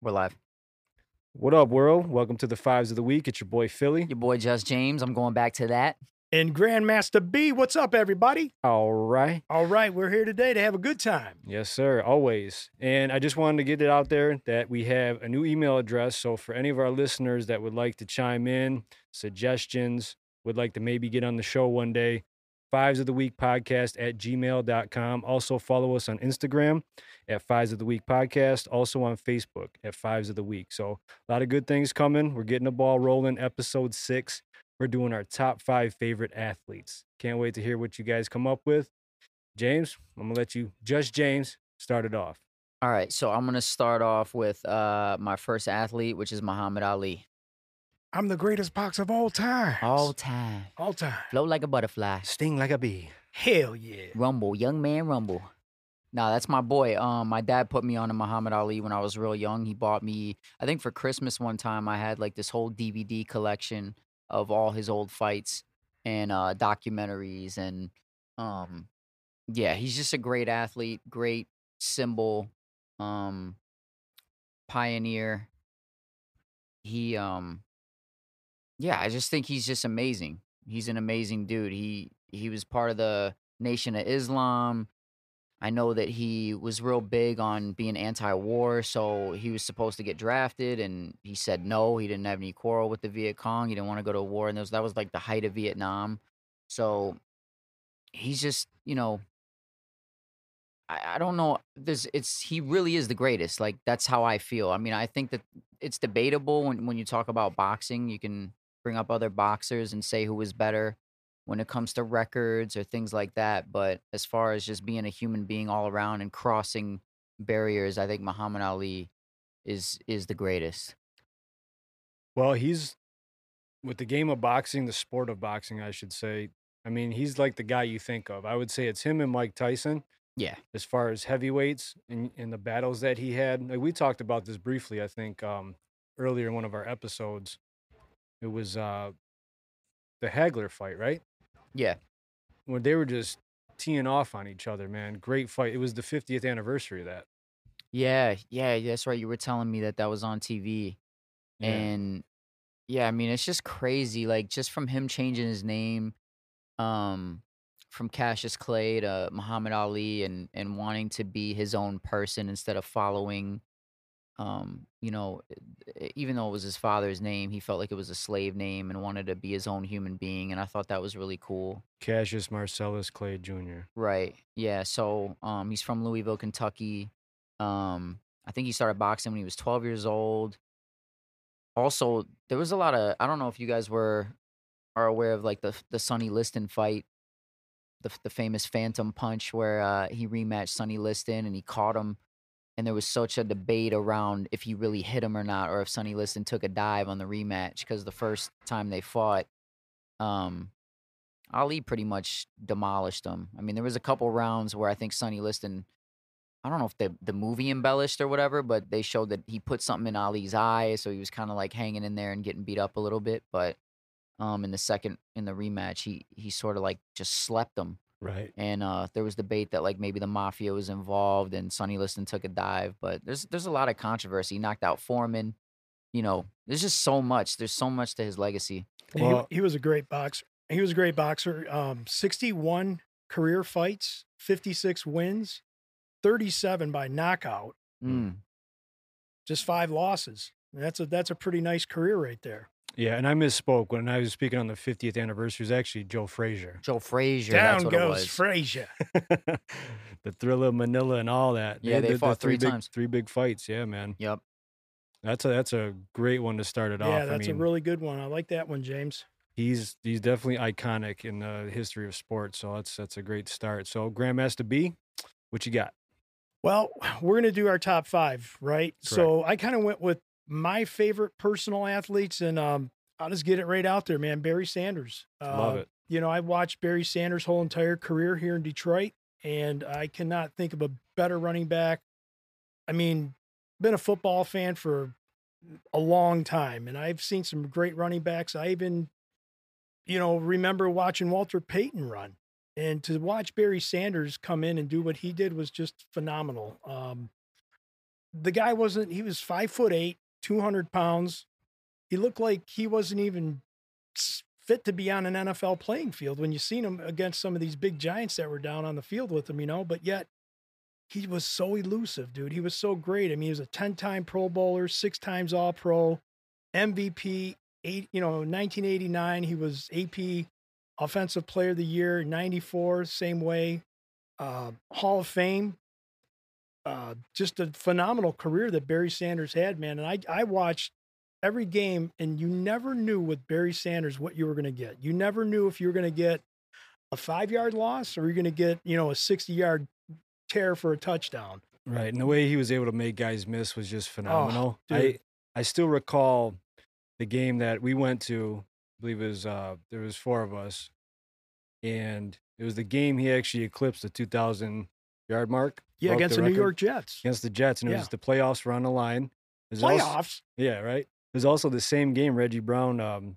We're live. What up, world? Welcome to the Fives of the Week. It's your boy Philly. Your boy Just James. I'm going back to that. And Grandmaster B, what's up, everybody? All right. All right, we're here today to have a good time. Yes, sir. Always. And I just wanted to get it out there that we have a new email address. So for any of our listeners that would like to chime in, suggestions, would like to maybe get on the show one day, fives of the week podcast at gmail.com. Also follow us on Instagram at fives of the week podcast, also on Facebook at fives of the week. So a lot of good things coming. We're getting the ball rolling. Episode six, we're doing our top five favorite athletes. Can't wait to hear what you guys come up with. James, I'm gonna let you just James start it off. All right, so I'm gonna start off with uh, my first athlete, which is Muhammad Ali. I'm the greatest boxer of all time. All time, all time. float like a butterfly, Sting like a bee. Hell yeah. rumble, young man, rumble. Nah, that's my boy. Um, my dad put me on to Muhammad Ali when I was real young. He bought me, I think, for Christmas one time. I had like this whole DVD collection of all his old fights and uh, documentaries, and um, yeah, he's just a great athlete, great symbol, um, pioneer. He um yeah, I just think he's just amazing. He's an amazing dude. He he was part of the Nation of Islam. I know that he was real big on being anti-war, so he was supposed to get drafted, and he said no. He didn't have any quarrel with the Viet Cong. He didn't want to go to war, and that was, that was like the height of Vietnam. So he's just, you know, I, I don't know. There's, it's he really is the greatest. Like that's how I feel. I mean, I think that it's debatable when when you talk about boxing. You can bring up other boxers and say who was better when it comes to records or things like that. But as far as just being a human being all around and crossing barriers, I think Muhammad Ali is is the greatest. Well, he's with the game of boxing, the sport of boxing, I should say. I mean, he's like the guy you think of. I would say it's him and Mike Tyson Yeah. as far as heavyweights and, and the battles that he had. Like we talked about this briefly, I think, um, earlier in one of our episodes. It was uh, the Hagler fight, right? Yeah. When they were just teeing off on each other, man. Great fight. It was the 50th anniversary of that. Yeah. Yeah. That's right. You were telling me that that was on TV. Yeah. And yeah, I mean, it's just crazy. Like just from him changing his name, um, from Cassius Clay to Muhammad Ali, and and wanting to be his own person instead of following, um, you know, e- e- even though it was his father's name, he felt like it was a slave name and wanted to be his own human being. And I thought that was really cool. Cassius Marcellus Clay Jr. Right. Yeah. So um, he's from Louisville, Kentucky. Um, I think he started boxing when he was 12 years old. Also, there was a lot of I don't know if you guys were are aware of like the the Sonny Liston fight, the f- the famous Phantom Punch where uh, he rematched Sonny Liston and he caught him, and there was such a debate around if he really hit him or not, or if Sonny Liston took a dive on the rematch because the first time they fought, um, Ali pretty much demolished him. I mean, there was a couple rounds where I think Sonny Liston, I don't know if the the movie embellished or whatever, but they showed that he put something in Ali's eye, so he was kind of like hanging in there and getting beat up a little bit. But um, in the second in the rematch, he he sort of like just slept him, Right. and uh, there was debate that like maybe the mafia was involved and Sonny Liston took a dive, but there's there's a lot of controversy. He knocked out Foreman, you know. There's just so much. There's so much to his legacy. He- Well- he, was a great boxer. He was a great boxer. Um, 61 career fights, 56 wins, 37 by knockout, Mm. just five losses. And That's a that's a pretty nice career right there. Yeah, and I misspoke when I was speaking on the 50th anniversary. It was actually Joe Frazier. Joe Frazier. that's Down what it goes was. Frazier. the Thriller, Manila, and all that. Yeah, had they the- the fought three big- times. Three big fights. Yeah, man. Yep. That's a that's a great one to start it off. Yeah, that's I mean, a really good one. I like that one, James. he's he's definitely iconic in the history of sports. So that's that's a great start. So Grandmaster B, what you got? Well, we're going to do our top five, right? So I kind of went with my favorite personal athletes, and um, I'll just get it right out there, man. Barry Sanders. Uh, Love it. You know, I watched Barry Sanders' whole entire career here in Detroit, and I cannot think of a better running back. I mean, been a football fan for a long time, and I've seen some great running backs. I even, you know, remember watching Walter Payton run, and to watch Barry Sanders come in and do what he did was just phenomenal. Um, the guy wasn't. He was five foot eight, two hundred pounds. He looked like he wasn't even s- fit to be on an NFL playing field when you seen him against some of these big giants that were down on the field with him. You know, but yet he was so elusive, dude. He was so great. I mean, he was a ten-time Pro Bowler, six times All Pro, MVP. Eight, you know, 1989, he was AP Offensive Player of the Year. 94, same way. Uh, Hall of Fame. Uh, just a phenomenal career that Barry Sanders had, man. And I, I watched every game, and you never knew with Barry Sanders what you were going to get. You never knew if you were going to get a five yard loss or you're going to get, you know, a 60 yard tear for a touchdown. Right. And the way he was able to make guys miss was just phenomenal. I, Oh, dude. I still recall the game that we went to, I believe it was uh there was four of us. And it was the game he actually eclipsed the two thousand yard mark. Yeah, broke against the New record York Jets. against the Jets, and it Yeah. was the playoffs were on the line. It was also- Playoffs. yeah, right. It was also the same game Reggie Brown um,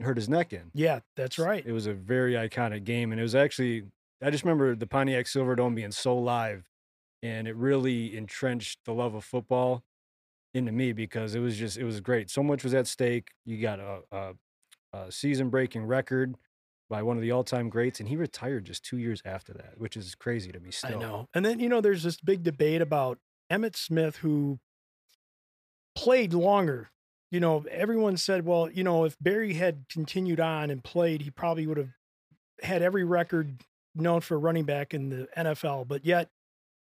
hurt his neck in. Yeah, that's right. It was a very iconic game, and it was actually I just remember the Pontiac Silverdome being so live, and it really entrenched the love of football into me because it was just it was great. So much was at stake. You got a, a, a season-breaking record by one of the all-time greats, and he retired just two years after that, which is crazy to me. Still, I know. And then, you know, there's this big debate about Emmett Smith, who played longer. You know, everyone said, well, you know, if Barry had continued on and played, he probably would have had every record known for a running back in the NFL. But yet,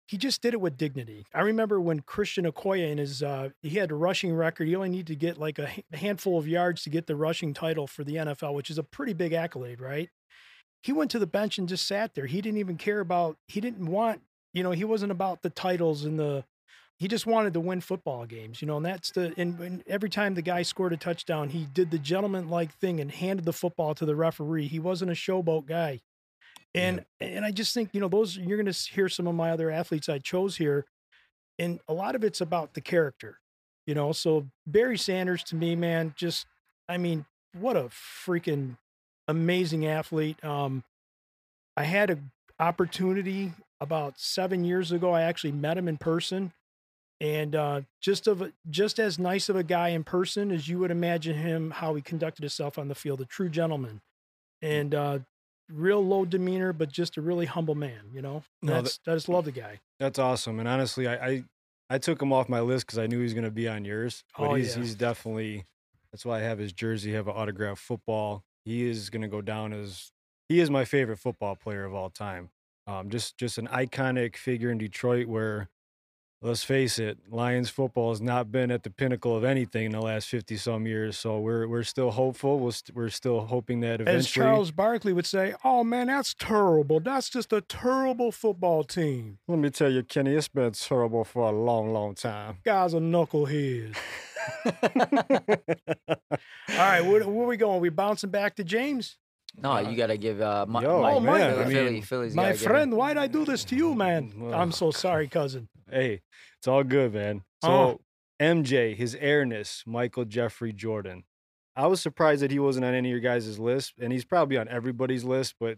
he just did it with dignity. I remember when Christian Okoye in his, uh, he had a rushing record. He only needed to get like a ha- handful of yards to get the rushing title for the NFL, which is a pretty big accolade, right? He went to the bench and just sat there. He didn't even care about, he didn't want, you know, he wasn't about the titles and the, he just wanted to win football games, you know, and that's the, and, and every time the guy scored a touchdown, he did the gentleman like thing and handed the football to the referee. He wasn't a showboat guy. And, and I just think, you know, those, you're going to hear some of my other athletes I chose here. And a lot of it's about the character, you know. So Barry Sanders to me, man, just, I mean, what a freaking amazing athlete. Um, I had an opportunity about seven years ago. I actually met him in person and uh, just of a- just as nice of a guy in person as you would imagine him, how he conducted himself on the field, a true gentleman, Mm. and uh, real low demeanor, but just a really humble man. You know, No, e that's I just love the guy. That's awesome. And honestly, I I, I took him off my list because I knew he was going to be on yours. But Oh, he's yeah. he's definitely that's why I have his jersey, have an autographed football. He is going to go down as he is my favorite football player of all time. Um, just just an iconic figure in Detroit where let's face it, Lions football has not been at the pinnacle of anything in the last 50 some years. So we're we're still hopeful. We'll st- we're still hoping that eventually As Charles Barkley would say, "Oh man, that's terrible. That's just a terrible football team. Let me tell you, Kenny, it's been terrible for a long, long time. Guys are knuckleheads." All All right, where, where we going? We bouncing back to James, No, you gotta give uh, my, Yo, oh, man, I Philly, mean, Philly's my gotta give him- friend. Why'd I do this to you, man? I'm so sorry, cousin. hey, it's all good, man. Oh. So MJ, his airness, Michael Jeffrey Jordan. I was surprised that he wasn't on any of your guys' list, and he's probably on everybody's list, but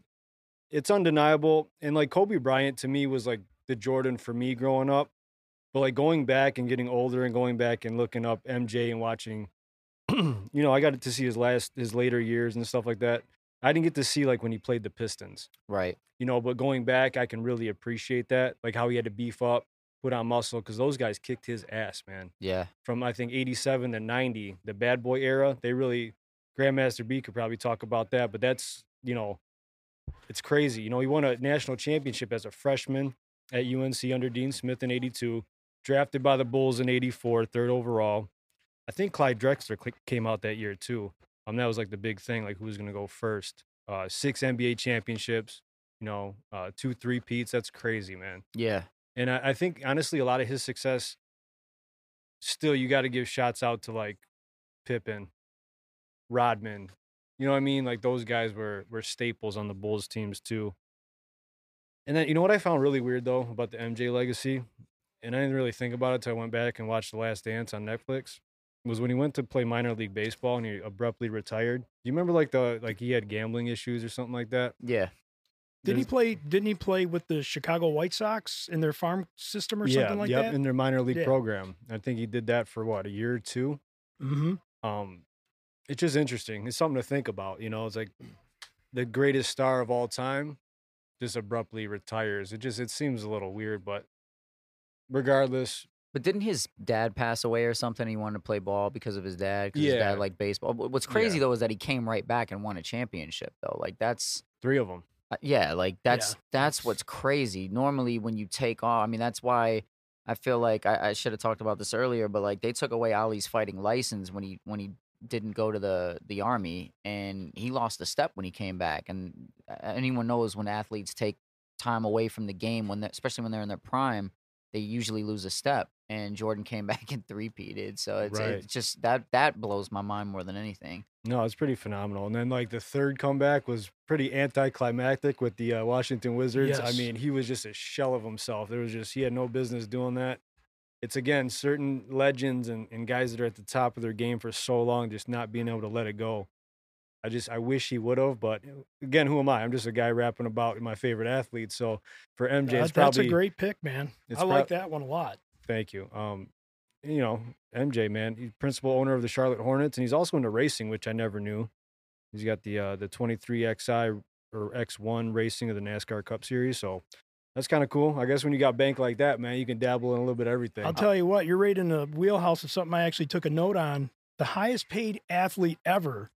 it's undeniable. And like Kobe Bryant to me was like the Jordan for me growing up. But like going back and getting older and going back and looking up MJ and watching, you know, I got to see his last his later years and stuff like that. I didn't get to see like when he played the Pistons Right. you know, but going back, I can really appreciate that, like how he had to beef up, put on muscle, because those guys kicked his ass, man. Yeah. From I think 87 to 90, the bad boy era, they really, Grandmaster B could probably talk about that, but that's, you know, it's crazy. You know, he won a national championship as a freshman at UNC under Dean Smith in 82, drafted by the Bulls in 84, third overall. I think Clyde Drexler cl- came out that year too. Um, that was like the big thing, like who was going to go first. Uh, six NBA championships, you know, uh, two three peats. That's crazy, man. Yeah. And I, I think honestly, a lot of his success. Still, you got to give shots out to like Pippen, Rodman. You know what I mean? Like those guys were were staples on the Bulls teams too. And then you know what I found really weird though about the MJ legacy, and I didn't really think about it till I went back and watched The Last Dance on Netflix. Was when he went to play minor league baseball and he abruptly retired. Do you remember like the like he had gambling issues or something like that? Yeah. Didn't he play? Didn't he play with the Chicago White Sox in their farm system or something like yep, that? in their minor league Yeah. program. I think he did that for what, a year or two? mm-hmm. um it's just interesting it's something to think about you know it's like the greatest star of all time just abruptly retires it just it seems a little weird but regardless But didn't his dad pass away or something? And he wanted to play ball because of his dad. Because his Yeah. dad liked baseball. But What's crazy though is that he came right back and won a championship though. Like that's three of them uh, yeah, like that's that's that's- what's crazy. Normally when you take off, I mean that's why I feel like I, I should have talked about this earlier. But like they took away Ali's fighting license when he when he didn't go to the the army and he lost a step when he came back. And uh, anyone knows when athletes take time away from the game when they're- especially when they're in their prime they usually lose a step and jordan came back and three-peated so it's, Right. it's just that that blows my mind more than anything no it's pretty phenomenal and then like the third comeback was pretty anticlimactic with the uh, washington wizards i Yes. mean he was just a shell of himself there was just he had no business doing that it's again certain legends and, and guys that are at the top of their game for so long just not being able to let it go I just I wish he would have, but uh, again, who am I? I'm just a guy rapping about my favorite athlete. So for MJ, Uh, it's that's probably a great pick, man. it's I like prob- that one a lot. thank you. Um, you know, MJ, man, he's principal owner of the Charlotte Hornets, and he's also into racing, which I never knew. He's got the uh, the 23xi or X1 racing of the NASCAR Cup Series, so that's kind of cool. I guess when you got bank like that, man, you can dabble in a little bit of everything. I'll tell you what, you're right in the wheelhouse of something I actually took a note on. The highest paid athlete ever,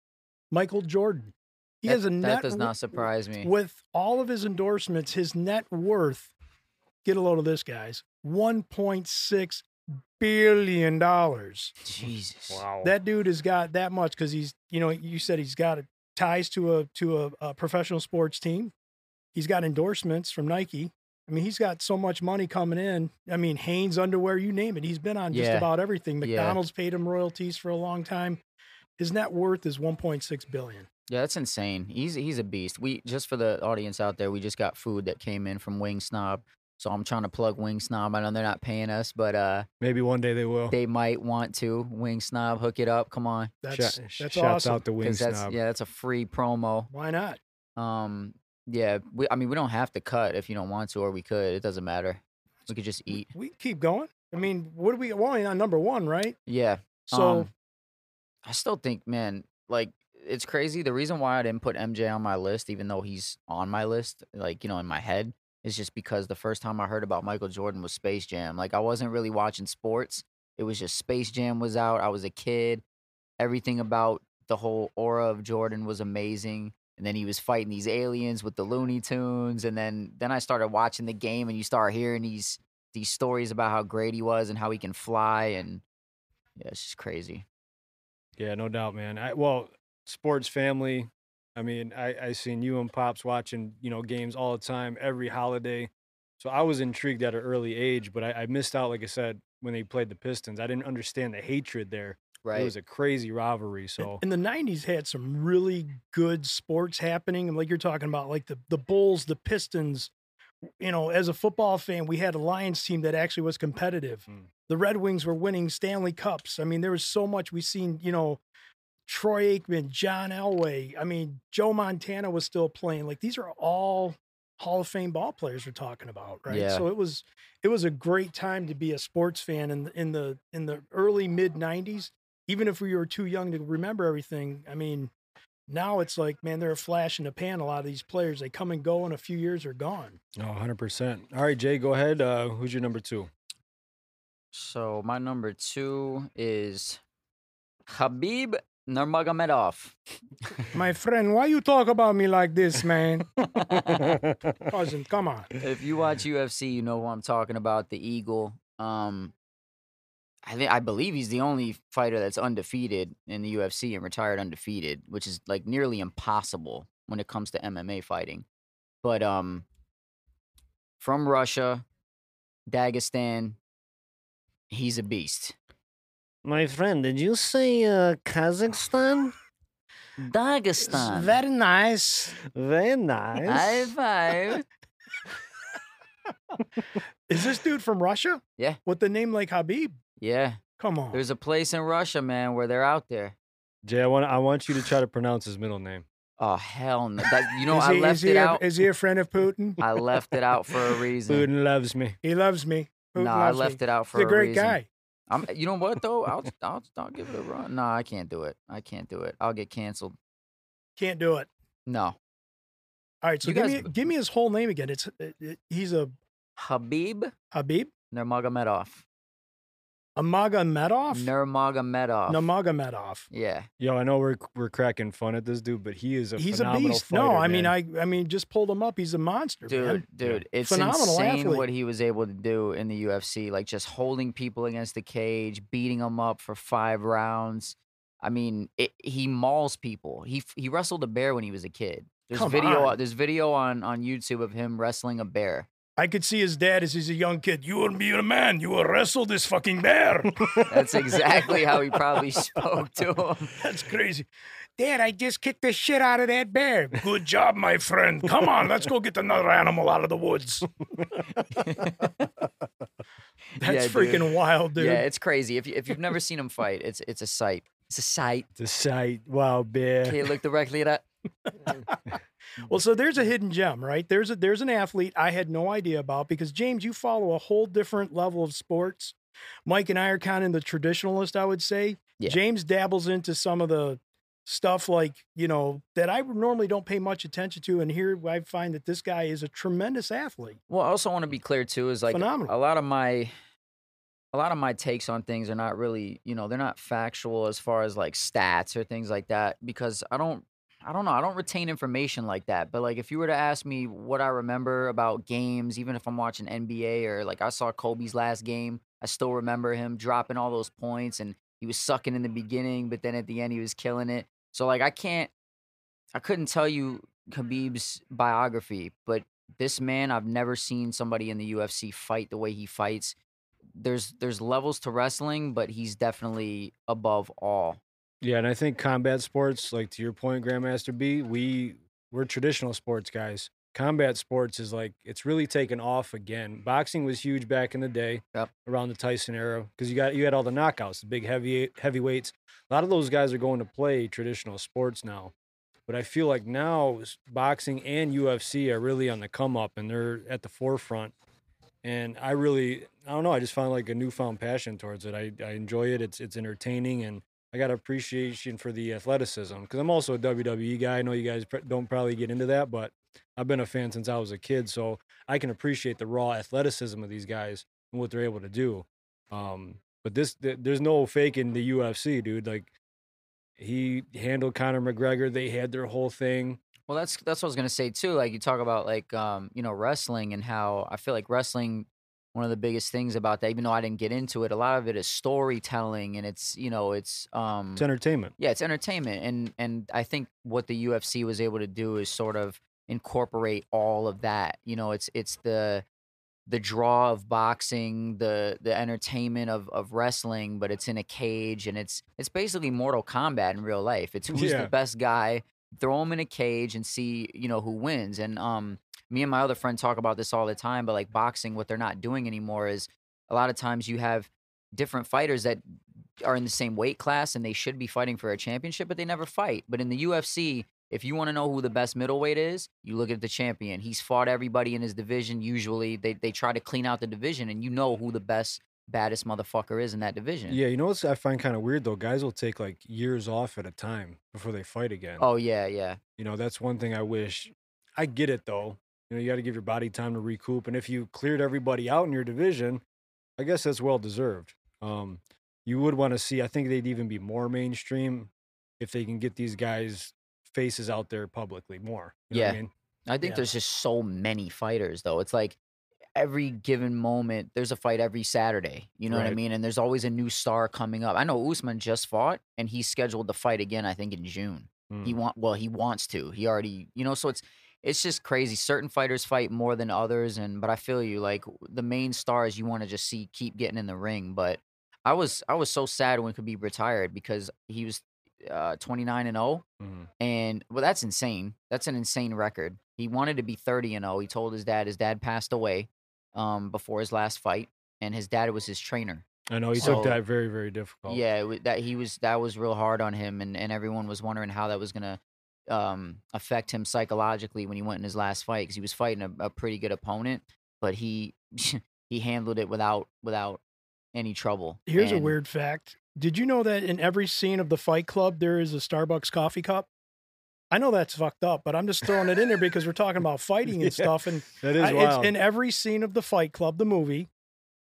Michael Jordan. He that, has a that net does wo- not surprise me with all of his endorsements, his net worth, get a load of this, guys, $1.6 billion. jesus wow, That dude has got that much because he's, you know, you said he's got ties to a to a, a professional sports team. He's got endorsements from Nike. I mean, he's got so much money coming in. I mean, Hanes underwear, you name it. He's been on just Yeah. about everything. Yeah. McDonald's paid him royalties for a long time. His net worth is 1.6 billion. Yeah, that's insane. He's he's a beast. We just for the audience out there, we just got food that came in from Wing Snob. So I'm trying to plug Wing Snob. I know they're not paying us, but uh maybe one day they will. they might want to. Wing Snob, hook it up. Come on. That's Shout- that's shouts awesome. out the wing Because that's snob. yeah, that's a free promo. Why not? Um yeah, we I mean we don't have to cut if you don't want to, or we could. It doesn't matter. We could just eat. We keep going. I mean, what do we? We're only on number one, right? Yeah. So um, I still think, man, like it's crazy. The reason why I didn't put MJ on my list, even though he's on my list, like, you know, in my head, is just because the first time I heard about Michael Jordan was Space Jam. Like, I wasn't really watching sports. It was just Space Jam was out. I was a kid. Everything about the whole aura of Jordan was amazing. And then he was fighting these aliens with the Looney Tunes. And then then I started watching the game and you start hearing these these stories about how great he was and how he can fly and yeah, it's just crazy. Yeah, no doubt, man. I well, sports family. I mean, I I seen you and pops watching you know games all the time, every holiday. So I was intrigued at an early age, but I, I missed out, like I said, when they played the Pistons. I didn't understand the hatred there. Right. It was a crazy rivalry. So And the 90s had some really good sports happening. And like you're talking about, like the, the Bulls, the Pistons. You know, as a football fan, we had a Lions team that actually was competitive. Mm. The Red Wings were winning Stanley Cups. I mean, there was so much we seen, you know, Troy Aikman, John Elway. I mean, Joe Montana was still playing. Like these are all Hall of Fame ball players we're talking about, right? Yeah. So it was it was a great time to be a sports fan in the, in the in the early mid 90s. Even if we were too young to remember everything, I mean, now it's like, man, they're a flash in the pan. A lot of these players, they come and go, and a few years are gone. no, 100 percent. All right, Jay, go ahead. Uh, who's your number two? So my number two is Habib Nurmagomedov. My friend, why you talk about me like this, man? Cousin, come on. if you watch UFC, you know who I'm talking about. The Eagle. Um, I think I believe he's the only fighter that's undefeated in the UFC and retired undefeated, which is like nearly impossible when it comes to MMA fighting. But um, from Russia, Dagestan, he's a beast. my friend, did you say uh, Kazakhstan? Dagestan. nice. Very High five. Is this dude from Russia? Yeah. With the name like Habib? yeah, Come on. there's a place in Russia, man, where they're out there. Jay, I want I want you to try to pronounce his middle name. Oh hell no! That, you know is I he, is left he it a, out. Is he a friend of Putin? I left it out for a reason. Putin loves me. He loves me. No, Putin nah, I loves left me. it out for He's a great reason. guy. I'm, you know what though? I'll, I'll, I'll give it a run. No, I can't do it. I can't do it. I'll get canceled. Can't do it. No, All right, so You give guys- me give me his whole name again. It's it, it- he's a Habib Habib Nurmagomedov. Amagomedov. Nurmagomedov. Namagomedov. yeah, Yo, I know we're we're cracking fun at this dude, but he is a He's a phenomenal beast. Fighter, no, I mean man. I I mean just pulled him up. He's a monster, dude, man. dude, it's Phenomenal insane athlete. what he was able to do in the UFC. Like just holding people against the cage, beating them up for five rounds. I mean, it, he mauls people. He f- he wrestled a bear when he was a kid. There's Come video. on. There's video on on YouTube of him wrestling a bear. I could see his dad as he's a young kid. You will be a man. You will wrestle this fucking bear. That's exactly how he probably spoke to him. That's crazy. Dad, I just kicked the shit out of that bear. Good job, my friend. Come on, let's go get another animal out of the woods. That's Yeah, dude. freaking wild, dude. Yeah, it's crazy. If you, if you've never seen him fight, it's it's a sight. It's a sight. the sight. Wow, bear. Can't look directly at that. Well, so there's a hidden gem, right? There's a there's an athlete I had no idea about because James, you follow a whole different level of sports. Mike and I are kind of the traditionalist, I would say. Yeah. James dabbles into some of the stuff like, you know, that I normally don't pay much attention to. And here I find that this guy is a tremendous athlete. Well, I also want to be clear too. Is like Phenomenal. a lot of my a lot of my takes on things are not really you know they're not factual as far as like stats or things like that because I don't. I don't know. I don't retain information like that. But like, if you were to ask me what I remember about games, even if I'm watching NBA or like I saw Kobe's last game, I still remember him dropping all those points and he was sucking in the beginning, but then at the end he was killing it. So like, I can't, I couldn't tell you Khabib's biography, but this man I've never seen somebody in the UFC fight the way he fights. There's there's levels to wrestling, but he's definitely above all. Yeah, and I think combat sports, like to your point, Grandmaster B, we we're traditional sports guys. Combat sports is like it's really taken off again. Boxing was huge back in the day, Yep. around the Tyson era, because you got you had all the knockouts, the big heavy heavyweights. A lot of those guys are going to play traditional sports now, but I feel like now s- boxing and UFC are really on the come up and they're at the forefront. And I really, I don't know, I just found like a newfound passion towards it. I, I enjoy it. It's it's entertaining and I got appreciation for the athleticism because I'm also a WWE guy. I know you guys pr- don't probably get into that, but I've been a fan since I was a kid, so I can appreciate the raw athleticism of these guys and what they're able to do. Um, but this, th- there's no faking the UFC, dude. Like he handled Conor McGregor. They had their whole thing. Well, that's that's what I was gonna say too. Like you talk about like um you know wrestling and how I feel like wrestling one of the biggest things about that, even though I didn't get into it, a lot of it is storytelling and it's you know it's um It's entertainment. yeah it's entertainment and and i think what the ufc was able to do is sort of incorporate all of that you know it's it's the the draw of boxing the the entertainment of of wrestling but it's in a cage and it's it's basically mortal kombat in real life it's who's Yeah. the best guy throw him in a cage and see you know who wins and um me and my other friend talk about this all the time but like boxing what they're not doing anymore is a lot of times you have different fighters that are in the same weight class and they should be fighting for a championship, but they never fight. But in the UFC, if you want to know who the best middleweight is, you look at the champion. He's fought everybody in his division. Usually, they they try to clean out the division, and you know who the best, baddest motherfucker is in that division. Yeah, you know what I find kind of weird though? Guys will take like years off at a time before they fight again. Oh yeah, yeah. You know, that's one thing I wish. I get it though. You know, you got to give your body time to recoup. And if you cleared everybody out in your division, I guess that's well deserved. Um, you would want to see, I think they'd even be more mainstream if they can get these guys' faces out there publicly more. You know what I Yeah. mean? I think Yeah. there's just so many fighters though. It's like every given moment there's a fight every Saturday. You know what I Right. mean? And there's always a new star coming up. I know Usman just fought and he's scheduled to fight again I think in June. He Mm. want well, he wants to. He already, you know, so it's it's just crazy. Certain fighters fight more than others and but I feel you like the main stars you want to just see keep getting in the ring, but I was I was so sad when Khabib retired because he was uh 29 and 0 Mhm. and well, that's insane. That's an insane record. He wanted to be 30 and 0. He told his dad his dad passed away um, before his last fight, and his dad was his trainer. I know he So- took that very, very difficult. Yeah, it, wa- that he was that was real hard on him, and, and everyone was wondering how that was gonna um, affect him psychologically when he went in his last fight because he was fighting a, a pretty good opponent, but he he handled it without without any trouble. Here's a And- weird fact. Did you know that in every scene of the Fight Club there is a Starbucks coffee cup? I know that's fucked up, but I'm just throwing it in there because we're talking about fighting and Yeah. stuff. And That is I- wild. it's in every scene of the Fight Club, the movie,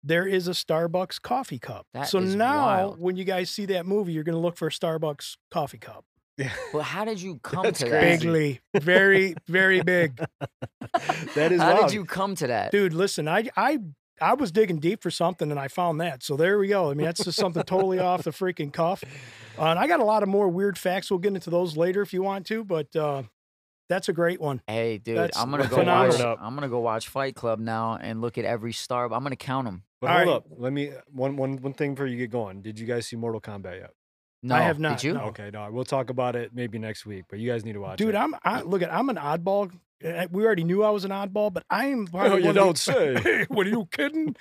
there is a Starbucks coffee cup. That so is now, wild. when you guys see that movie, you're going to look for a Starbucks coffee cup. But how did you come That's to crazy. Bigly, very, very big, that? That is how wild. did you come to that? dude. Listen, I, I, I was digging deep for something, and I found that. So there we go. I mean, that's just something totally off the freaking cuff. Uh, and I got a lot of more weird facts. We'll get into those later if you want to, but uh, that's a great one. Hey, dude, That's I'm gonna go phenomenal. watch. I'm gonna go watch Fight Club now and look at every star. I'm gonna count them. but All hold right. up. Let me one one one thing before you get going. Did you guys see Mortal Kombat yet? No, have not, Did you? no. Okay, no. We'll talk about it maybe next week. But you guys need to watch Dude, it. I'm I, look at I'm an oddball. Uh, We already knew I was an oddball, but I am. Oh, one you of the- don't say. Hey, what are you kidding?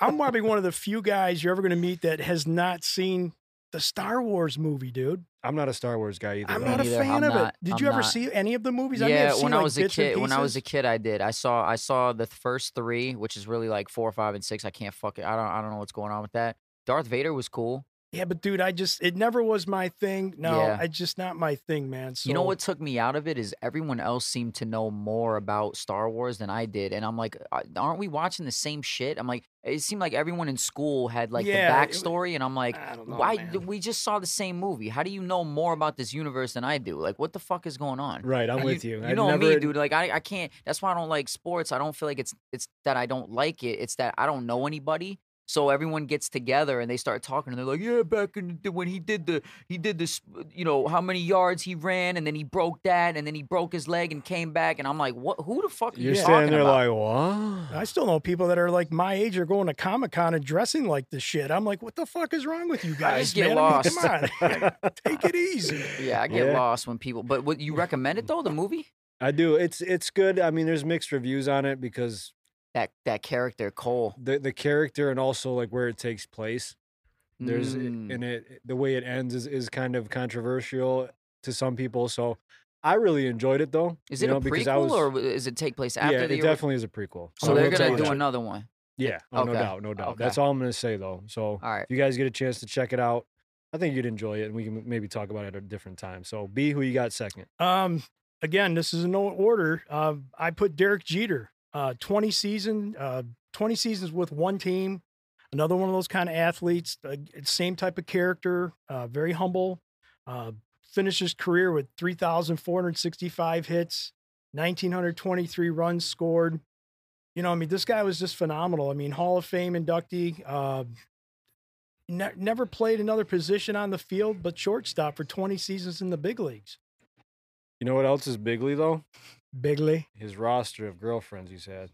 I'm probably one of the few guys you're ever going to meet that has not seen the Star Wars movie, dude. I'm not a Star Wars guy either. I'm though. Me not a neither. I'm fan of not- it. Did I'm you ever not. see any of the movies? I may Yeah, have seen, when I like, was a bits and kid, when I was a pieces. kid, I did. I saw, I saw the first three, which is really like four, five, and six. I can't fuck it. I don't, I don't know what's going on with that. Darth Vader was cool. Yeah, but dude, I just it never was my thing. No, Yeah. it's just not my thing, man. So You know what took me out of it is everyone else seemed to know more about Star Wars than I did, and I'm like, "Uh, aren't we watching the same shit? I'm like, it seemed like everyone in school had like the Yeah, it- backstory, and I'm like, I don't know. why? man. We just saw the same movie. How do you know more about this universe than I do? Like, what the fuck is going on? Right, I'm And with you. You I know never, me, dude. Like I, I can't. That's why I don't like sports. I don't feel like it's it's that I don't like it. It's that I don't know anybody. So everyone gets together and they start talking and they're like, "Yeah, back in the, day when he did the he did this, you know, how many yards he ran and then he broke that and then he broke his leg and came back." And I'm like, "What? Who the fuck are You're you standing talking there about?" like, what? I still know people that are like my age are going to Comic Con and dressing like this shit. I'm like, what the fuck is wrong with you guys? just get man? I mean, lost. come on, take it easy. yeah, I get Yeah. lost when people. But what you recommend it though? The movie I do. It's it's good. I mean, there's mixed reviews on it because that that character Cole. the the character and also like where it takes place. There's eh, Mm. and it the way it ends is is kind of controversial to some people. So I really enjoyed it though. Is you it know, a prequel because I was, or does it take place yeah, after it the? ori- definitely is a prequel. so I they're will tell gonna you do that. another one. Yeah, oh, no Okay. doubt, no doubt. Okay. That's all I'm gonna say though. So All right. if you guys get a chance to check it out, I think you'd enjoy it, and we can maybe talk about it at a different time. So B, who you got second? Um, again, this is in no order. Um, I put Derek Jeter, uh, 20 season, uh, 20 seasons with one team. Another one of those kind of athletes, uh, same type of character, uh, very humble. Uh, finished his career with 3,465 hits, 1,923 runs scored. You know, I mean, this guy was just phenomenal. I mean, Hall of Fame inductee. Uh, ne- never played another position on the field but shortstop for 20 seasons in the big leagues. You know what else is bigly though? Bigley. his roster of girlfriends he's had.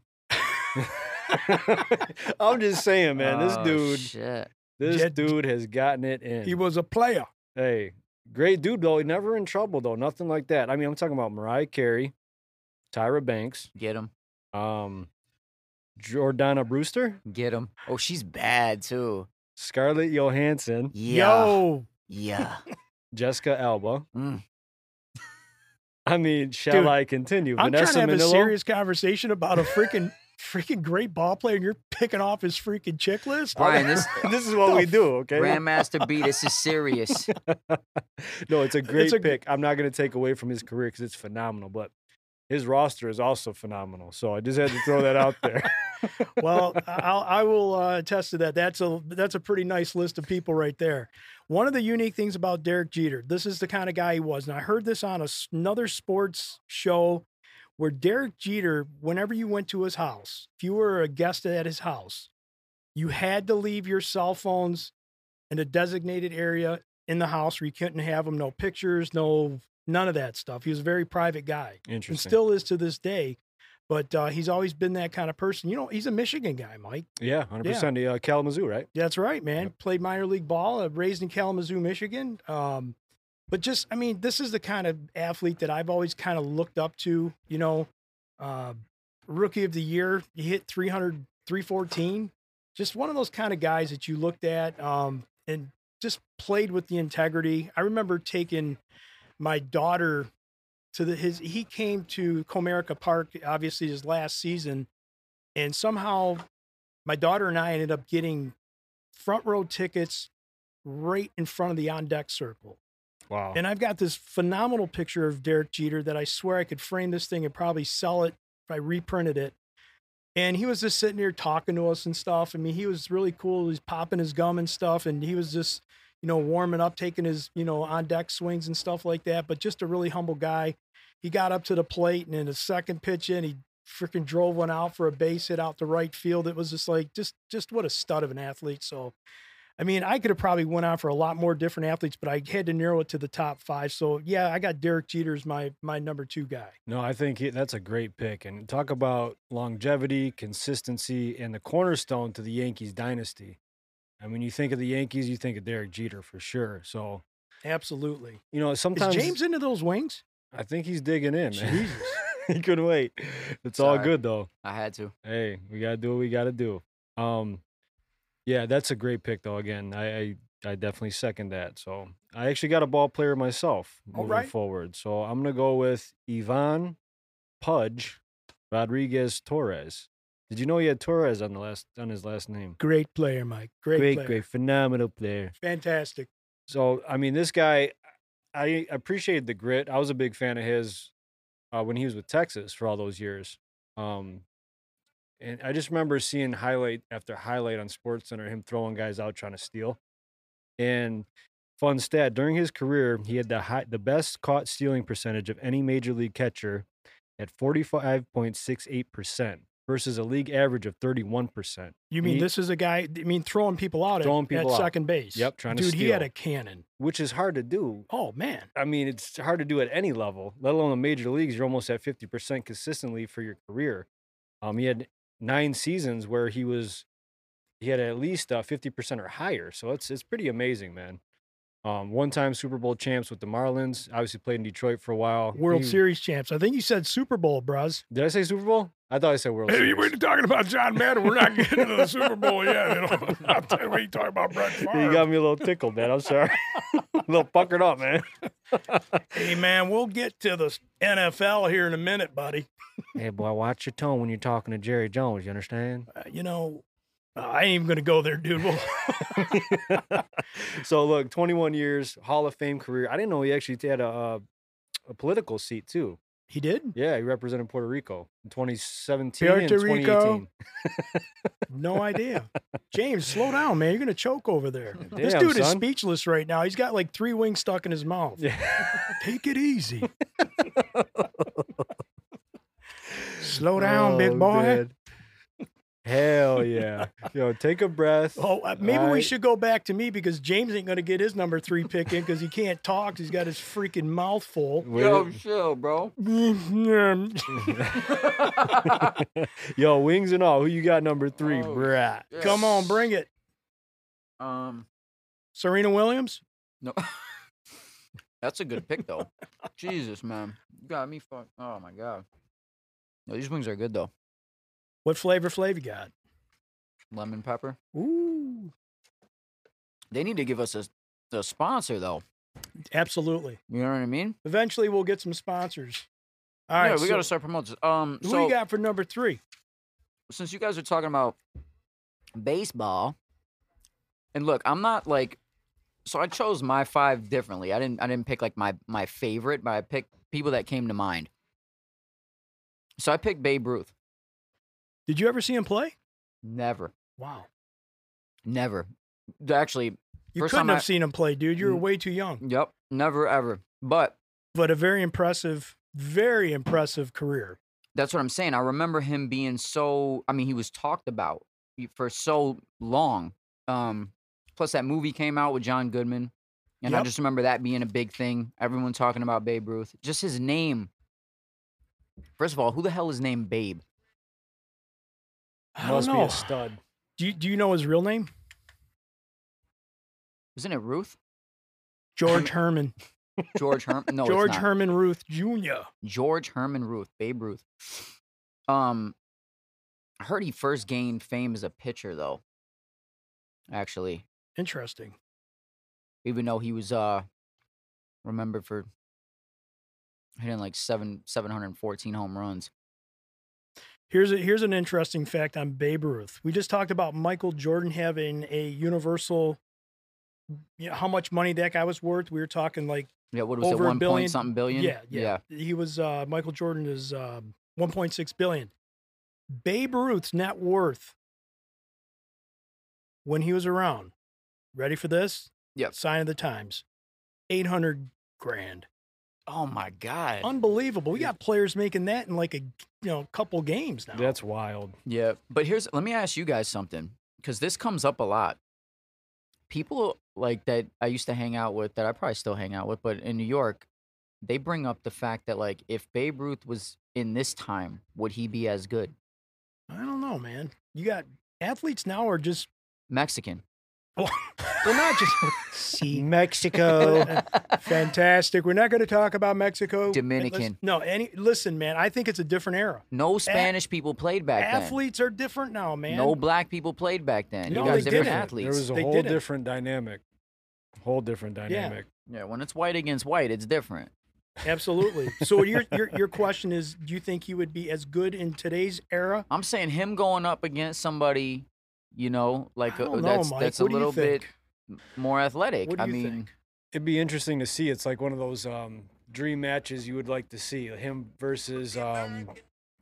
I'm just saying, man, this Oh, dude, Shit. this Jet- dude has gotten it in. He was a player. hey, great dude though. Never in trouble though. Nothing like that. I mean, I'm talking about Mariah Carey, Tyra Banks, Get him. um, Jordana Brewster, Get him. Oh, she's bad too. Scarlett Johansson, Yeah. Yo, Yeah. Jessica Alba. Mm. I mean, shall Dude, I continue? I'm Vanessa trying to have Manillo. a serious conversation about a freaking freaking great ball player, and you're picking off his freaking chick list. Brian, this this is what we do, okay? Grandmaster B, this is serious. no, it's a great a- pick. I'm not going to take away from his career because it's phenomenal, but his roster is also phenomenal. So I just had to throw that out there. well, I'll, I will uh, attest to that. That's a that's a pretty nice list of people right there. One of the unique things about Derek Jeter, this is the kind of guy he was, and I heard this on a s another sports show where Derek Jeter, whenever you went to his house, if you were a guest at his house, you had to leave your cell phones in a designated area in the house where you couldn't have them. No pictures, no none of that stuff. He was a very private guy and Interesting. still is to this day. But uh, he's always been that kind of person. You know, he's a Michigan guy, Mike. yeah, 100%. The, uh, Kalamazoo, right? That's right, man. Played minor league ball, uh, raised in Kalamazoo, Michigan. Um, but just, I mean, this is the kind of athlete that I've always kind of looked up to. You know, uh, rookie of the year, he hit 300, 314. Just one of those kind of guys that you looked at um, and just played with the integrity. I remember taking my daughter to the his he came to Comerica Park obviously his last season, and somehow my daughter and I ended up getting front row tickets right in front of the on deck circle. Wow. And I've got this phenomenal picture of Derek Jeter that I swear I could frame this thing and probably sell it if I reprinted it. And he was just sitting here talking to us and stuff. I mean, he was really cool. He's popping his gum and stuff, and he was just, you know, warming up, taking his, you know, on deck swings and stuff like that. But just a really humble guy. He got up to the plate, and in the second pitch in, he freaking drove one out for a base hit out to right field. It was just like just just what a stud of an athlete. So I mean, I could have probably went on for a lot more different athletes, but I had to narrow it to the top five. So yeah, I got Derek Jeter as my my number two guy. No, I think he, that's a great pick. And talk about longevity, consistency, and the cornerstone to the Yankees dynasty. I mean, you think of the Yankees, you think of Derek Jeter for sure. So, Absolutely. you know, Is sometimes James into those wings? I think he's digging in. Man. Jesus. he couldn't wait. It's all Sorry. good though. I had to. Hey, we gotta do what we gotta do. Um, yeah, that's a great pick though. Again, I I, I definitely second that. So I actually got a ball player myself All moving right. forward. So I'm gonna go with Ivan Pudge Rodriguez Torres. Did you know he had Torres on the last on his last name? Great player, Mike. Great, Great, player. great, phenomenal player. Fantastic. So I mean, this guy, I appreciated the grit. I was a big fan of his uh, when he was with Texas for all those years. Um, and I just remember seeing highlight after highlight on SportsCenter him throwing guys out trying to steal. And fun stat: during his career, he had the high, the best caught stealing percentage of any major league catcher at forty five point six eight percent versus a league average of thirty one percent. You mean He- this is a guy I mean throwing people out at- Throwing at, people out. second base. Yep, trying to Dude, he had steal. a cannon. Which is hard to do Oh man. I mean, it's hard to do at any level, let alone the major leagues. You're almost at 50% consistently for your career. Um, he had nine seasons where he was, he had at least uh, 50% or higher. So it's, it's pretty amazing, man. Um, one time Super Bowl champs with the Marlins. Obviously played in Detroit for a while. World Oh, He- Series champs. I think you said Super Bowl, bros. Did I say Super Bowl? I thought I said World Series. talking about John Madden. We're not getting into the Super Bowl yet. we ain't talking about Brett you got me a little tickled, man. I'm sorry. a little puckered up, man. Hey man, we'll get to the NFL here in a minute, buddy. hey, boy, watch your tone when you're talking to Jerry Jones. You understand? Uh, you know, uh, I ain't even gonna go there, dude. Well, so look, 21 years, Hall of Fame career. I didn't know he actually had a uh, a political seat too. he did. Yeah, he represented Puerto Rico in 2017 and Puerto Rico. 2018. No idea. James, slow down, man. You're gonna choke over there. this Damn, dude is son. speechless right now. He's got like three wings stuck in his mouth. Yeah. Take it easy. slow down, big Oh, boy. man. Hell yeah. Yo, take a breath. Oh, uh, maybe we Right. should go back to me because James ain't going to get his number three pick in because he can't talk. 'cause He's got his freaking mouth full. Wait- chill, bro. Come Yo, wings and all. Who you got number three, Oh, brat? on, bring it. Um, Serena Williams? no. That's a good pick, though. Jesus, man, you got me fucked. Oh my god. No, these wings are good though. What flavor flavor you got? Lemon pepper. Ooh. They need to give us a, a sponsor though. Absolutely. You know what I mean? Eventually, we'll get some sponsors. All right. yeah, we so got to start promoting. this. Um, Who so you got for number three? since you guys are talking about baseball, and look, I'm not like, so I chose my five differently. I didn't, I didn't pick like my my favorite, but I picked people that came to mind. So I picked Babe Ruth. Did you ever see him play? Never, Wow. never. Actually, You First couldn't time have I- seen him play, dude. You were Mm. way too young. yep, never ever. But But a very impressive, very impressive career. That's what I'm saying. I remember him being so. I mean, he was talked about y- for so long. Um, plus, that movie came out with John Goodman, and I Yep. just remember that being a big thing. Everyone talking about Babe Ruth. Just his name. First of all, who the hell is named Babe? I don't Must be know. a stud. Do you, do you know his real name? Isn't it Ruth? George Herman. George Herman? No, George it's not. Herman Ruth Jr. George Herman Ruth, Babe Ruth. Um, I heard he first gained fame as a pitcher, though. Actually, Interesting. even though he was uh remembered for hitting like seven seven hundred and fourteen home runs. Here's a, here's an interesting fact on Babe Ruth. We just talked about Michael Jordan having a universal, you know, how much money that guy was worth. We were talking like, Yeah, what was Over a it? One billion- point something billion. yeah, yeah, He was uh, Michael Jordan is um, 1.6 billion. Babe Ruth's net worth when he was around. Ready for this? Yep. Sign of the times, 800 grand. Oh my god. Unbelievable. We got players making that in like a you know couple games now. That's wild. Yeah. But here's let me ask you guys something because this comes up a lot. People like that I used to hang out with that I probably still hang out with, but in New York, they bring up the fact that like if Babe Ruth was in this time, would he be as good? I don't know, man. You got athletes now are just Mexican. they're not just see Mexico. fantastic. We're not going to talk about Mexico, Dominican. Listen- no, any listen, man. I think it's a different era. No Spanish people played back athletes are different now, then. man. No black people played back then. No, you guys they different didn't. athletes. There was a They whole didn't. different dynamic. Whole different dynamic. yeah, when it's white against white, it's different. absolutely. So your your your question is, do you think he would be as good in today's era? I'm saying him going up against somebody, you know, like I uh, don't know, that's Mike. that's What a do you little bit think? more athletic. What do I you mean, think? It'd be interesting to see. It's like one of those um, dream matches you would like to see him versus um,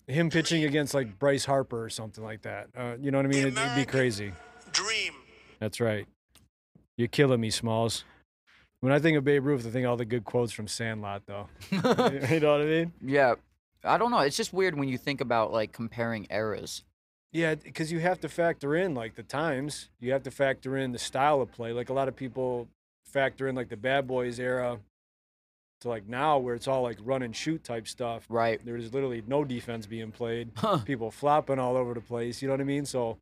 him pitching against like Bryce Harper or something like that. Uh, you know what I mean? It'd, it'd be American- crazy. Dream. That's right. You're killing me, Smalls. When I think of Babe Ruth, I think all the good quotes from Sandlot, though. you know what I mean? yeah, I don't know. It's just weird when you think about like comparing eras. Yeah, because you have to factor in like the times. You have to factor in the style of play. Like a lot of people factor in like the Bad Boys era to like now, where it's all like run and shoot type stuff. Right. There's literally no defense being played. Huh. People flopping all over the place. You know what I mean? So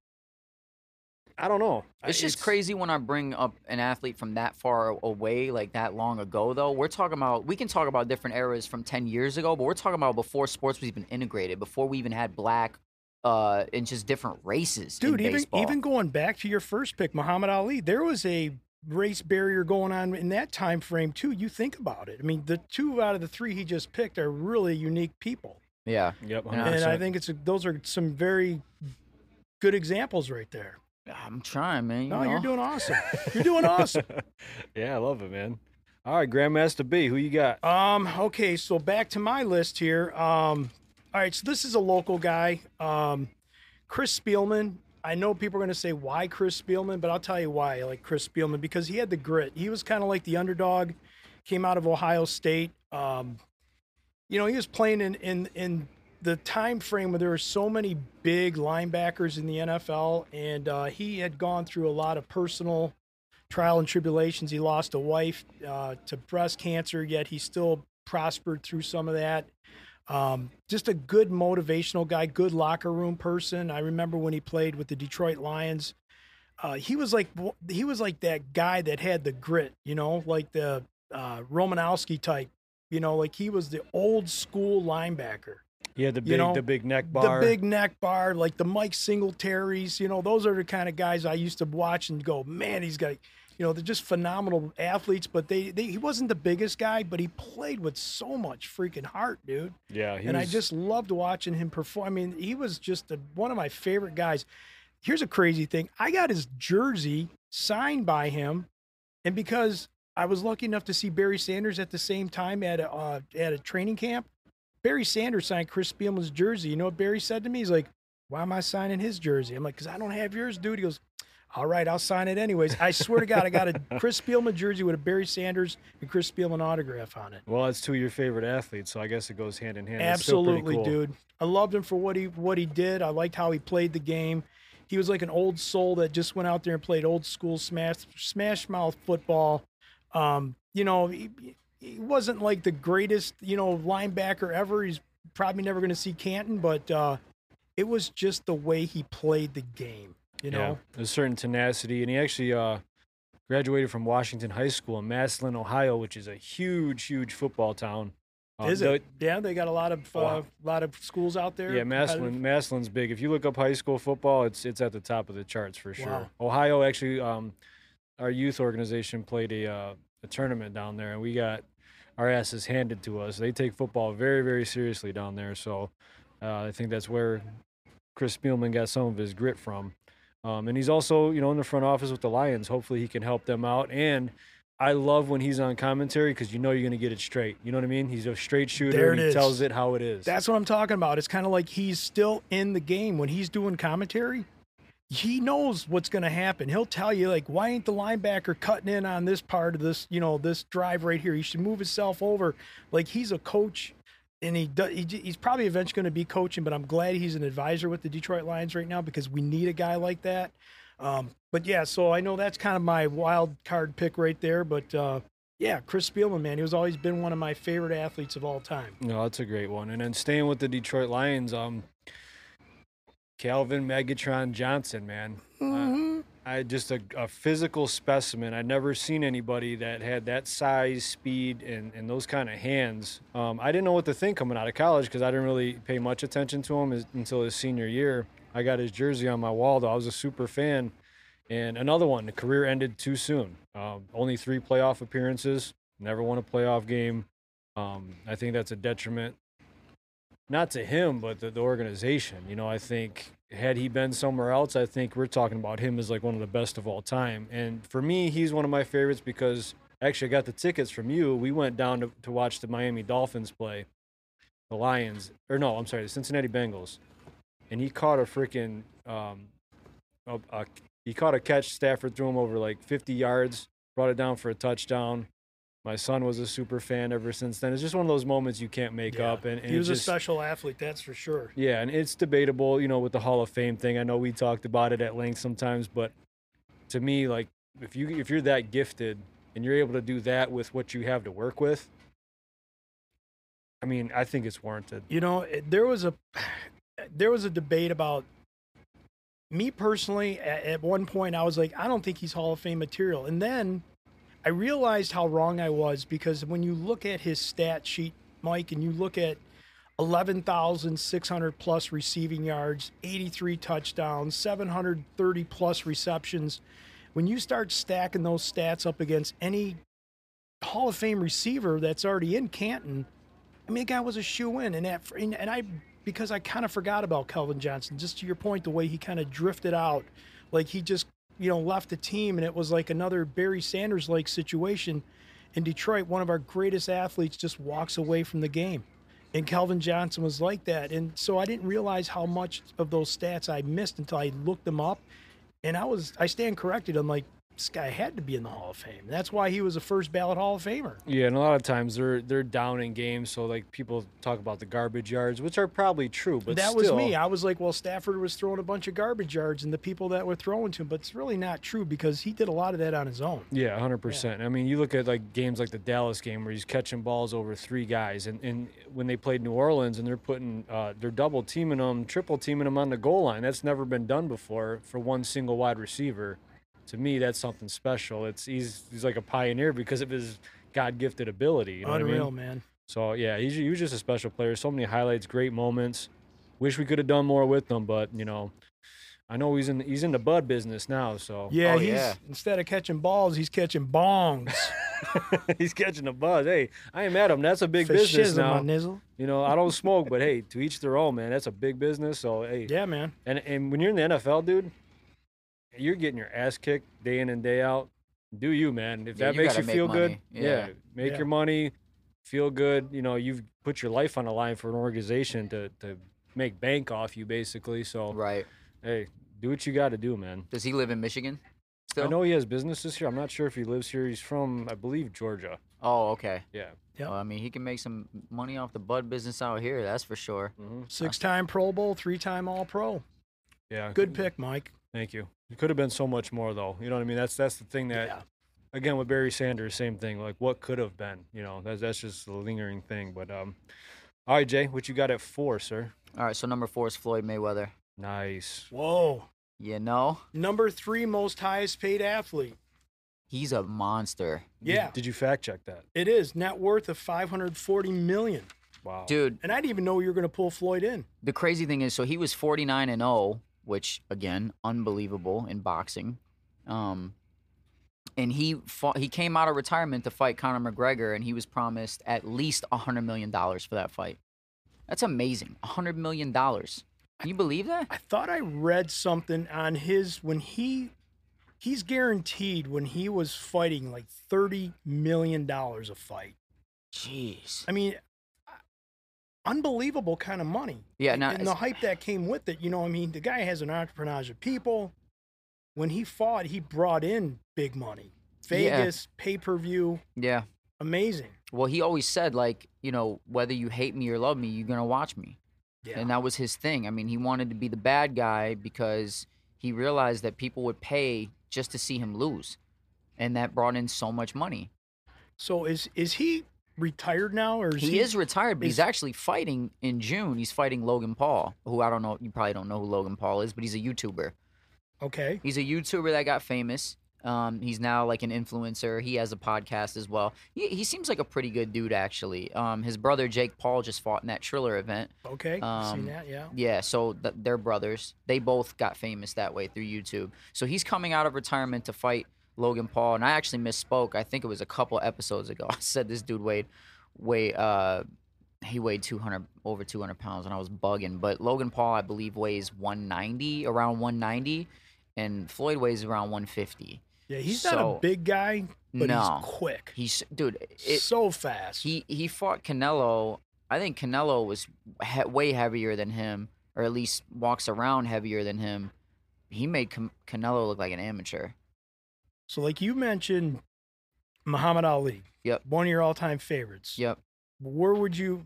I don't know. I- Uh, It's just crazy when I bring up an athlete from that far away, like that long ago. Though we're talking about, we can talk about different eras from ten years ago, but we're talking about before sports was even integrated, before we even had black uh and just different races. in Dude, even baseball. even going back to your first pick, Muhammad Ali, there was a race barrier going on in that time frame too. You think about it. I mean, the two out of the three he just picked are really unique people, yeah. Yep. And I and 100%. I think it's those are some very good examples right there. I'm trying, man. You No, know? you're doing awesome. You're doing awesome. yeah, I love it, man. All right, Grandmaster B, who you got? Um, okay, so back to my list here. Um, all right, so this is a local guy, um, Chris Spielman. I know people are going to say why Chris Spielman, but I'll tell you why I like Chris Spielman because he had the grit. He was kind of like the underdog, came out of Ohio State. Um, you know, he was playing in in in the time frame where there were so many big linebackers in the NFL, and uh, he had gone through a lot of personal trial and tribulations. He lost a wife uh, to breast cancer, yet he still prospered through some of that. Um, just a good motivational guy, good locker room person. I remember when he played with the Detroit Lions. Uh, he was like he was like that guy that had the grit, you know, like the uh, Romanowski type, you know, like he was the old school linebacker Yeah, the big, you know, the big neck bar. the big neck bar, like the Mike Singletaries, you know, those are the kind of guys I used to watch and go, man, he's got, you know, they're just phenomenal athletes. But they, they he wasn't the biggest guy, but he played with so much freaking heart, dude. yeah, he and I was- just loved watching him perform. I mean, he was just a, one of my favorite guys. Here's a crazy thing: I got his jersey signed by him, and because I was lucky enough to see Barry Sanders at the same time at a uh, at a training camp. Barry Sanders signed Chris Spielman's jersey. You know what Barry said to me? He's like, "Why am I signing his jersey?" I'm like, "Cause I don't have yours, dude." He goes, "All right, I'll sign it anyways." I swear to God, I got a Chris Spielman jersey with a Barry Sanders and Chris Spielman autograph on it. Well, it's two of your favorite athletes, so I guess it goes hand in hand. It's still pretty Absolutely, cool. dude. I loved him for what he what he did. I liked how he played the game. He was like an old soul that just went out there and played old school smash smash mouth football. Um, you know, he, he wasn't like the greatest, you know, linebacker ever. He's probably never going to see Canton, but uh, it was just the way he played the game. You know, yeah, a certain tenacity, and he actually uh, graduated from Washington High School in Massillon, Ohio, which is a huge, huge football town. Uh, is the- it? Yeah, they got a lot of uh, Wow. lot of schools out there. Yeah, competitive. Maslin. Maslin's big. If you look up high school football, it's it's at the top of the charts for sure. Wow. Ohio actually, um, our youth organization played a uh, a tournament down there, and we got. our asses handed to us. They take football very, very seriously down there. So uh, I think that's where Chris Spielman got some of his grit from. Um, and he's also, you know, in the front office with the Lions. Hopefully, he can help them out. And I love when he's on commentary because you know you're going to get it straight. You know what I mean? He's a straight shooter. There and it he is. tells it how it is. That's what I'm talking about. It's kind of like he's still in the game when he's doing commentary. He knows what's going to happen. He'll tell you like, why ain't the linebacker cutting in on this part of this, you know, this drive right here? He should move himself over. Like he's a coach, and he, do, he j- he's probably eventually going to be coaching. But I'm glad he's an advisor with the Detroit Lions right now because we need a guy like that. Um, but yeah, so I know that's kind of my wild card pick right there. But uh, yeah, Chris Spielman, man, he was always been one of my favorite athletes of all time. No, that's a great one. And then staying with the Detroit Lions, um, Calvin Megatron Johnson, man, I just a, a physical specimen. I'd never seen anybody that had that size, speed, and, and those kind of hands. Um, I didn't know what to think coming out of college because I didn't really pay much attention to him as, until his senior year. I got his jersey on my wall, though. I was a super fan. And another one, the career ended too soon. Um, only three playoff appearances, never won a playoff game. Um, I think that's a detriment, not to him, but the, the organization. You know, I think had he been somewhere else, I think we're talking about him as like one of the best of all time. And for me, he's one of my favorites because actually I got the tickets from you. We went down to, to watch the Miami Dolphins play the Lions, or no, I'm sorry, the Cincinnati Bengals. And he caught a freaking, um, a, a- he caught a catch. Stafford threw him over like 50 yards, brought it down for a touchdown. My son was a super fan ever since then. It's just one of those moments you can't make Yeah. up. And, and he it was a just- special athlete, that's for sure. yeah, and it's debatable, you know, with the Hall of Fame thing. I know we talked about it at length sometimes, but to me, like if you if you're that gifted and you're able to do that with what you have to work with, I mean, I think it's warranted. You know, it- there was a there was a debate about me personally. At, at one point, I was like, I don't think he's Hall of Fame material, and then I realized how wrong I was because when you look at his stat sheet, Mike, and you look at 11,600 plus receiving yards, 83 touchdowns, 730 plus receptions. When you start stacking those stats up against any Hall of Fame receiver that's already in Canton, I mean, the guy was a shoe in, and that, and, and I because I kind of forgot about Kelvin Johnson. Just to your point, the way he kind of drifted out, like he just you know left the team, and it was like another Barry Sanders like situation in Detroit. One of our greatest athletes just walks away from the game, and Kelvin Johnson was like that. And so I didn't realize how much of those stats I missed until I looked them up, and I was I stand corrected. I'm like. This guy had to be in the Hall of Fame. That's why he was a first ballot Hall of Famer. Yeah, and a lot of times they're they're down in games, so like people talk about the garbage yards, which are probably true, but that still, was me. I was like, well, Stafford was throwing a bunch of garbage yards and the people that were throwing to him, but it's really not true because he did a lot of that on his own. Yeah, hundred percent. I mean, you look at like games like the Dallas game where he's catching balls over three guys, and, and when they played New Orleans and they're putting uh, they're double teaming them, triple teaming them on the goal line. That's never been done before for one single wide receiver. To me, that's something special. It's he's he's like a pioneer because of his God gifted ability. You know what I Unreal, mean? man. So yeah, he's, he was just a special player. So many highlights, great moments. Wish we could have done more with them, but you know, I know he's in he's in the bud business now. So Yeah, Oh, he's yeah. instead of catching balls, he's catching bongs. He's catching a buzz. Hey, I ain't mad at him. That's a big For business shizzle, now. my nizzle. You know, I don't smoke, but hey, to each their own, man. That's a big business. So hey, Yeah, man. and and when you're in the NFL, dude, you're getting your ass kicked day in and day out. Do you, man? If Yeah, that you makes gotta you make feel good, money. Yeah. make Yeah. your money, feel good. You know, you've put your life on the line for an organization to to make bank off you, basically. So Right. hey, do what you got to do, man. Does he live in Michigan? Still? I know he has businesses here. I'm not sure if he lives here. He's from, I believe, Georgia. Oh, okay. Yeah. Yep. Well, I mean, he can make some money off the bud business out here. That's for sure. hmm Six time Pro Bowl, three time All Pro. Yeah. Good pick, Mike. Thank you. It could have been so much more, though. You know what I mean? That's that's the thing that, Yeah. again, with Barry Sanders, same thing. Like, what could have been? You know, that's that's just the lingering thing. But um, all right, Jay, what you got at four, sir? All right. So number four is Floyd Mayweather. Nice. Whoa. You know, Number three most highest paid athlete. he's a monster, Did- Yeah. Did, you fact check that? It is net worth of 540 million. Wow. dude. And I didn't even know you were going to pull Floyd in. The crazy thing is, so he was oh, 49 and 0, which again, unbelievable in boxing. Um, and he fought, he came out of retirement to fight Conor McGregor, and he was promised at least hundred million dollars for that fight. That's amazing, hundred million dollars. Can you believe that? I thought I read something on his when he he's guaranteed when he was fighting like 30 million dollars a fight. Jeez. I mean unbelievable kind of money. Yeah, no, and the hype that came with it, you know, I mean, the guy has an entourage of people. When he fought, he brought in big money. Yeah. Vegas, pay-per-view, yeah. amazing. Well, he always said like, you know, whether you hate me or love me, you're gonna watch me. Yeah. And that was his thing. I mean, he wanted to be the bad guy because he realized that people would pay just to see him lose. And that brought in so much money. so is is he retired now or is He he, is retired, but he's is- actually fighting in June. He's fighting Logan Paul, who I don't know. You probably don't know who Logan Paul is, but he's a YouTuber. okay? He's a YouTuber that got famous. Um, he's now like an influencer. He has a podcast as well. He, he seems like a pretty good dude, actually. Um, his brother Jake Paul just fought in that Triller event. Okay. Um, Seen that, yeah. Yeah, so th- they're brothers. They both got famous that way through YouTube. So he's coming out of retirement to fight Logan Paul, and I actually misspoke. I think it was a couple episodes ago. I said this dude weighed, weigh, uh, he weighed 200 over 200 pounds, and I was bugging. But Logan Paul, I believe, weighs 190, around 190, and Floyd weighs around 150. Yeah, he's not so- a big guy, but no, he's quick. he's dude. It, so fast. he he fought Canelo. I think Canelo was he- way heavier than him, or at least walks around heavier than him. He made Can- Canelo look like an amateur. So, like you mentioned, Muhammad Ali. Yep. One of your all-time favorites. Yep. Where would you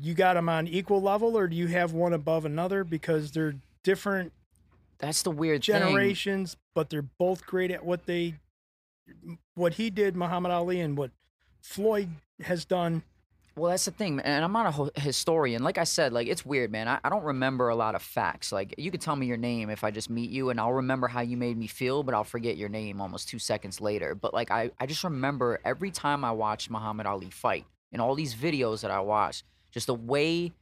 you got him on equal level, or do you have one above another because they're different That's the weird thing. generations, but they're both great at what they what he did, Muhammad Ali, and what Floyd has done. Well, that's the thing, man. And I'm not a ho- historian. Like I said, like it's weird, man. I, I don't remember a lot of facts. Like you could tell me your name if I just meet you, and I'll remember how you made me feel, but I'll forget your name almost two seconds later. But like I, I just remember every time I watched Muhammad Ali fight and all these videos that I watched, just the way,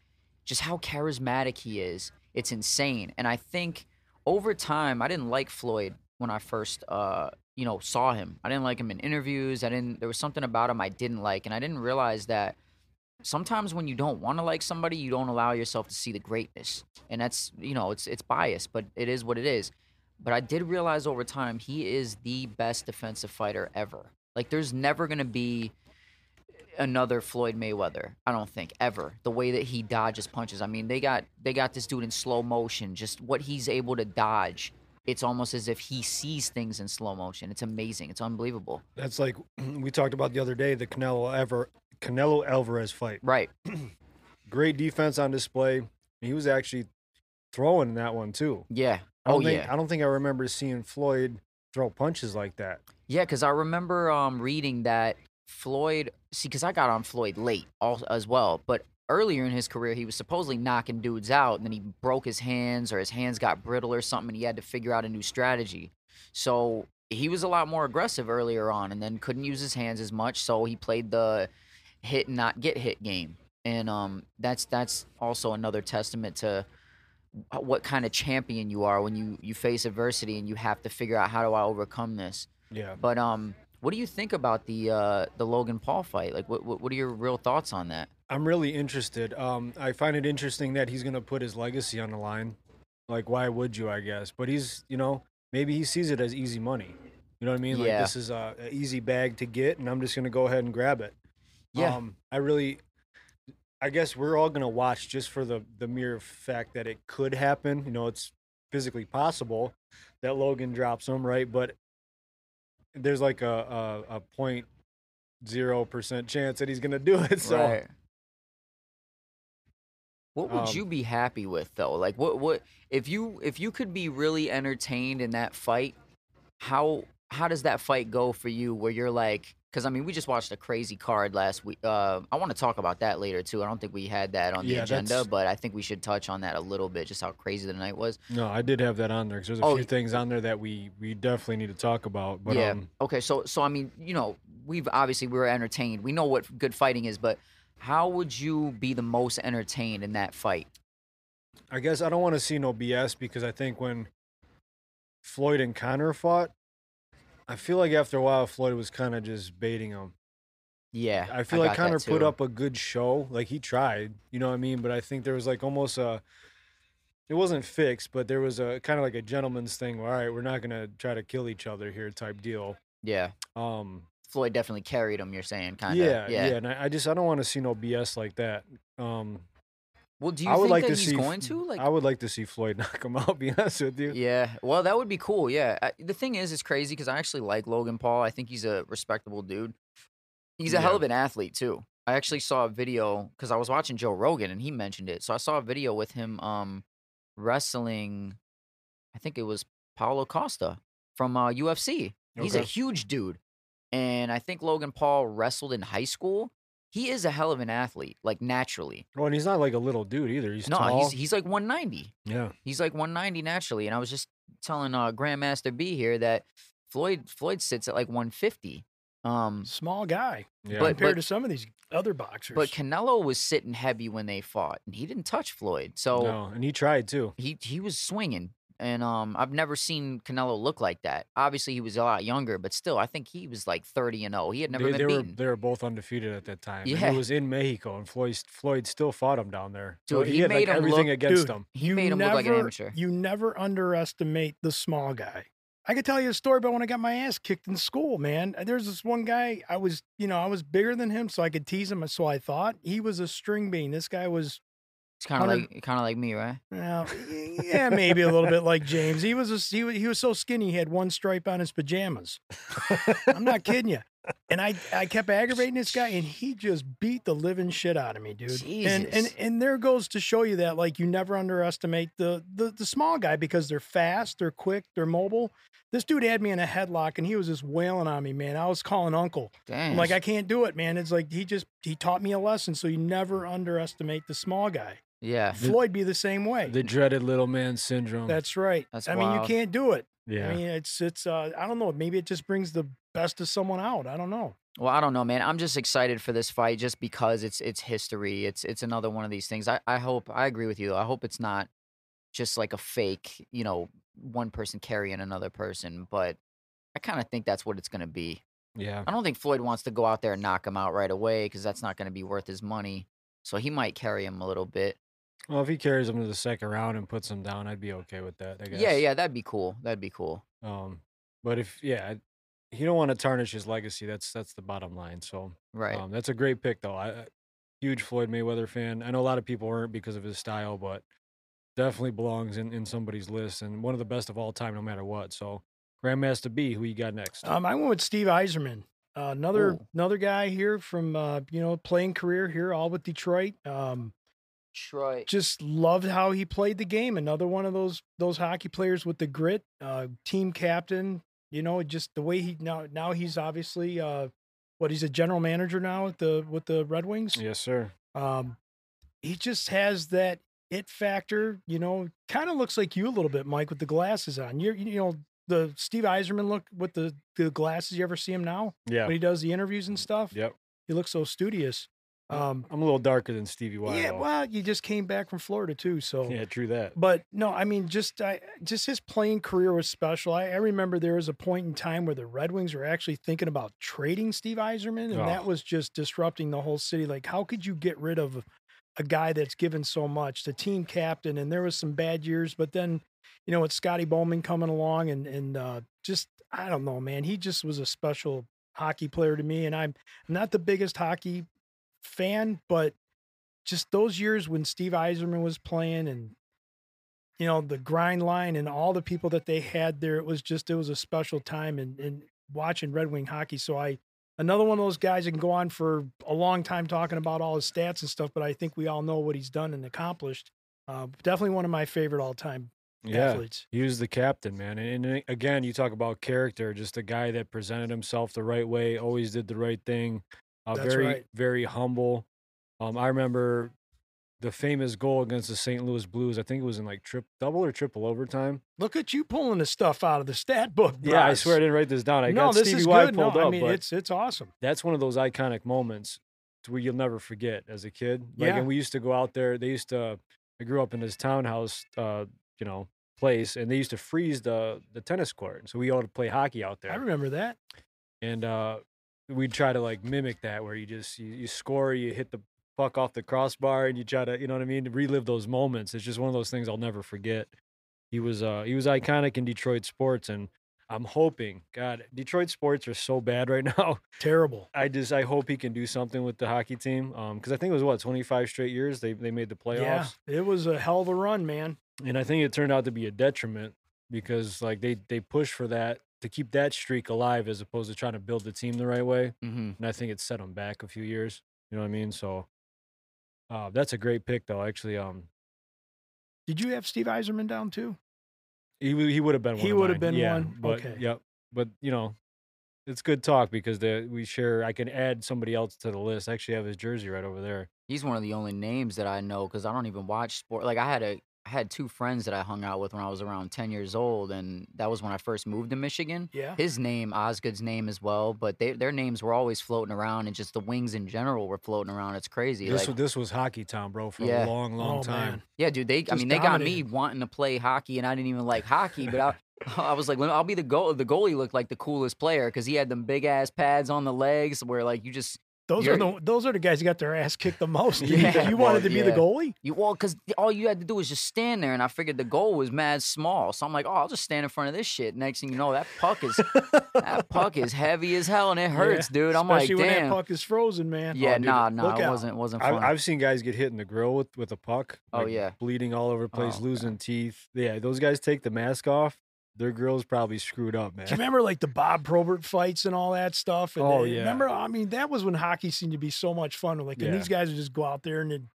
just how charismatic he is. It's insane. And I think over time, I didn't like Floyd when I first, uh, you know, saw him. I didn't like him in interviews. I didn't. There was something about him I didn't like, and I didn't realize that sometimes when you don't want to like somebody, you don't allow yourself to see the greatness, and that's you know it's it's biased, but it is what it is. But I did realize over time he is the best defensive fighter ever. Like there's never gonna be another Floyd Mayweather. I don't think ever. The way that he dodges punches. I mean, they got they got this dude in slow motion. Just what he's able to dodge. It's almost as if he sees things in slow motion. It's amazing. It's unbelievable. That's like we talked about the other day, the Canelo ever Canelo Alvarez fight. Right. Great defense on display. He was actually throwing that one too. Yeah. I don't Oh think, yeah. I don't think I remember seeing Floyd throw punches like that. Yeah, because I remember um, reading that Floyd. See, because I got on Floyd late all, as well, but earlier in his career, he was supposedly knocking dudes out, and then he broke his hands, or his hands got brittle, or something, and he had to figure out a new strategy. So he was a lot more aggressive earlier on, and then couldn't use his hands as much. So he played the hit and not get hit game, and um, that's that's also another testament to what kind of champion you are when you you face adversity and you have to figure out how do I overcome this. Yeah. But um, what do you think about the uh, the Logan Paul fight? Like, what what what are your real thoughts on that? I'm really interested. Um, I find it interesting that he's gonna put his legacy on the line. Like, why would you? I guess, but he's, you know, maybe he sees it as easy money. You know what I mean? Yeah. Like, this is a, a easy bag to get, and I'm just gonna go ahead and grab it. Um, I really, I guess we're all gonna watch just for the the mere fact that it could happen. You know, it's physically possible that Logan drops him, right? But there's like a a, a point zero percent chance that he's gonna do it. So. Right. What Um, would you be happy with though? Like, what what if you if you could be really entertained in that fight? How how does that fight go for you? Where you're like, because I mean, we just watched a crazy card last week. Uh, I want to talk about that later too. I don't think we had that on the Yeah, agenda, that's- but I think we should touch on that a little bit, just how crazy the night was. No, I did have that on there because there's a Oh, few y- things on there that we we definitely need to talk about. But yeah. um, okay. So so I mean, you know, we've obviously we were entertained. We know what good fighting is, but how would you be the most entertained in that fight? I guess I don't want to see no BS because I think when Floyd and Connor fought, I feel like after a while, Floyd was kind of just baiting him. Yeah, I feel like got that Connor put too. up a good show. Like he tried, you know what I mean? But I think there was like almost a it wasn't fixed, but there was a kind of like a gentleman's thing. Where, All right, we're not gonna try to kill each other here, type deal. Yeah, Um, Floyd definitely carried him. You're saying kind of. yeah, Yeah, yeah, And I, I just I don't want to see no BS like that. Um, Well, do you I would think like that to he's see going to? Like, I would like to see Floyd knock him out. Be honest with you. Yeah. Well, that would be cool. Yeah. I, the thing is, it's crazy because I actually like Logan Paul. I think he's a respectable dude. He's a hell Yeah. of an athlete too. I actually saw a video because I was watching Joe Rogan and he mentioned it. So I saw a video with him um, wrestling. I think it was Paulo Costa from uh, UFC. He's a Okay. huge dude, and I think Logan Paul wrestled in high school. He is a hell of an athlete, like naturally. Well, and he's not like a little dude either. He's no, tall. he's he's like 190. yeah, He's like 190 naturally, and I was just telling uh, Grandmaster B here that Floyd Floyd sits at like 150. Um, Small guy yeah. But- compared to some of these other boxers. but Canelo was sitting heavy when they fought, and he didn't touch Floyd, so no, and he tried too. he he was swinging. And um, I've never seen Canelo look like that. Obviously, he was a lot younger, but still, I think he was like 30 and 0. He had never been they, they were beaten. they were both undefeated at that time. Yeah. And it was in Mexico, and Floyd Floyd still fought him down there. So Dude, he had made like, him everything look- against Dude. him. he You made him look like an never- amateur. You never underestimate the small guy. I could tell you a story about when I got my ass kicked in school, man. Uh, There's this one guy, I was, you know, I was bigger than him, so I could tease him. So I thought he was a string bean. This guy was, It's kind of hundred- like kind of like me, right? well, yeah, maybe a little bit like James. He was, a, he was, he was so skinny, he had one stripe on his pajamas. I'm not kidding you. And I, I kept aggravating this guy, and he just beat the living shit out of me, dude. And and Jesus. and there goes to show you that like you never underestimate the the the small guy because they're fast, they're quick, they're mobile. This dude had me in a headlock, and he was just wailing on me, man. I was calling uncle. Damn. I'm like, I can't do it, man. It's like he just he taught me a lesson. So you never underestimate the small guy. yeah, Floyd be the same way. The dreaded little man syndrome. That's right. That's I mean, you wild. can't do it. yeah. I mean, it's it's uh, I don't know. Maybe it just brings the best of someone out. I don't know. Well, I don't know, man. I'm just excited for this fight just because it's it's history. It's it's another one of these things. I, I hope I agree with you. I hope it's not just like a fake, you know, one person carrying another person, but I kind of think that's what it's going to be. yeah. I don't think Floyd wants to go out there and knock him out right away because that's not going to be worth his money. So he might carry him a little bit. Well, if he carries him to the second round and puts him down, I'd be okay with that. I guess. Yeah, yeah, that'd be cool. That'd be cool. Um, but if yeah, he don't want to tarnish his legacy. That's that's the bottom line. So Right. um, that's a great pick though. I, I huge Floyd Mayweather fan. I know a lot of people weren't because of his style, but definitely belongs in in somebody's list and one of the best of all time, no matter what. So Grandmaster B, who you got next? Um, I went with Steve Eiserman, uh, another Ooh. another guy here from uh, you know playing career here, all with Detroit. Um, Detroit. just loved how he played the game. Another one of those those hockey players with the grit, uh, team captain. You know, just the way he now now he's obviously uh, what he's a general manager now with the with the Red Wings. yes, sir. Um, he just has that it factor, you know, kind of looks like you a little bit, Mike, with the glasses on. You're, you know, the Steve Eiserman look with the, the glasses. You ever see him now Yeah. Mm-hmm. when he does the interviews and stuff? Yep. He looks so studious. Um, I'm a little darker than Stevie Wild. yeah, well, you just came back from Florida too, so. yeah, true that. But no, I mean, just I, just his playing career was special. I, I remember there was a point in time where the Red Wings were actually thinking about trading Steve Eiserman, and Oh. that was just disrupting the whole city. Like, how could you get rid of a guy that's given so much, the team captain? And there was some bad years, but then, you know, with Scotty Bowman coming along, and and uh, just I don't know, man, he just was a special hockey player to me, and I'm not the biggest hockey fan, but just those years when Steve Eiserman was playing and you know the grind line and all the people that they had there, it was just it was a special time and and watching Red Wing hockey. So I another one of those guys that can go on for a long time talking about all his stats and stuff, but I think we all know what he's done and accomplished. Uh, definitely one of my favorite all time Yeah. athletes. He was the captain, man. And, and again, you talk about character, just a guy that presented himself the right way, always did the right thing. Uh, That's very, right. very humble. Um, I remember the famous goal against the St. Louis Blues. I think it was in like trip, double or triple overtime. Look at you pulling the stuff out of the stat book. Yeah, I Bryce. swear I didn't write this down. I no, got this Stevie is Y good. pulled no, up, I mean but it's it's awesome. that's one of those iconic moments to where you'll never forget as a kid. Like, Yeah. and we used to go out there. They used to. I grew up in this townhouse, uh, you know, place, and they used to freeze the the tennis court, so we all had to play hockey out I there. remember that. And uh, we'd try to like mimic that, where you just you, you score, you hit the puck off the crossbar, and you try to, you know what I mean, to relive those moments. It's just one of those things I'll never forget. He was uh, he was iconic in Detroit sports, and I'm hoping God, Detroit sports are so bad right now. Terrible. I just I hope he can do something with the hockey team because I think it was what 25 straight years they they made the playoffs, Yeah, it was a hell of a run, man. and I think it turned out to be a detriment because like they they pushed for that to keep that streak alive as opposed to trying to build the team the right way, Mm-hmm. and I think it set them back a few years. You know what I mean? So uh, that's a great pick though. Actually, um, Did you have Steve Eiserman down too? he w- he would have been one. He of would have mine, been yeah, one? But, Okay. Yep. But you know. It's good talk because the, we share. I can add somebody else to the list. I actually have his jersey right over there. He's one of the only names that I know because I don't even watch sport. Like I had a I had two friends that I hung out with when I was around ten years old, and that was when I first moved to Michigan. Yeah. His name, Osgood's name as well, but they, their names were always floating around, and just the wings in general were floating around. It's crazy. This like, was this was hockey town, bro, for Yeah. a long, long Oh, time. man. Yeah, dude. They, I Just mean, they got me dominated. wanting to play hockey, and I didn't even like hockey. But I, I was like, "Let me- I'll be the goal. The goalie looked like the coolest player because he had them big ass pads on the legs, where like you just Those are You're- the those are the guys who got their ass kicked the most. dude. Yeah, you well, wanted to be the yeah. goalie? you all because all you had to do was just stand there. And I figured the goal was mad small, so I'm like, oh, I'll just stand in front of this shit. Next thing you know, that puck is that puck is heavy as hell, and it hurts, dude. I'm Especially like, when damn. that puck is frozen, man. yeah, Oh, dude, nah, nah, look it out. wasn't wasn't fun. I've, I've seen guys get hit in the grill with with a puck. Oh, yeah. bleeding all over the place, Oh, losing teeth. Yeah, those guys take the mask off. Their grill's probably screwed up, Do you man. remember like the Bob Probert fights and all that stuff? And Oh, the- yeah. Remember, I mean, that was when hockey seemed to be so much fun. Like, Yeah. and these guys would just go out there and then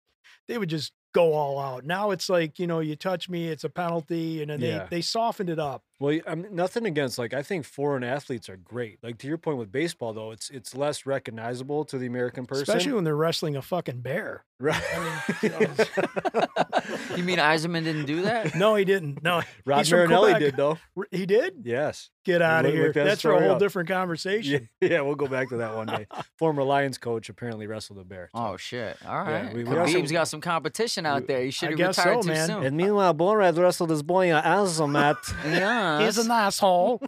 they would just go all out. Now it's like, you know, you touch me, it's a penalty. And then they, Yeah. they softened it up. Well, I mean, nothing against like I think foreign athletes are great. Like to your point with baseball, though, it's it's less recognizable to the American person. Especially when they're wrestling a fucking bear. right? you mean Eisenman didn't do that? No, he didn't. No, Rod He's from Marinelli Quebec. did though. r- he did? yes. Get out of Look- here. look that That's for a story whole up. different Yeah, conversation. yeah, we'll go back to that one day. Former Lions coach apparently wrestled a bear. Oh shit! All Yeah, right, we- we Khabib's also- got some competition out we- there. He should have guess retired so, too man. soon. meanwhile, Borat wrestled his boy uh, Azamat. Yeah, He's an asshole.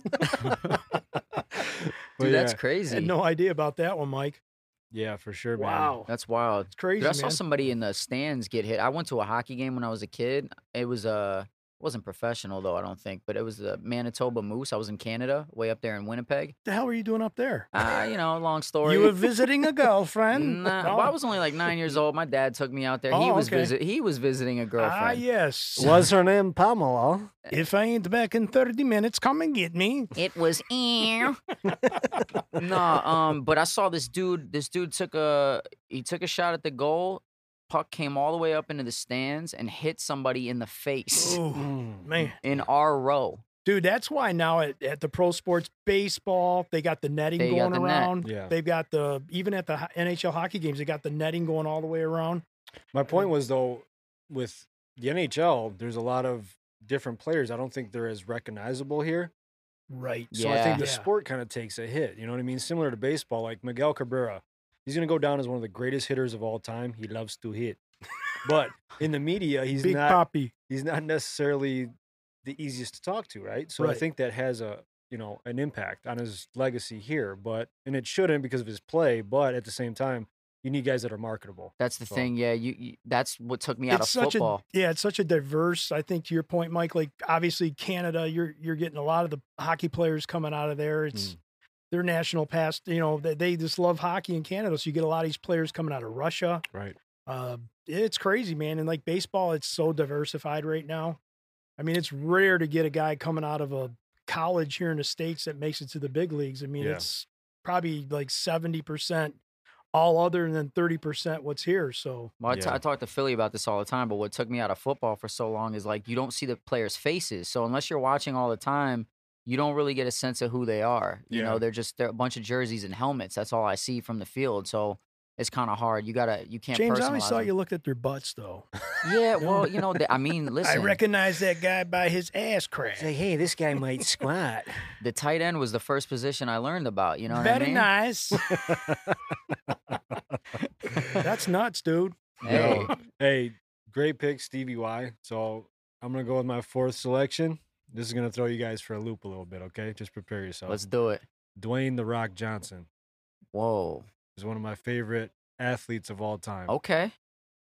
dude, that's crazy. had no idea about that one, Mike. yeah, for sure, man. Wow. that's wild. It's crazy. Dude, I saw man. somebody in the stands get hit. I went to a hockey game when I was a kid. It was uh, wasn't professional though, I don't think, but it was the Manitoba Moose. I was in Canada, way up there in Winnipeg. the hell were you doing up there? Uh, you know, long story. You were visiting a girlfriend. Nah, Oh. well, I was only like nine years old. My dad took me out there. he Oh, was okay. visit. He was visiting a girlfriend. Ah, yes. Was her name Pamela? If I ain't back in 30 minutes, come and get me. It was ew. no, um, but I saw this dude. This dude took a he took a shot at the goal. Puck came all the way up into the stands and hit somebody in the face Ooh, Mm. man. in our row. Dude, that's why now at, at the pro sports baseball, they got the netting They got going the net. around. Yeah. They've got the, even at the ho- NHL hockey games, they got the netting going all the way around. My point was though, with the NHL, there's a lot of different players. I don't think they're as recognizable here. Right. So I think Yeah. the sport kind of takes a hit. You know what I mean? Similar to baseball, like Miguel Cabrera, he's going to go down as one of the greatest hitters of all time. He loves to hit, but in the media, he's Big not. Poppy. He's not necessarily the easiest to talk to, right? So Right. I think that has a you know an impact on his legacy here, but and it shouldn't because of his play. But at the same time, you need guys that are marketable. That's the So- thing. Yeah, you, you. That's what took me out it's of such football. a yeah, it's such a diverse. I think to your point, Mike. Like obviously Canada, you're you're getting a lot of the hockey players coming out of there. It's their national past. You know they, they just love hockey in Canada, so you get a lot of these players coming out of Russia. Right. Uh, it's crazy, man. And like baseball, it's so diversified right now. I mean, it's rare to get a guy coming out of a college here in the states that makes it to the big leagues. I mean, Yeah. it's probably like seventy percent all other, and then thirty percent what's here. So Well, I t- Yeah. I talk to Philly about this all the time, but what took me out of football for so long is like you don't see the players' faces. So unless you're watching all the time, you don't really get a sense of who they are. You know, Yeah. they're just they're a bunch of jerseys and helmets. That's all I see from the field. So it's kind of hard. You gotta you can't. James, I personalize always thought them. you looked at their butts though. Yeah, well, you know, they, I mean, listen, I recognize that guy by his ass crack. hey, this guy might squat. the tight end was the first position I learned about. You know what I Very mean? nice. That's nuts, dude. Hey, Hey, great pick, Stevie Y. So I'm gonna go with my fourth selection. This is gonna throw you guys for a loop a little bit, okay? Just prepare yourself. Let's do it. Dwayne the Rock Johnson Whoa. is one of my favorite athletes of all time. Okay.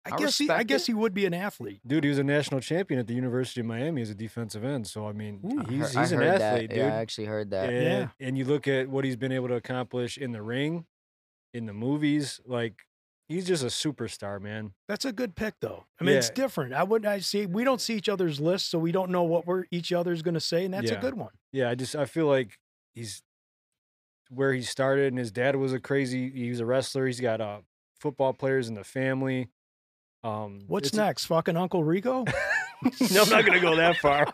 I, I guess he, I respect guess it. he would be an athlete. Dude, he was a national champion at the University of Miami as a defensive end. So I mean, Ooh. I I he's heard- I he's an heard that. athlete, dude. Yeah, I actually heard that. And, Yeah. and you look at what he's been able to accomplish in the ring, in the movies, like he's just a superstar, man. That's a good pick, though. I mean, it's Yeah. different. I wouldn't. I see. We don't see each other's lists, so we don't know what we're each other's going to say, and that's a Yeah. good one. Yeah, I just I feel like he's where he started and his dad was a crazy he was a wrestler. He's got uh football players in the family. Um What's it's a- next? Fucking Uncle Rico. no, I'm not gonna go that far.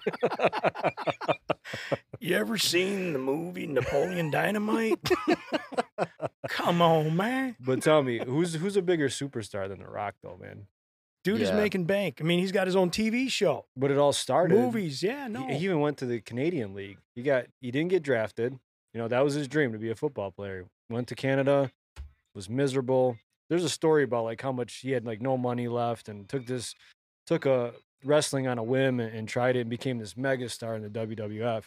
you ever seen the movie Napoleon Dynamite? Come on, man. but tell me, who's who's a bigger superstar than The Rock though, man? Dude is Yeah. making bank. I mean, he's got his own TV show, But it all started movies. Yeah, he- no. He, even went to the Canadian League. He got he didn't get drafted. You know, that was his dream to be a football player. Went to Canada, was miserable. There's a story about like how much he had like no money left and took this took a wrestling on a whim and, and tried it and became this mega star in the WWF.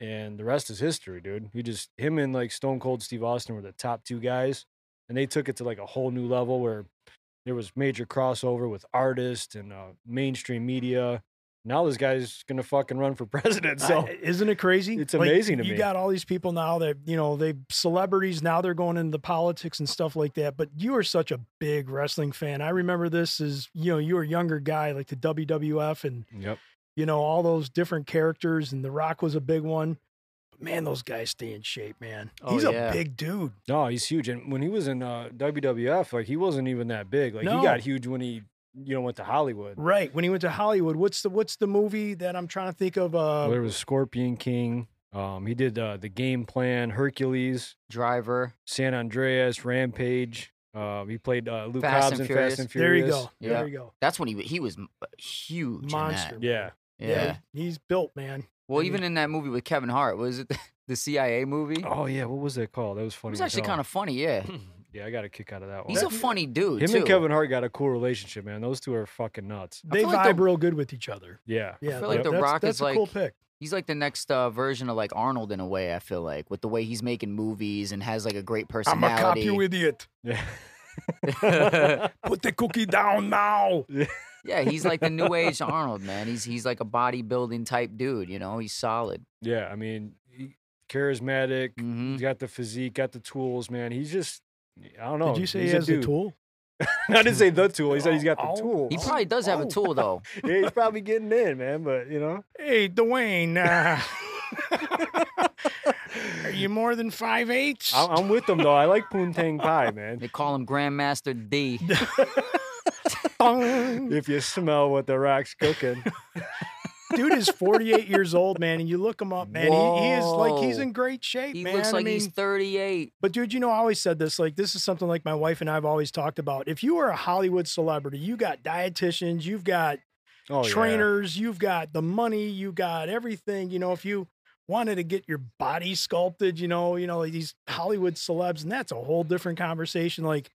And the rest is history, dude. He just him and like Stone Cold Steve Austin were the top two guys. And they took it to like a whole new level where there was major crossover with artists and uh, mainstream media. Now this guy's gonna fucking run for president. So I- isn't it crazy? it's Like, amazing to you me. got all these people now that you know they celebrities now they're going into politics and stuff like that. But you are such a big wrestling fan. I remember this as you know you were a younger guy like the WWF and yep. you know all those different characters and The Rock was a big one. But man, those guys stay in shape, man. Oh, He's a yeah. big dude. No, he's huge. And when he was in uh, WWF, like he wasn't even that big. Like No. he got huge when he you know went to Hollywood. Right when he went to Hollywood, what's the what's the movie that I'm trying to think of? Well, Uh, there was Scorpion King. Um, he did uh, the Game Plan, Hercules, Driver. San Andreas, Rampage. Uh, he played uh, Luke Fast and Hobbs in Furious. Fast and there Furious. you go. Yeah. There you go. That's when he he was m- huge. in that. Monster. Yeah, Yeah. he- he's built, man. Well, Mhm. even in that movie with Kevin Hart, was it the, the CIA movie? Oh yeah, what was that called? That was it funny. was actually kind of funny. Yeah. of. yeah, I got a kick out of that one. He's a funny dude Him too. and Kevin Hart got a cool relationship, man. Those two are fucking nuts. They feel vibe like the- real good with each other. Yeah, Yeah, feel like that- The that's, Rock that's is a cool like- pick. He's like the next uh, version of like Arnold in a way. I feel like with the way he's making movies and has like a great I'm a cop, personality. you idiot. yeah. Put the cookie down now. yeah, he's like the new age Arnold man. He's he's like a bodybuilding type dude. You know, he's solid. Yeah, I mean, he- charismatic. hmm He's got the physique, got the tools, man. He's just, I don't know. Did you say he's he has a a dude. tool? I didn't say the tool. He said he's got Oh, the tool. He probably does have a oh. tool though. yeah, he's probably getting in, man. But you know, Hey, Dwayne, uh, are you more than five eighths? I- I'm with them though. I like poontang pie, man. They call him Grandmaster D. Dong. If you smell what the rock's cooking, Dude is 48 years old, man, and you look him up, man. He, he is like he's Whoa. in great shape, He man. looks I like he's mean- 38. But dude, you know, I always said this. Like, this is something like my wife and I've always talked about. If you are a Hollywood celebrity, you got dietitians, you've got oh yeah. trainers, you've got the money, you got everything. You know, if you wanted to get your body sculpted, you know, you know, like these Hollywood celebs, and that's a whole different conversation. Like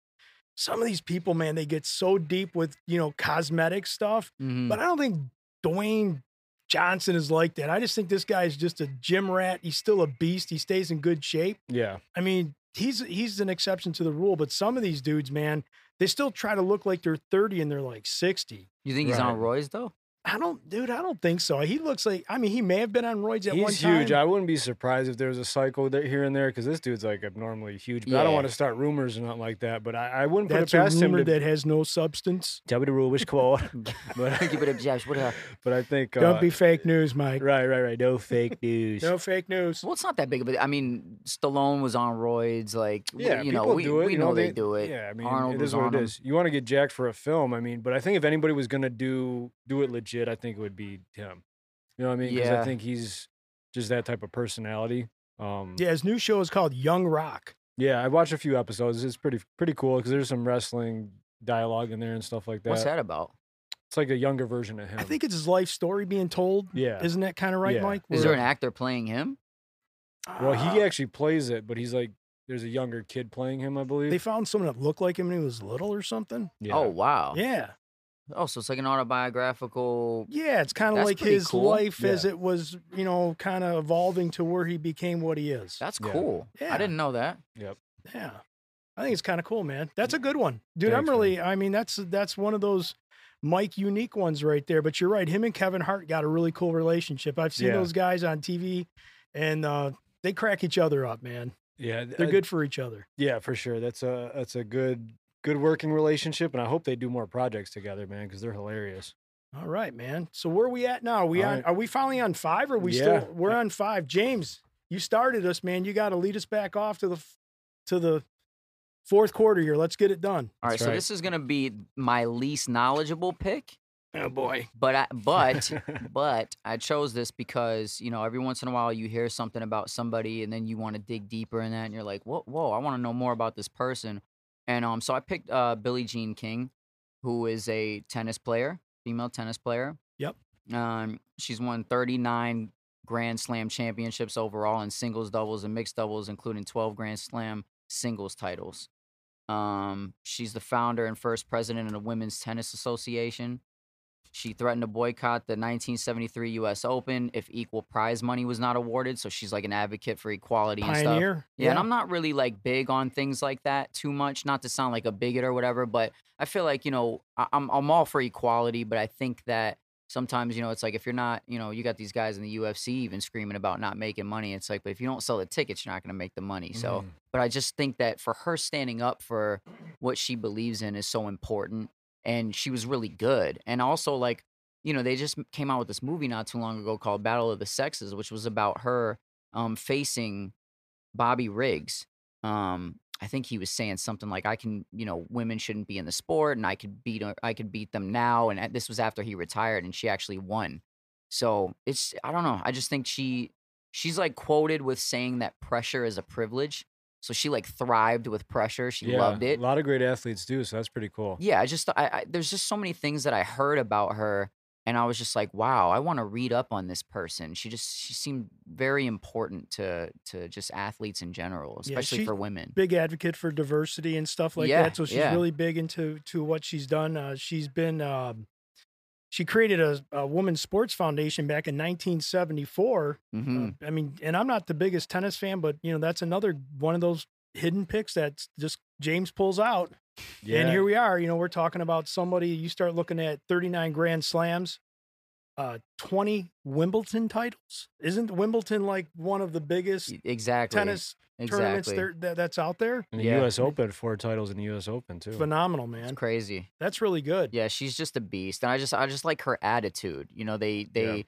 some of these people, man, they get so deep with, you know, cosmetic stuff. Mhm. Hmm. But I don't think Dwayne Johnson is like that. I just think this guy is just a gym rat. He's still a beast. He stays in good shape. Yeah, I mean, he's he's an exception to the rule, but some of these dudes, man, they still try to look like they're 30 and they're like 60. You think he's on Right. Roy's though? I don't, dude, I don't think so. He looks like, I mean, he may have been on roids at one he's time. huge. I wouldn't be surprised if there was a cycle there, here and there because this dude's like abnormally huge. But I don't Yeah. want to start rumors or nothing like that. But I, I wouldn't put That's it a past him rumor to that has no substance. tell me the rule, which quote. but, Give it up, Josh. What up? but I think uh, don't be fake news, Mike. right, right, right. No fake news. No fake Mm. news. Well, it's not that big of a. I mean, Stallone was on roids. Like, w- Yeah, you know, people we, do it. we you know, they, do it. Yeah, I mean, Arnold it was is what on it 'em. is. You want to get jacked for a film, I mean, but I think if anybody was gonna do do it legit, I think it would be him. You know what I mean? Because Yeah. I think he's just that type of personality. Um, yeah. Yeah, his new show is called Young Rock. yeah, I watched a few episodes. It's pretty pretty cool because there's some wrestling dialogue in there and stuff like that. What's that about? It's like a younger version of him. I think it's his life story being told. Yeah. Isn't that kind of right, Yeah. Mike? Is there Where- an actor playing him? Well, he Ah, actually plays it, but he's like there's a younger kid playing him, I believe. They found someone that looked like him when he was little or something. yeah. Oh wow. Yeah. Oh, so it's like an autobiographical. Yeah, it's kind of That's like pretty his cool. life as Yeah. it was, you know, kind of evolving to where he became what he is. That's Yeah. cool. Yeah. I didn't know that. Yeah. I think it's kind of cool, man. That's a good one. Dude, Thanks, I'm man. really I mean that's that's one of those Mike unique ones right there, but you're right. Him and Kevin Hart got a really cool relationship. I've seen Yeah. those guys on TV and uh they crack each other up, man. Yeah, th- They're uh, good for each other. Yeah, for sure. That's a that's a good good working relationship, and I hope they do more projects together, man, because they're hilarious. All right, man. So where are we at now? Are we All on right. are we finally on 5 or are we Yeah. still we're on 5. James, you started us, man. You got to lead us back off to the f- to the fourth quarter here. Let's get it done. All right, That's so right. this is gonna be my least knowledgeable pick, Oh boy. but I, but but I chose this because you know every once in a while you hear something about somebody and then you want to dig deeper in that and you're like, whoa, whoa, I want to know more about this person, and um, so I picked uh, Billie Jean King, who is a tennis player, female tennis player. Yep. Um, she's won 39 Grand Slam championships overall in singles, doubles, and mixed doubles, including 12 Grand Slam singles titles. Um, she's the founder and first president of the Women's Tennis Association. She threatened to boycott the 1973 U.S. Open if equal prize money was not awarded. So she's like an advocate for equality and stuff. Pioneer. Yeah, and I'm not really like big on things like that too much. Not to sound like a bigot or whatever, but I feel like you know I- I'm I'm all for equality, but I think that sometimes you know it's like if you're not you know you got these guys in the UFC even screaming about not making money. It's like, but if you don't sell the tickets, you're not going to make the money. So Mm-hmm. Mhm. but I just think that for her standing up for what she believes in is so important. And she was really good. And also, like, you know, they just m- came out with this movie not too long ago called Battle of the Sexes, which was about her um, facing Bobby Riggs. Um, I think he was saying something like, "I can, you know, women shouldn't be in the sport, and I could beat, her- I could beat them now." And a- this was after he retired, and she actually won. So it's, I don't know. I just think she, she's like quoted with saying that pressure is a privilege. So she like thrived with pressure. She loved it. A lot of great athletes do, so that's pretty cool. Yeah, I just I, I there's just so many things that I heard about her and I was just like, wow, I want to read up on this person. She just she seemed very important to to just athletes in general, Yeah, especially she- for women. big uh, advocate for diversity and stuff like Yeah, that. So she's yeah. really big into to what she's done. Uh, she's been um, she created a, a women's sports foundation back in 1974. Uh, hmm I mean, and I'm not the biggest tennis fan, but you know that's another one of those hidden picks that just James pulls out. And here we are. You know, we're talking about somebody. You start looking at 39 Grand Slams. Uh, 20 Wimbledon titles. Isn't Wimbledon like one of the biggest E, Exactly. tennis tournaments exactly. there, that, that's out there? And the Yeah. U.S. Open, four titles in the U.S. Open too. Phenomenal, It's man. crazy. That's really good. Yeah, she's just a beast, and I just I just like her attitude. You know, they they,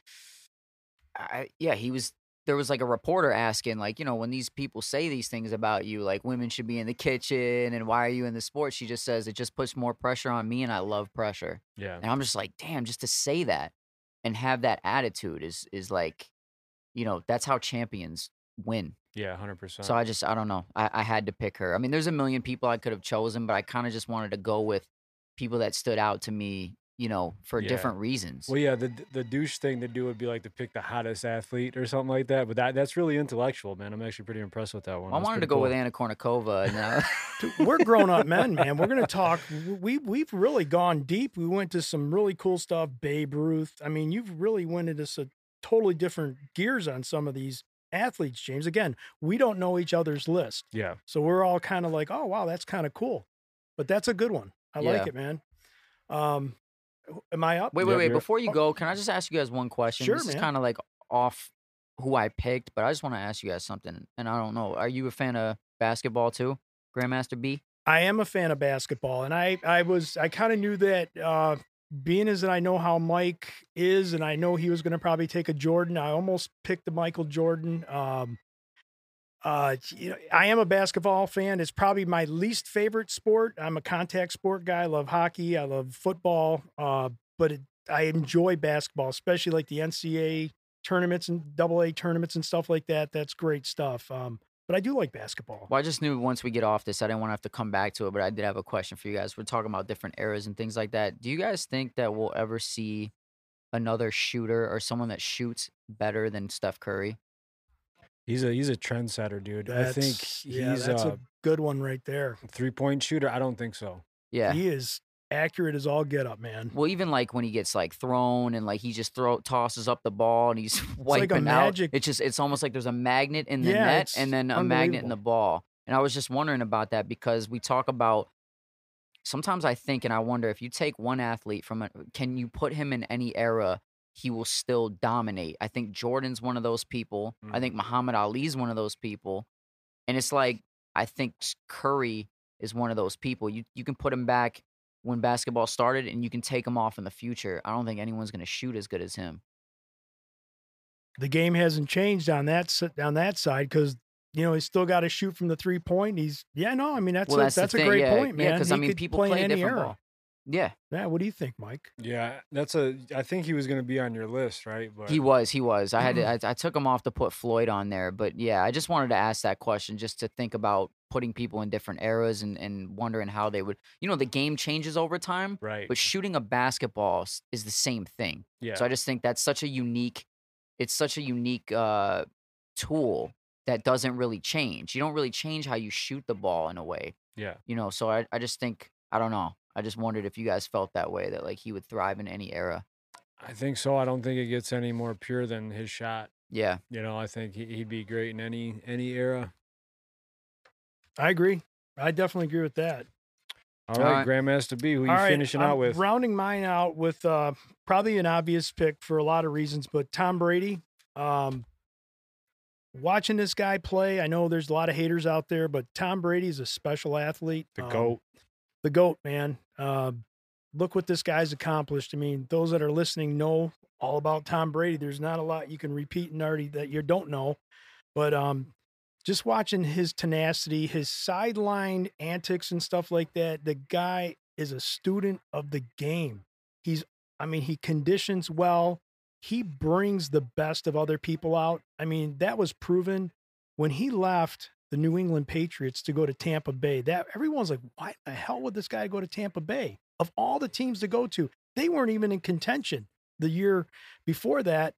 I, yeah, he was. There was like a reporter asking, like, you know, when these people say these things about you, like women should be in the kitchen and why are you in the sport? She just says it just puts more pressure on me, and I love pressure. Yeah, And I'm just like, damn, just to say that and have that attitude is is like, you know, that's how champions win. yeah, hundred percent. So I just I don't know. I, I had to pick her. I mean, there's a million people I could have chosen, but I kind of just wanted to go with people that stood out to me, you know, for Yeah. different reasons. Well, yeah, the the douche thing to do would be like to pick the hottest athlete or something like that. But that that's really intellectual, man. I'm actually pretty impressed with that one. I That's wanted to pretty go with cool. Anna Kournikova. And, uh, Dude, We're grown up men, man. We're gonna talk. We we've really gone deep. We went to some really cool stuff. Babe Ruth. I mean, you've really went into some totally different gears on some of these athletes, James. Again, we don't know each other's list, Yeah, so we're all kind of like, oh wow, that's kind of cool. But that's a good one. I Yeah. like it, man. Um, am I up? wait, wait, Yep, wait. yep. Before you Oh. go, can I just ask you guys one question? Sure, this is man. kind of like off who I picked, but I just want to ask you guys something. And I don't know. Are you a fan of basketball too, Grandmaster B? I am a fan of basketball, and I I was I kind of knew that uh, being as that I know how Mike is, and I know he was going to probably take a Jordan. I almost picked the Michael Jordan. Um, uh, you know, I am a basketball fan. It's probably my least favorite sport. I'm a contact sport guy. I love hockey. I love football. Uh, but it, I enjoy basketball, especially like the NCAA tournaments and double A tournaments and stuff like that. That's great stuff. Um, but I do like basketball. Well, I just knew once we get off this, I didn't want to have to come back to it, but I did have a question for you guys. We're talking about different eras and things like that. Do you guys think that we'll ever see another shooter or someone that shoots better than Steph Curry? he's a he's a trendsetter, dude. I think That's- he's uh yeah, that's a a good one right there. three point shooter. I don't think so. Yeah. He is accurate as all get up, man. Well, even like when he gets like thrown and like he just throw tosses up the ball and he's like a wiping out. magic- It's just it's almost like there's a magnet in the Yeah, net it's and then a magnet in the ball. And I was just wondering about that because we talk about sometimes I think and I wonder if you take one athlete from a, can you put him in any era he will still dominate. I think Jordan's one of those people. I Mm-hmm. think Muhammad Ali's one of those people. And it's like I think s- Curry is one of those people. You you can put him back when basketball started and you can take him off in the future. I don't think anyone's going to shoot as good as him. The game hasn't changed on that s- on that side because you know he's still got to shoot from the three point. He's yeah, no, I mean that's well, a, that's, that's, the a thing. great yeah, point, man. because He I mean, could people play in any different era. ball. Yeah, Yeah, what do you think, Mike? Yeah, that's a. I think he was going to be on your list, right? But Mm-hmm. he was. He was. I had. To, I, I took him off to put Floyd on there, but yeah, I just wanted to ask that question just to think about putting people in different eras and and wondering how they would. You know, the game changes over time, right. but shooting a basketball s- is the same thing. yeah. So I just think that's such a unique, it's such a unique uh, tool that doesn't really change. You don't really change how you shoot the ball in a way, yeah. you know. So I, I just think I don't know. I just wondered if you guys felt that way that like he would thrive in any era. I think so. I don't think it gets any more pure than his shot. Yeah, You know, I think he, he'd be great in any any era. I agree. I definitely agree with that. All All right, right. Grandmaster B, who you All right, finishing I'm out with? Rounding mine out with uh, probably an obvious pick for a lot of reasons, but Tom Brady. Um, watching this guy play, I know there's a lot of haters out there, but Tom Brady's a special athlete. The Um, goat. the goat, man. Um, look what this guy's accomplished. I mean, those that are listening know all about Tom Brady. There's not a lot you can repeat and already that you don't know, but um, just watching his tenacity, his sideline antics and stuff like that. The guy is a student of the game. He's, I mean, he conditions well. He brings the best of other people out. I mean, that was proven when he left the New England Patriots to go to Tampa Bay, that everyone's like, why the hell would this guy go to Tampa Bay? Of all the teams to go to, they weren't even in contention the year before that.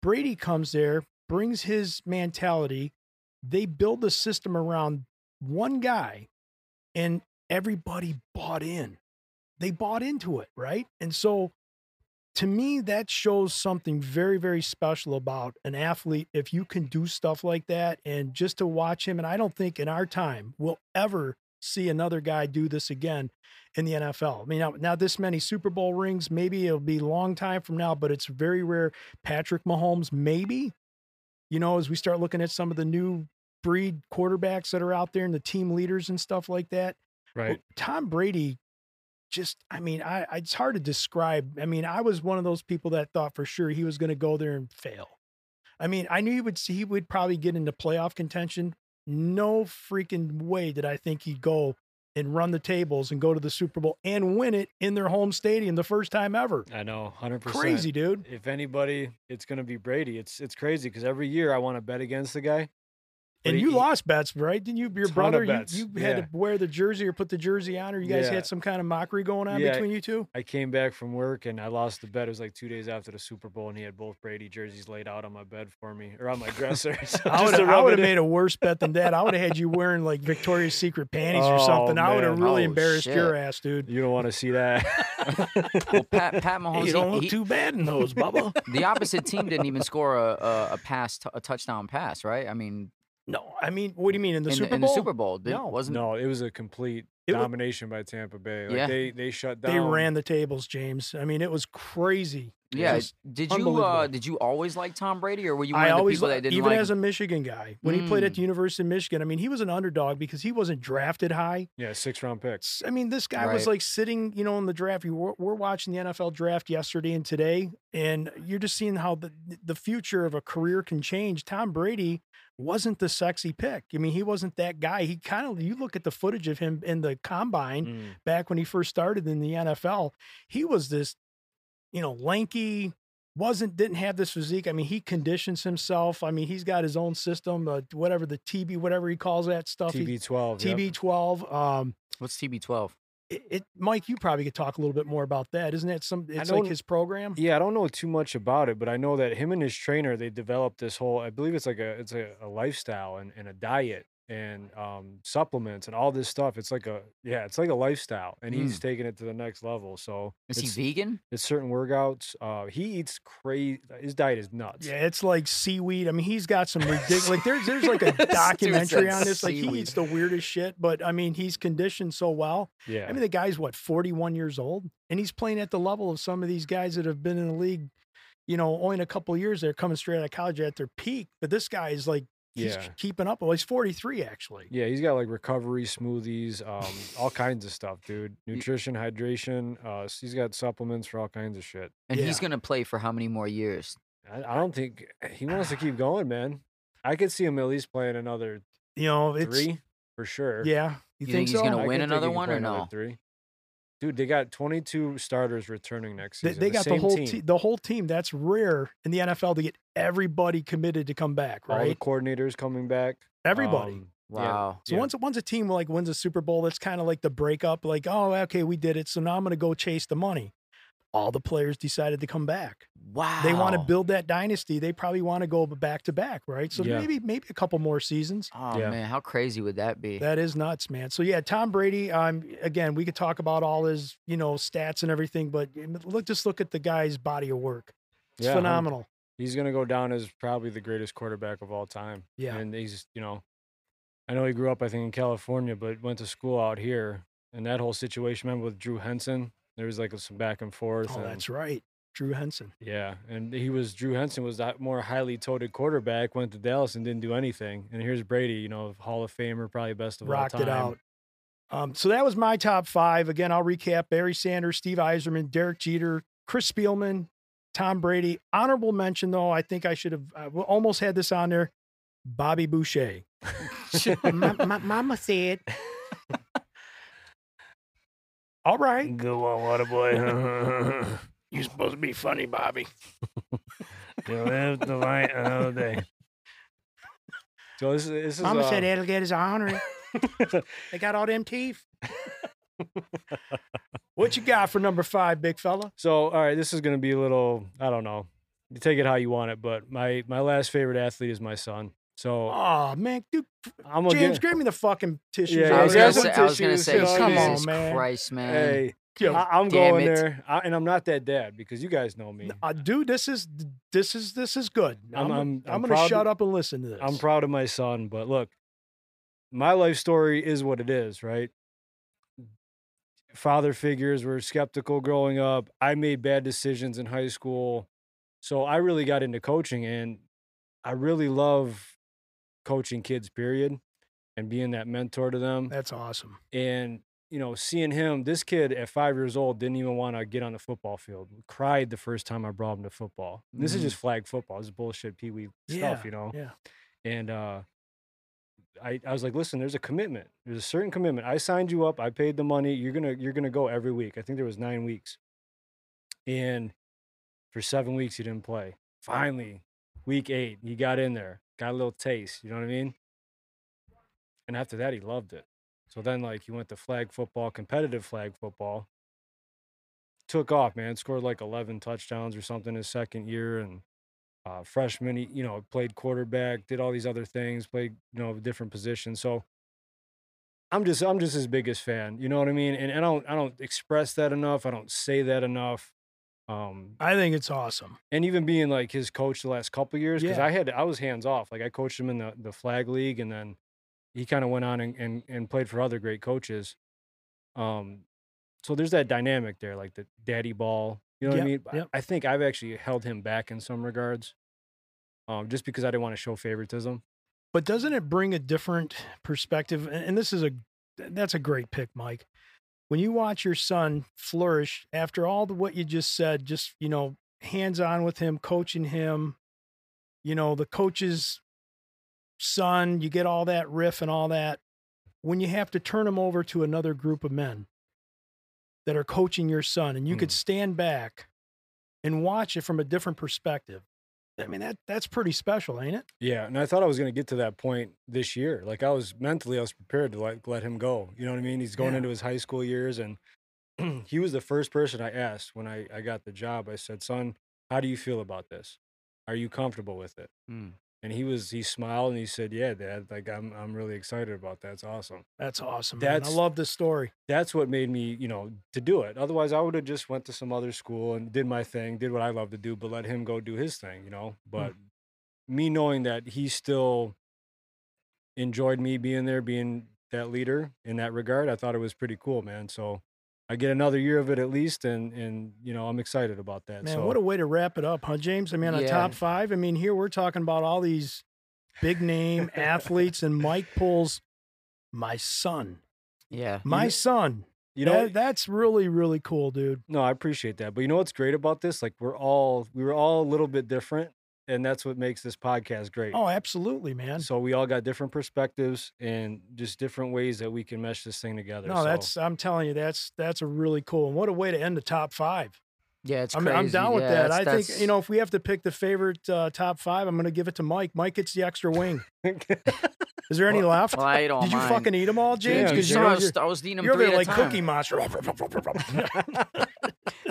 Brady comes there, brings his mentality. They build the system around one guy, and everybody bought in. They bought into it, right? And so to me, that shows something very, very special about an athlete. If you can do stuff like that and just to watch him, and I don't think in our time we'll ever see another guy do this again in the NFL. I mean, now, now this many Super Bowl rings, maybe it'll be a long time from now, but it's very rare. Patrick Mahomes, maybe, you know, as we start looking at some of the new breed quarterbacks that are out there and the team leaders and stuff like that. Right. Tom Brady just I mean, I I- it's hard to describe. I mean, I was one of those people that thought for sure he was going to go there and fail. I mean, I knew he would he would probably get into playoff contention. No freaking way did I think he'd go and run the tables and go to the Super Bowl and win it in their home stadium the first time ever. I know, hundred percent. Crazy, dude. If anybody, it's going to be Brady. It's it's crazy because every year I want to bet against the guy. But And he- you he- lost bets, right? Didn't you? Ton Your of brother, you, bets, you had yeah. to wear the jersey or put the jersey on, or you guys Yeah. had some kind of mockery going on Yeah. between you two. I came back from work and I lost the bet. It was like two days after the Super Bowl, and he had both Brady jerseys laid out on my bed for me or on my dresser. So just I would to have, I rub would have it in. made a worse bet than that. I would have had you wearing like Victoria's Secret panties or Oh, something. I would have man. really Oh, embarrassed your shit. ass, dude. You don't want to see that. well, Pat Pat Mahomes, Oh, he- he- too bad in those, Bubba. the opposite team didn't even score a a, a pass, t- a touchdown pass, right? I mean, no, I mean, what do you mean in the in, Super the, in the Bowl? Super Bowl, did, No, wasn't no, it was a complete It wa- domination by Tampa Bay. Like Yeah. they they shut down. they ran the tables, James. I mean, it was crazy. yeah? just Did you uh, unbelievable. did you always like Tom Brady, or were you one of I the always people li- that didn't even like as him? a Michigan guy when he played Mm. at the University of Michigan. I mean, he was an underdog because he wasn't drafted high. Yeah, six round picks. s- I mean, this guy was Right. like sitting, you know, in the draft. You were, we're watching the NFL draft yesterday and today, and you're just seeing how the the future of a career can change. Tom Brady wasn't the sexy pick. I mean, he wasn't that guy. He kind of you look at the footage of him in the combine Mm. back when he first started in the NFL. He was this, you know, lanky. Wasn't didn't have this physique. I mean, he conditions himself. I mean, he's got his own system, uh, whatever the TB, whatever he calls that stuff, he- TB twelve. yep. TB12. Um, What's TB twelve? it, it Mike, you probably could talk a little bit more about that. Isn't that some it's like don't- his program? Yeah, I don't know too much about it, but I know that him and his trainer they developed this whole. I believe it's like a it's a, a lifestyle and, and a diet, and um, supplements and all this stuff. It's like a yeah, it's like a lifestyle, and he's taking it to the next level. So Mm. Is it's, he vegan? it's certain workouts. Uh, he eats crazy. His diet is nuts. Yeah, it's like seaweed. I mean, he's got some ridiculous. like there's there's like a documentary said on this. Like he seaweed. eats the weirdest shit, but I mean, he's conditioned so well. yeah. I mean, the guy's what 41 years old, and he's playing at the level of some of these guys that have been in the league. You know, only in a couple years they're coming straight out of college at their peak, but this guy is like he's Yeah. keeping up. Well, he's 43 actually. Yeah, he's got like recovery smoothies, um, all kinds of stuff, dude. Nutrition, hydration. Uh, s- he's got supplements for all kinds of shit. And he's Yeah. gonna play for how many more years? I, I don't think eh, he wants to keep going, man. I could see him at least playing another You know, it's three for sure. yeah. You, You think he's so? I gonna could win think he another could one play or another no? Three. Dude, they got 22 starters returning next They, season. they got the, same whole team. te- the whole team. That's rare in the NFL to get everybody committed to come back, All the right? coordinators coming back. everybody. Um, yeah, Wow. so yeah. once once a team like wins a Super Bowl, that's kind of like the breakup. Like, oh, okay, we did it. So now I'm going to go chase the money. All the players decided to come back. Wow. They want to build that dynasty. They probably want to go back to back, right? So Yeah. maybe maybe a couple more seasons. Oh Yeah. man, how crazy would that be? That is nuts, man. So yeah, Tom Brady. Um, again, we could talk about all his you know stats and everything, but look, just look at the guy's body of work. It's Yeah, hun- phenomenal. He's going to go down as probably the greatest quarterback of all time. Yeah. And he's, you know, I know he grew up, I think, in California, but went to school out here. And that whole situation, remember with Drew Henson? There was like some back and forth. Oh, and, that's right, Drew Henson. Yeah. And he was, Drew Henson was that more highly touted quarterback, went to Dallas and didn't do anything. And here's Brady, you know, Hall of Famer, probably best of rocked all time. it out. Um, so that was my top five. Again, I'll recap: Barry Sanders, Steve Eiserman, Derek Jeter, Chris Spielman, Tom Brady. Honorable mention, though, I think I should have I w- almost had this on there. Bobby Boucher. mama said. All right, Go on, water boy. You're you're supposed to be funny, Bobby. live the light another day. So this is this is Mama uh, said Ed'll get his honor. they got all them teeth. what you got for number five, big fella? So, all right, this is going to be a little, I don't know. You take it how you want it, but my my last favorite athlete is my son. So, Oh man, dude, I'm going to James, get grab me the fucking tissues. Yeah, I was, gonna yeah, guys. that's say, what I was gonna tissues say, is. Jesus Come on, man. Christ, man. Hey, Yo, I, am damn going it. there. I, and I'm not that dad because you guys know me. Uh, dude, this is this is this is good. I'm- I'm, I'm- I'm, I'm gonna proud- shut up and listen to this. I'm proud of my son, but look, my life story is what it is, right? Father figures were skeptical growing up. I made bad decisions in high school. So I really got into coaching and I really love coaching kids, period, and being that mentor to them That's awesome. and you know seeing him this kid at five years old didn't even want to get on the football field cried the first time i brought him to football this is Mhm. just flag football this is bullshit pee-wee stuff you know Mm-hmm. Yeah. and uh I, I was like listen there's a commitment there's a certain commitment i signed you up i paid the money you're gonna you're gonna go every week i think there was nine weeks and for seven weeks he didn't play finally week eight he got in there got a little taste you know what i mean and after that he loved it so then like he went to flag football competitive flag football took off man scored like 11 touchdowns or something his second year and uh, freshman. He, you know, played quarterback, did all these other things, played you know different positions. So I'm just I'm just his biggest fan. You know what I mean? And, and I don't I don't express that enough. I don't say that enough. Um, I think it's awesome. and even being like his coach the last couple years because Yeah. I had I was hands off. Like I coached him in the the flag league, and then he kind of went on and, and and played for other great coaches. Um, so there's that dynamic there, like the daddy ball. You know what I mean? Yep, I- yep. I think I've actually held him back in some regards, um, just because I didn't want to show favoritism. But doesn't it bring a different perspective? And, and this is a that's a great pick, Mike. When you watch your son flourish after all the what you just said, just you know, hands on with him, coaching him, you know, the coach's son, you get all that riff and all that. When you have to turn him over to another group of men that are coaching your son, and you could stand back and watch it from a different perspective. I mean that that's pretty special, ain't it? Yeah, and I thought I was going to get to that point this year. Like I was mentally, I was prepared to like let him go. You know what I mean? He's going Yeah. into his high school years, and he was the first person I asked when I I got the job. I said, "Son, how do you feel about this? Are you comfortable with it?" Mm. And he was he smiled and he said, "Yeah, Dad, like I'm I'm really excited about that. It's awesome." That's awesome. That's, That's- I love this story. That's what made me, you know, to do it. Otherwise, I would have just went to some other school and did my thing, did what I love to do, but let him go do his thing, you know. Hmm. But me knowing that he still enjoyed me being there, being that leader in that regard, I thought it was pretty cool, man. So I get another year of it at least, and and you know I'm excited about that. Man, so what a way to wrap it up, huh, James? I mean, on Yeah. top five, I mean, here we're talking about all these big name athletes, and Mike pulls my son. Yeah. My son. you know That- that's really, really cool, dude. No, I appreciate that. But you know what's great about this? Like we're all we were all a little bit different, and that's what makes this podcast great. Oh, absolutely, man. So we all got different perspectives and just different ways that we can mesh this thing together. No, so, that's I'm telling you, that's that's a really cool and what a way to end the top five. Yeah, it's I'm, crazy. I'm down with Yeah, that. that's- I think that's- you know if we have to pick the favorite uh, top five, I'm going to give it to Mike. Mike gets the extra wing. Is there any Well- left? Well, I ate all Did you mine. fucking eat them all, James? Yeah, Because you you know, I know was, you're, I was eating them you're over three there at a like time. Cookie Monster.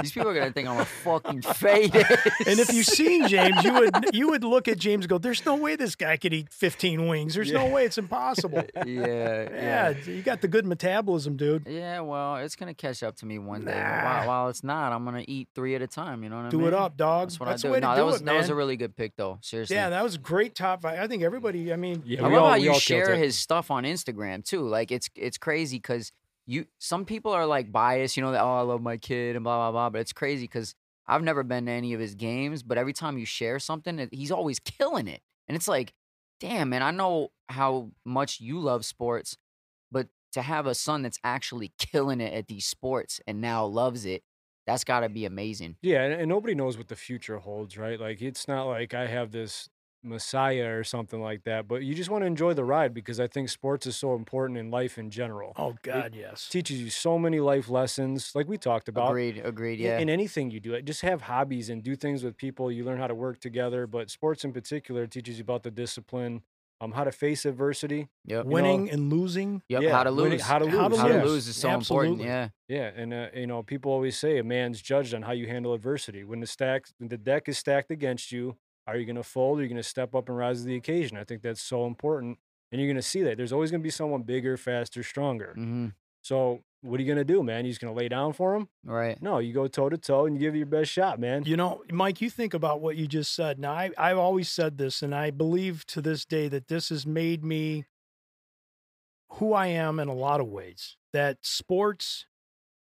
These people are gonna think I'm a fucking faded. and if you seen James, you would you would look at James and go, "There's no way this guy could eat 15 wings. There's no way. It's impossible." yeah, yeah, yeah, you got the good metabolism, dude. yeah. Well, it's gonna catch up to me one day. but Nah. While, while it's not, I'm gonna eat three at a time. You know what I Do mean? it up, dog. That's what I the do. way to No, do that was it, that was man. a really good pick though. Seriously. yeah, that was great top five. I think everybody. I mean, yeah, I we love all, how we you all killed share it. his stuff on Instagram too. Like it's it's crazy because you some people are like biased, you know, that oh I love my kid and blah blah blah. But it's crazy because I've never been to any of his games, but every time you share something, it- he's always killing it, and it's like, damn man, I know how much you love sports, but to have a son that's actually killing it at these sports and now loves it, that's got to be amazing. Yeah, and, and nobody knows what the future holds, right? Like it's not like I have this messiah or something like that, but you just want to enjoy the ride because I think sports is so important in life in general. oh God, yes. teaches you so many life lessons, like we talked about. Agreed, agreed, in- yeah. in anything you do. Just have hobbies and do things with people. You learn how to work together, but sports in particular teaches you about the discipline, um, how to face adversity. yep. know- Winning and losing. Yep, Yeah, how to winning- lose. how to How to lose, How yes. to lose is so important. Absolutely. Yeah. Yeah, and uh, you know people always say a man's judged on how you handle adversity. When the stacks, when the deck is stacked against you, are you going to fold? Or are you going to step up and rise to the occasion? I think that's so important, and you're going to see that. There's always going to be someone bigger, faster, stronger. hmm So what are you going to do, man? You just going to lay down for him? Right. No, you go toe to toe and you give it your best shot, man. You know, Mike, you think about what you just said. Now, I, I've always said this, and I believe to this day that this has made me who I am in a lot of ways. That sports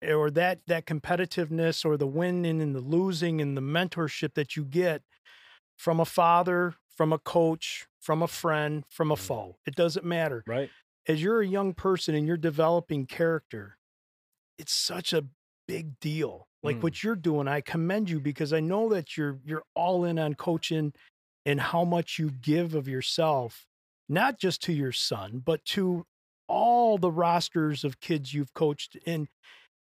or that that competitiveness or the winning and the losing and the mentorship that you get from a father, from a coach, from a friend, from a foe. It doesn't matter Right? as you're a young person and you're developing character, it's such a big deal. Like Mm. what you're doing, I commend you because I know that you're you're all in on coaching and how much you give of yourself, not just to your son, but to all the rosters of kids you've coached and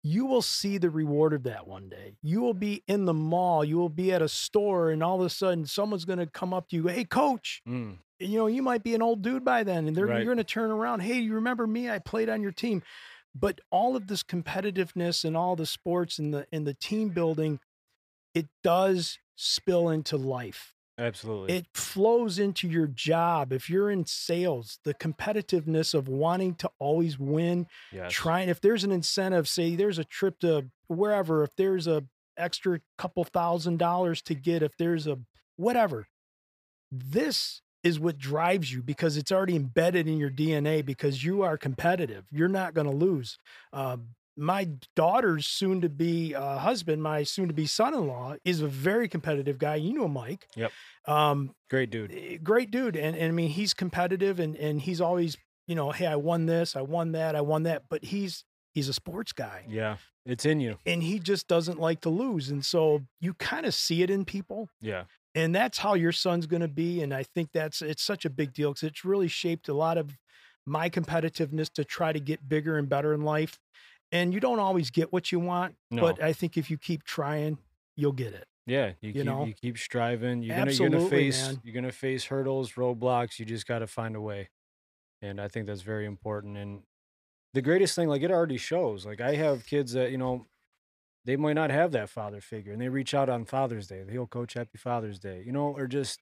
you will see the reward of that one day. You will be in the mall, you will be at a store and all of a sudden someone's going to come up to you, "Hey coach, Mm, you know, you might be an old dude by then, and they're, Right. you're going to turn around. Hey, you remember me? I played on your team. But all of this competitiveness and all the sports and the and the team building, it does spill into life. absolutely. It flows into your job. If you're in sales, the competitiveness of wanting to always win, Yes. trying if there's an incentive, say there's a trip to wherever, if there's a extra couple thousand dollars to get, if there's a whatever. This is what drives you because it's already embedded in your DNA because you are competitive. You're not going to lose. Uh, my daughter's soon to be uh, husband, my soon to be son in law, is a very competitive guy. You know, Mike. Yep. Um, Great dude. eh, great dude. And, and I mean, he's competitive and, and he's always, you know, hey, I won this, I won that, I won that. But he's, he's a sports guy Yeah, it's in you. and he just doesn't like to lose. And so you kind of see it in people Yeah, and that's how your son's going to be and i think that's it's such a big deal because it's really shaped a lot of my competitiveness to try to get bigger and better in life and you don't always get what you want no, but i think if you keep trying you'll get it yeah. You, keep know? you keep striving. You're gonna you're gonna Absolutely, face man. you're gonna face hurdles, roadblocks. You just gotta find a way, and I think that's very important. And the greatest thing, like it already shows. Like I have kids that you know, they might not have that father figure, and they reach out on Father's Day. They'll coach Happy Father's Day, you know, or just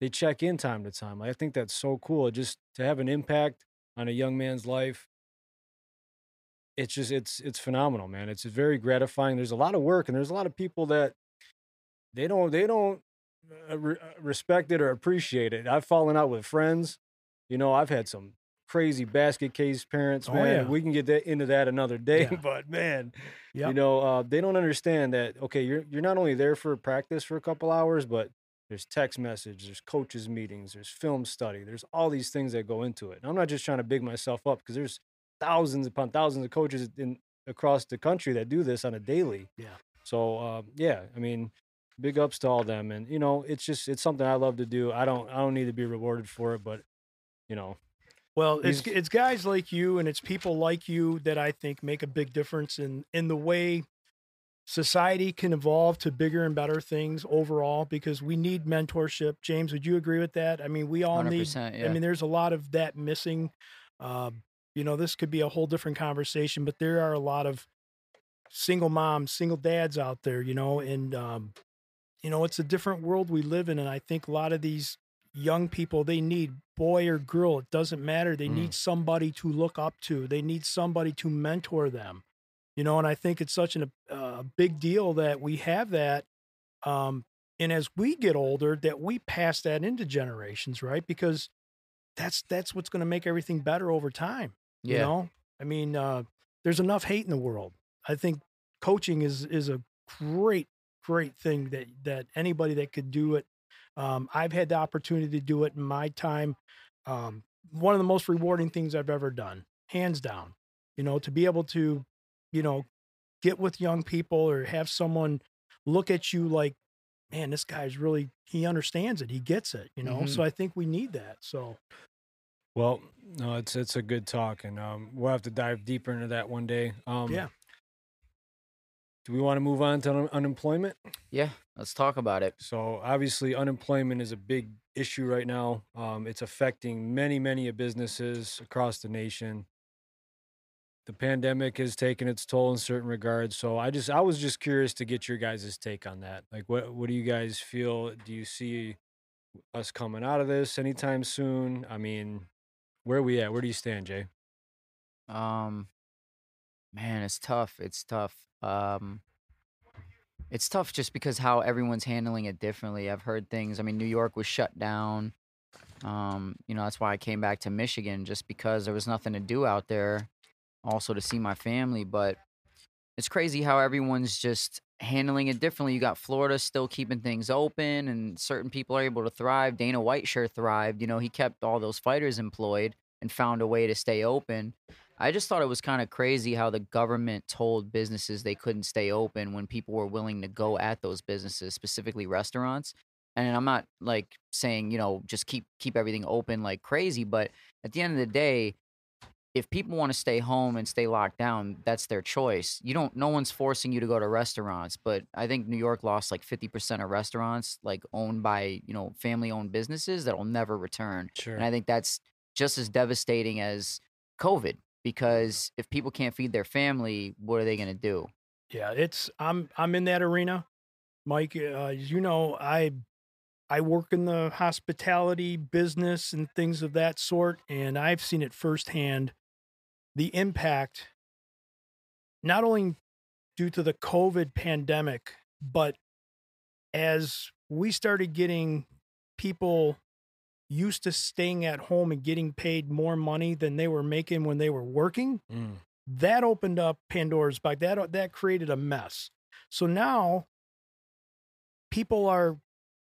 they check in time to time. Like, I think that's so cool. Just to have an impact on a young man's life. It's just it's it's phenomenal, man. It's very gratifying. There's a lot of work, and there's a lot of people that they don't they don't uh, re- uh, respect it or appreciate it. I've fallen out with friends. You know, I've had some crazy basket case parents, Oh, man. yeah. We can get that into that another day, Yeah. but man, Yep. you know, uh, they don't understand that. Okay, you're you're not only there for practice for a couple hours, but there's text message, there's coaches meetings, there's film study, there's all these things that go into it. And I'm not just trying to big myself up because there's thousands upon thousands of coaches in across the country that do this on a daily. Yeah. So uh, yeah, I mean, big ups to all them, and you know, it's just it's something I love to do. I don't I don't need to be rewarded for it, but you know, Well, it's These- it's guys like you and it's people like you that I think make a big difference in in the way society can evolve to bigger and better things overall because we need mentorship. James, would you agree with that? I mean, we all Hundred need percent. I Yeah. mean, there's a lot of that missing. Um, you know, this could be a whole different conversation, but there are a lot of single moms, single dads out there, you know, and, um, you know, it's a different world we live in. And I think a lot of these young people, they need boy or girl, it doesn't matter. They need somebody to look up to, they need somebody to mentor them, you know, and I think it's such an, uh, big deal that we have that. Um, and as we get older, that we pass that into generations, right? Because that's that's what's going to make everything better over time. yeah. You know, I mean, uh, there's enough hate in the world. I think coaching is is a great great thing that that anybody that could do it. Um, I've had the opportunity to do it in my time. Um, one of the most rewarding things I've ever done, hands down. You know, to be able to, you know, get with young people or have someone look at you like, man, this guy's really he understands it. He gets it. You know, Mhm. so I think we need that. So Well, no, it's it's a good talk, and um, we'll have to dive deeper into that one day. Um, Yeah. Do we want to move on to un- unemployment? Yeah. Let's talk about it. So obviously, unemployment is a big issue right now. Um, it's affecting many, many of businesses across the nation. The pandemic has taken its toll in certain regards. So I just, I was just curious to get your guys' take on that. Like, what, what do you guys feel? Do you see us coming out of this anytime soon? I mean, where are we at? Where do you stand, Jay? Um, man, it's tough. It's tough. Um, it's tough just because how everyone's handling it differently. I've heard things. I mean, New York was shut down. Um, you know, that's why I came back to Michigan just because there was nothing to do out there, also to see my family. But it's crazy how everyone's just handling it differently. You got Florida still keeping things open, and certain people are able to thrive. Dana White sure thrived. You know, he kept all those fighters employed and found a way to stay open. I just thought it was kind of crazy how the government told businesses they couldn't stay open when people were willing to go at those businesses, specifically restaurants. And I'm not like saying, you know, just keep keep everything open like crazy, but at the end of the day, if people want to stay home and stay locked down, that's their choice. You don't no one's forcing you to go to restaurants, but I think New York lost like 50% of restaurants like owned by, you know, family-owned businesses that'll never return. Sure. And I think that's just as devastating as COVID because if people can't feed their family, what are they going to do? yeah it's i'm i'm in that arena mike uh, as you know i i work in the hospitality business and things of that sort and i've seen it firsthand the impact not only due to the covid pandemic but as we started getting people used to staying at home and getting paid more money than they were making when they were working Mm. that opened up Pandora's box. That uh, that created a mess. So now people are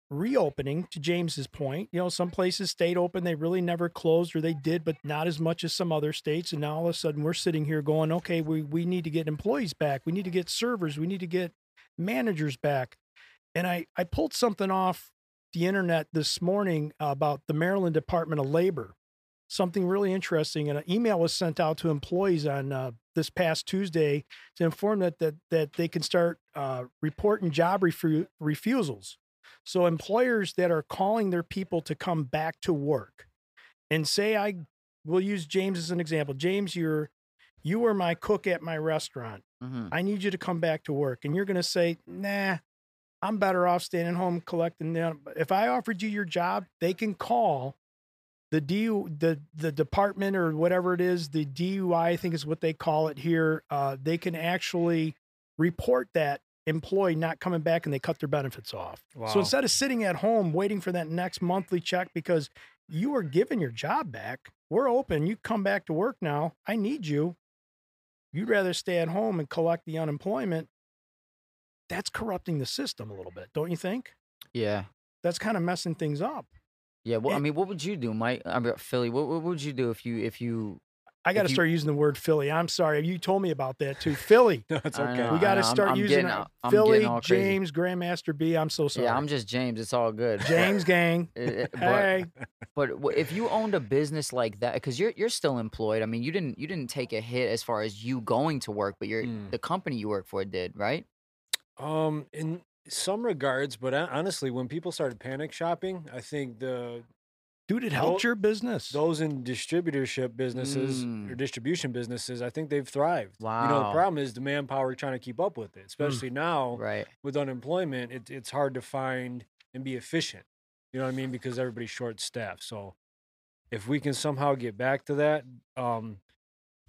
reopening to James's point. You know, some places stayed open, they really never closed or they did, but not as much as some other states. And now all of a sudden we're sitting here going, okay, we we need to get employees back. We need to get servers, we need to get managers back. And I I pulled something off the internet this morning about the Maryland Department of Labor something really interesting. And an email was sent out to employees on uh, this past Tuesday to inform that that, that they can start uh, reporting job refu- refusals. So employers that are calling their people to come back to work, and say I will use James as an example. James, you're you were my cook at my restaurant. Mm-hmm. I need you to come back to work, and you're going to say, Nah, I'm better off staying home collecting them. If I offered you your job, they can call the DU, the the department or whatever it is, the DUI, I think is what they call it here. Uh, they can actually report that employee not coming back and they cut their benefits off. Wow. So instead of sitting at home waiting for that next monthly check because you are given your job back, we're open. You come back to work now. I need you. You'd rather stay at home and collect the unemployment. That's corrupting the system a little bit, don't you think? Yeah. That's kind of messing things up. Yeah. Well, I It- mean, what would you do, Mike? I mean, Philly, what, what would you do if you, if you, I got to you- start using the word Philly. I'm sorry. You told me about that too. Philly. No, it's I okay. know. we got to I'm- start I'm using getting our- all- I'm getting Philly, all crazy. James, Grandmaster B. I'm so sorry. yeah, I'm just James. It's all good. but- James Gang. eh, eh, but- Hey, But w- if you owned a business like that, because you're you're still employed. I mean, you didn't you didn't take a hit as far as you going to work, but your Mm. the company you work for did, right? Um, in some regards, but hon- honestly, when people started panic shopping, I think the dude, it Well, helped your business. those in distributorship businesses or Mm. distribution businesses, I think they've thrived. You know, the Wow. Mm. problem is the manpower trying to keep up with it, especially now Right. with unemployment. It, it's hard to find and be efficient. You know what I mean? Because everybody's short staffed. So if we can somehow get back to that, um,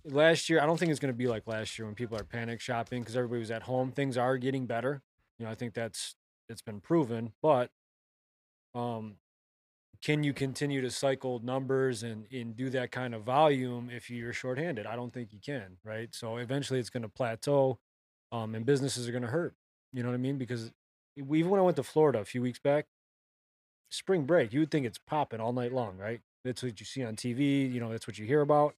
last year, I don't think it's going to be like last year when people are panic shopping because everybody was at home. Things are getting better. You know, I think that's it's been proven, but um, can you continue to cycle numbers and and do that kind of volume if you're shorthanded? I don't think you can, right? So eventually, it's going to plateau, um, and businesses are going to hurt. You know what I mean? Because e, we- even when I went to Florida a few weeks back, spring break, you would think it's popping all night long, right? That's what you see on TV. You know, that's what you hear about.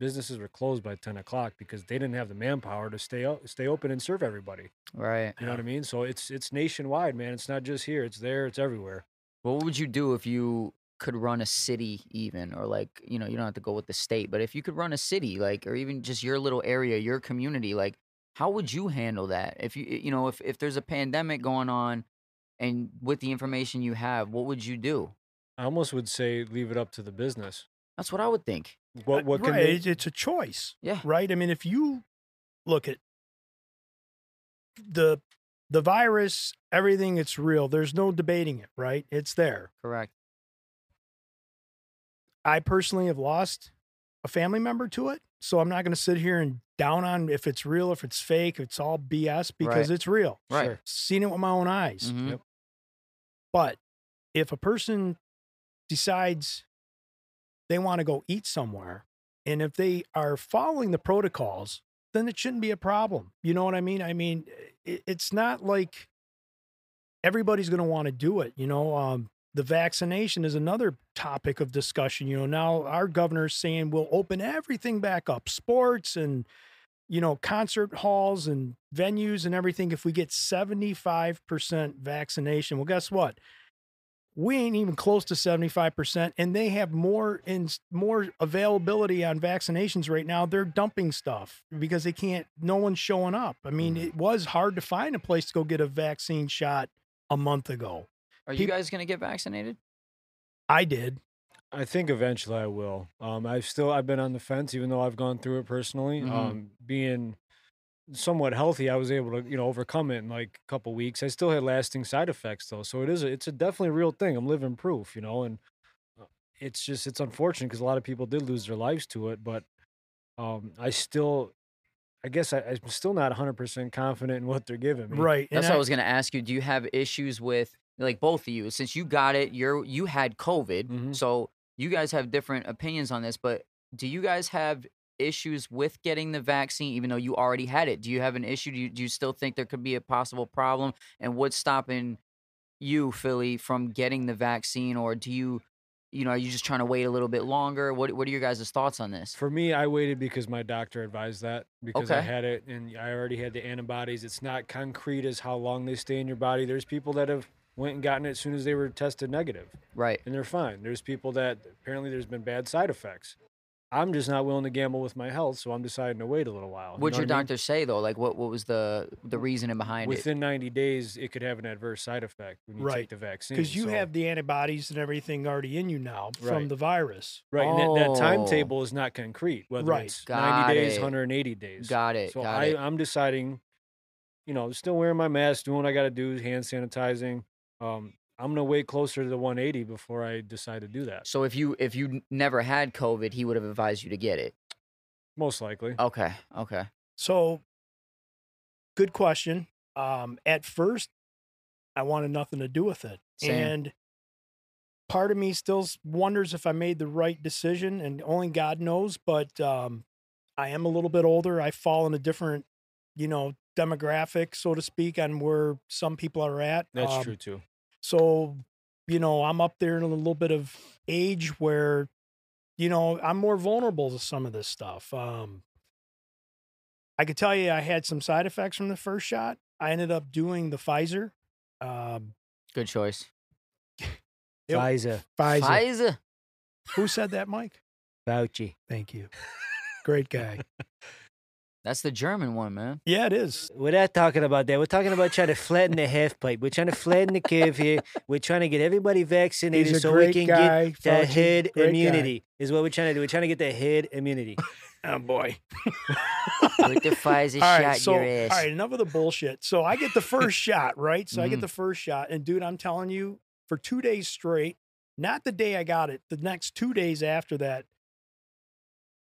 Businesses were closed by ten o'clock because they didn't have the manpower to stay o- stay open and serve everybody. Right. You know what I mean? So it's it's nationwide, man. It's not just here. It's there. It's everywhere. What would you do if you could run a city, even, or like you know, you don't have to go with the state, but if you could run a city, like, or even just your little area, your community, like, how would you handle that? If you you know, if if there's a pandemic going on, and with the information you have, what would you do? I almost would say leave it up to the business. That's what I would think. What what can right, they? it's- It's a choice, Yeah. right? I mean, if you look at the the virus, everything, it's real. There's no debating it, right? It's there. Correct. I personally have lost a family member to it. So I'm not going to sit here and down on if it's real, if it's fake, if it's all BS because Right. it's real. Right. Sure. Seen it with my own eyes. Mhm. Yep. But if a person decides they want to go eat somewhere and if they are following the protocols, then it shouldn't be a problem. You know what I mean? I mean, it, it's not like everybody's going to want to do it. You know, um, the vaccination is another topic of discussion. You know, now our governor's saying we'll open everything back up sports and, you know, concert halls and venues and everything if we get 75% vaccination. Well, guess what? We ain't even close to 75%, and they have more in more availability on vaccinations right now. They're dumping stuff because they can't, no one's showing up. I mean, Mm-hmm. it was hard to find a place to go get a vaccine shot a month ago. Are you Peop- guys gonna get vaccinated? I did. I think eventually I will. Um, I've still I've been on the fence, even though I've gone through it personally. Mhm. Um, being somewhat healthy, I was able to you know overcome it in like a couple weeks. I still had lasting side effects though, so it is a, it's a definitely real thing. I'm living proof, you know, and uh, it's just it's unfortunate because a lot of people did lose their lives to it. But um, I still, I guess I, I'm still not 100 percent confident in what they're giving me. Right. That's and what I was gonna ask you. Do you have issues with like both of you? Since you got it, you're you had COVID, Mhm. so you guys have different opinions on this. But do you guys have issues with getting the vaccine, even though you already had it? Do you have an issue? Do you, do you still think there could be a possible problem? And what's stopping you, Philly, from getting the vaccine, or do you? You know, are you just trying to wait a little bit longer? What What are your guys' thoughts on this? For me, I waited because my doctor advised that because I Okay. had it and I already had the antibodies. It's not concrete as how long they stay in your body. There's people that have went and gotten it as soon as they were tested negative Right. and they're fine. There's people that apparently there's been bad side effects. I'm just not willing to gamble with my health, so I'm deciding to wait a little while. Oh, You What'd know your what I mean? doctor say though? Like, what what was the the reasoning behind it? Within 90 days, it could have an adverse side effect when you Right. take the vaccine. because you so- have the antibodies and everything already in you now from Right. the virus. right, and that, that Oh. timetable is not concrete. Whether Right. it's Got 90 days, it. 180 days. Got it. So got I, it. I'm deciding you know, still wearing my mask, doing what I got to do, hand sanitizing. Um, I'm gonna wait closer to the 180 before I decide to do that. So if you if you n- never had COVID, he would have advised you to get it. Most likely. Okay. Okay. So, good question. Um, at first, I wanted nothing to do with it, Same. and part of me still s- wonders if I made the right decision, and only God knows. But um, I am a little bit older. I fall in a different, you know, demographic, so to speak, on where some people are at. That's Um, true too. So, you know, I'm up there in a little bit of age where, you know, I'm more vulnerable to some of this stuff. Um, I could tell you I had some side effects from the first shot. I ended up doing the Pfizer. Um, Good choice. it- Pfizer, Pfizer. Who said that, Mike? Fauci. Thank you. Great guy. That's the German one, man. Yeah, it is. We're not talking about that. We're talking about trying to flatten the half pipe. We're trying to flatten the curve here. We're trying to get everybody vaccinated He's a so we great can get guy. the Fauci. head Great guy. immunity. Is what we're trying to do. We're trying to get the head immunity. Oh boy. With the Pfizer All shot right, so, your ass. All right, enough of the bullshit. So I get the first shot, right? So I Mhm. get the first shot. And dude, I'm telling you, for two days straight, not the day I got it, the next two days after that,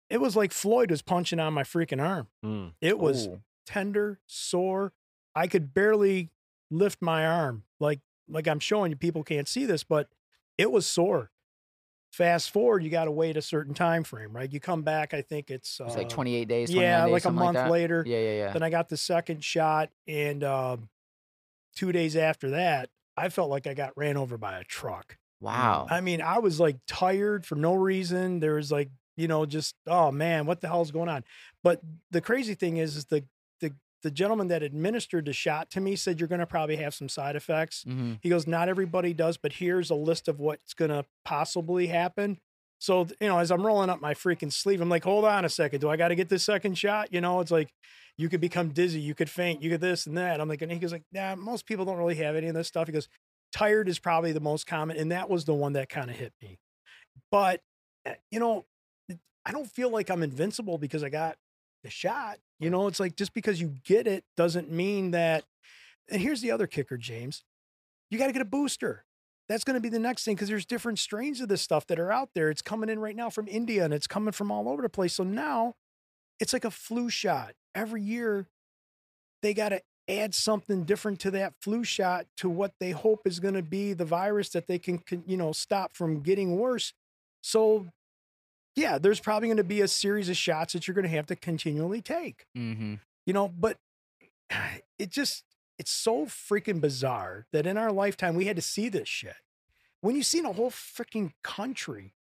it was like Floyd was punching on my freaking arm. Hmm. Mm. It was Ooh. tender, sore. I could barely lift my arm. Like, like I'm showing you, people can't see this, but it was sore. Fast forward, you got to wait a certain time frame, right? You come back, I think it's, uh, It was like 28 days. 29 yeah, days, like a something month that. later. Yeah, yeah, yeah. Then I got the second shot, and um, two days after that, I felt like I got ran over by a truck. Wow. I mean, I was like tired for no reason. There was like, you know, just oh man, what the hell's going on? But the crazy thing is, is the the the gentleman that administered the shot to me said you're going to probably have some side effects. hmm He goes, not everybody does, but here's a list of what's going to possibly happen. So, th- you know, as I'm rolling up my freaking sleeve, I'm like, hold on a second. Do I got to get this second shot? You know, it's like you could become dizzy, you could faint, you could this and that. I'm like, and he goes, like, nah, most people don't really have any of this stuff. He goes, tired is probably the most common. And that was the one that kind of hit me. But, eh, you know, it- I don't feel like I'm invincible because I got the shot. You know, it's like just because you get it doesn't mean that. And here's the other kicker, James you got to get a booster. That's going to be the next thing because there's different strains of this stuff that are out there. It's coming in right now from India and it's coming from all over the place. So now it's like a flu shot. Every year they got to add something different to that flu shot to what they hope is going to be the virus that they can, can, you know, stop from getting worse. So yeah, there's probably going to be a series of shots that you're going to have to continually take hmm you know but it just it's so freaking bizarre that in our lifetime we had to see this shit when you've seen a whole freaking country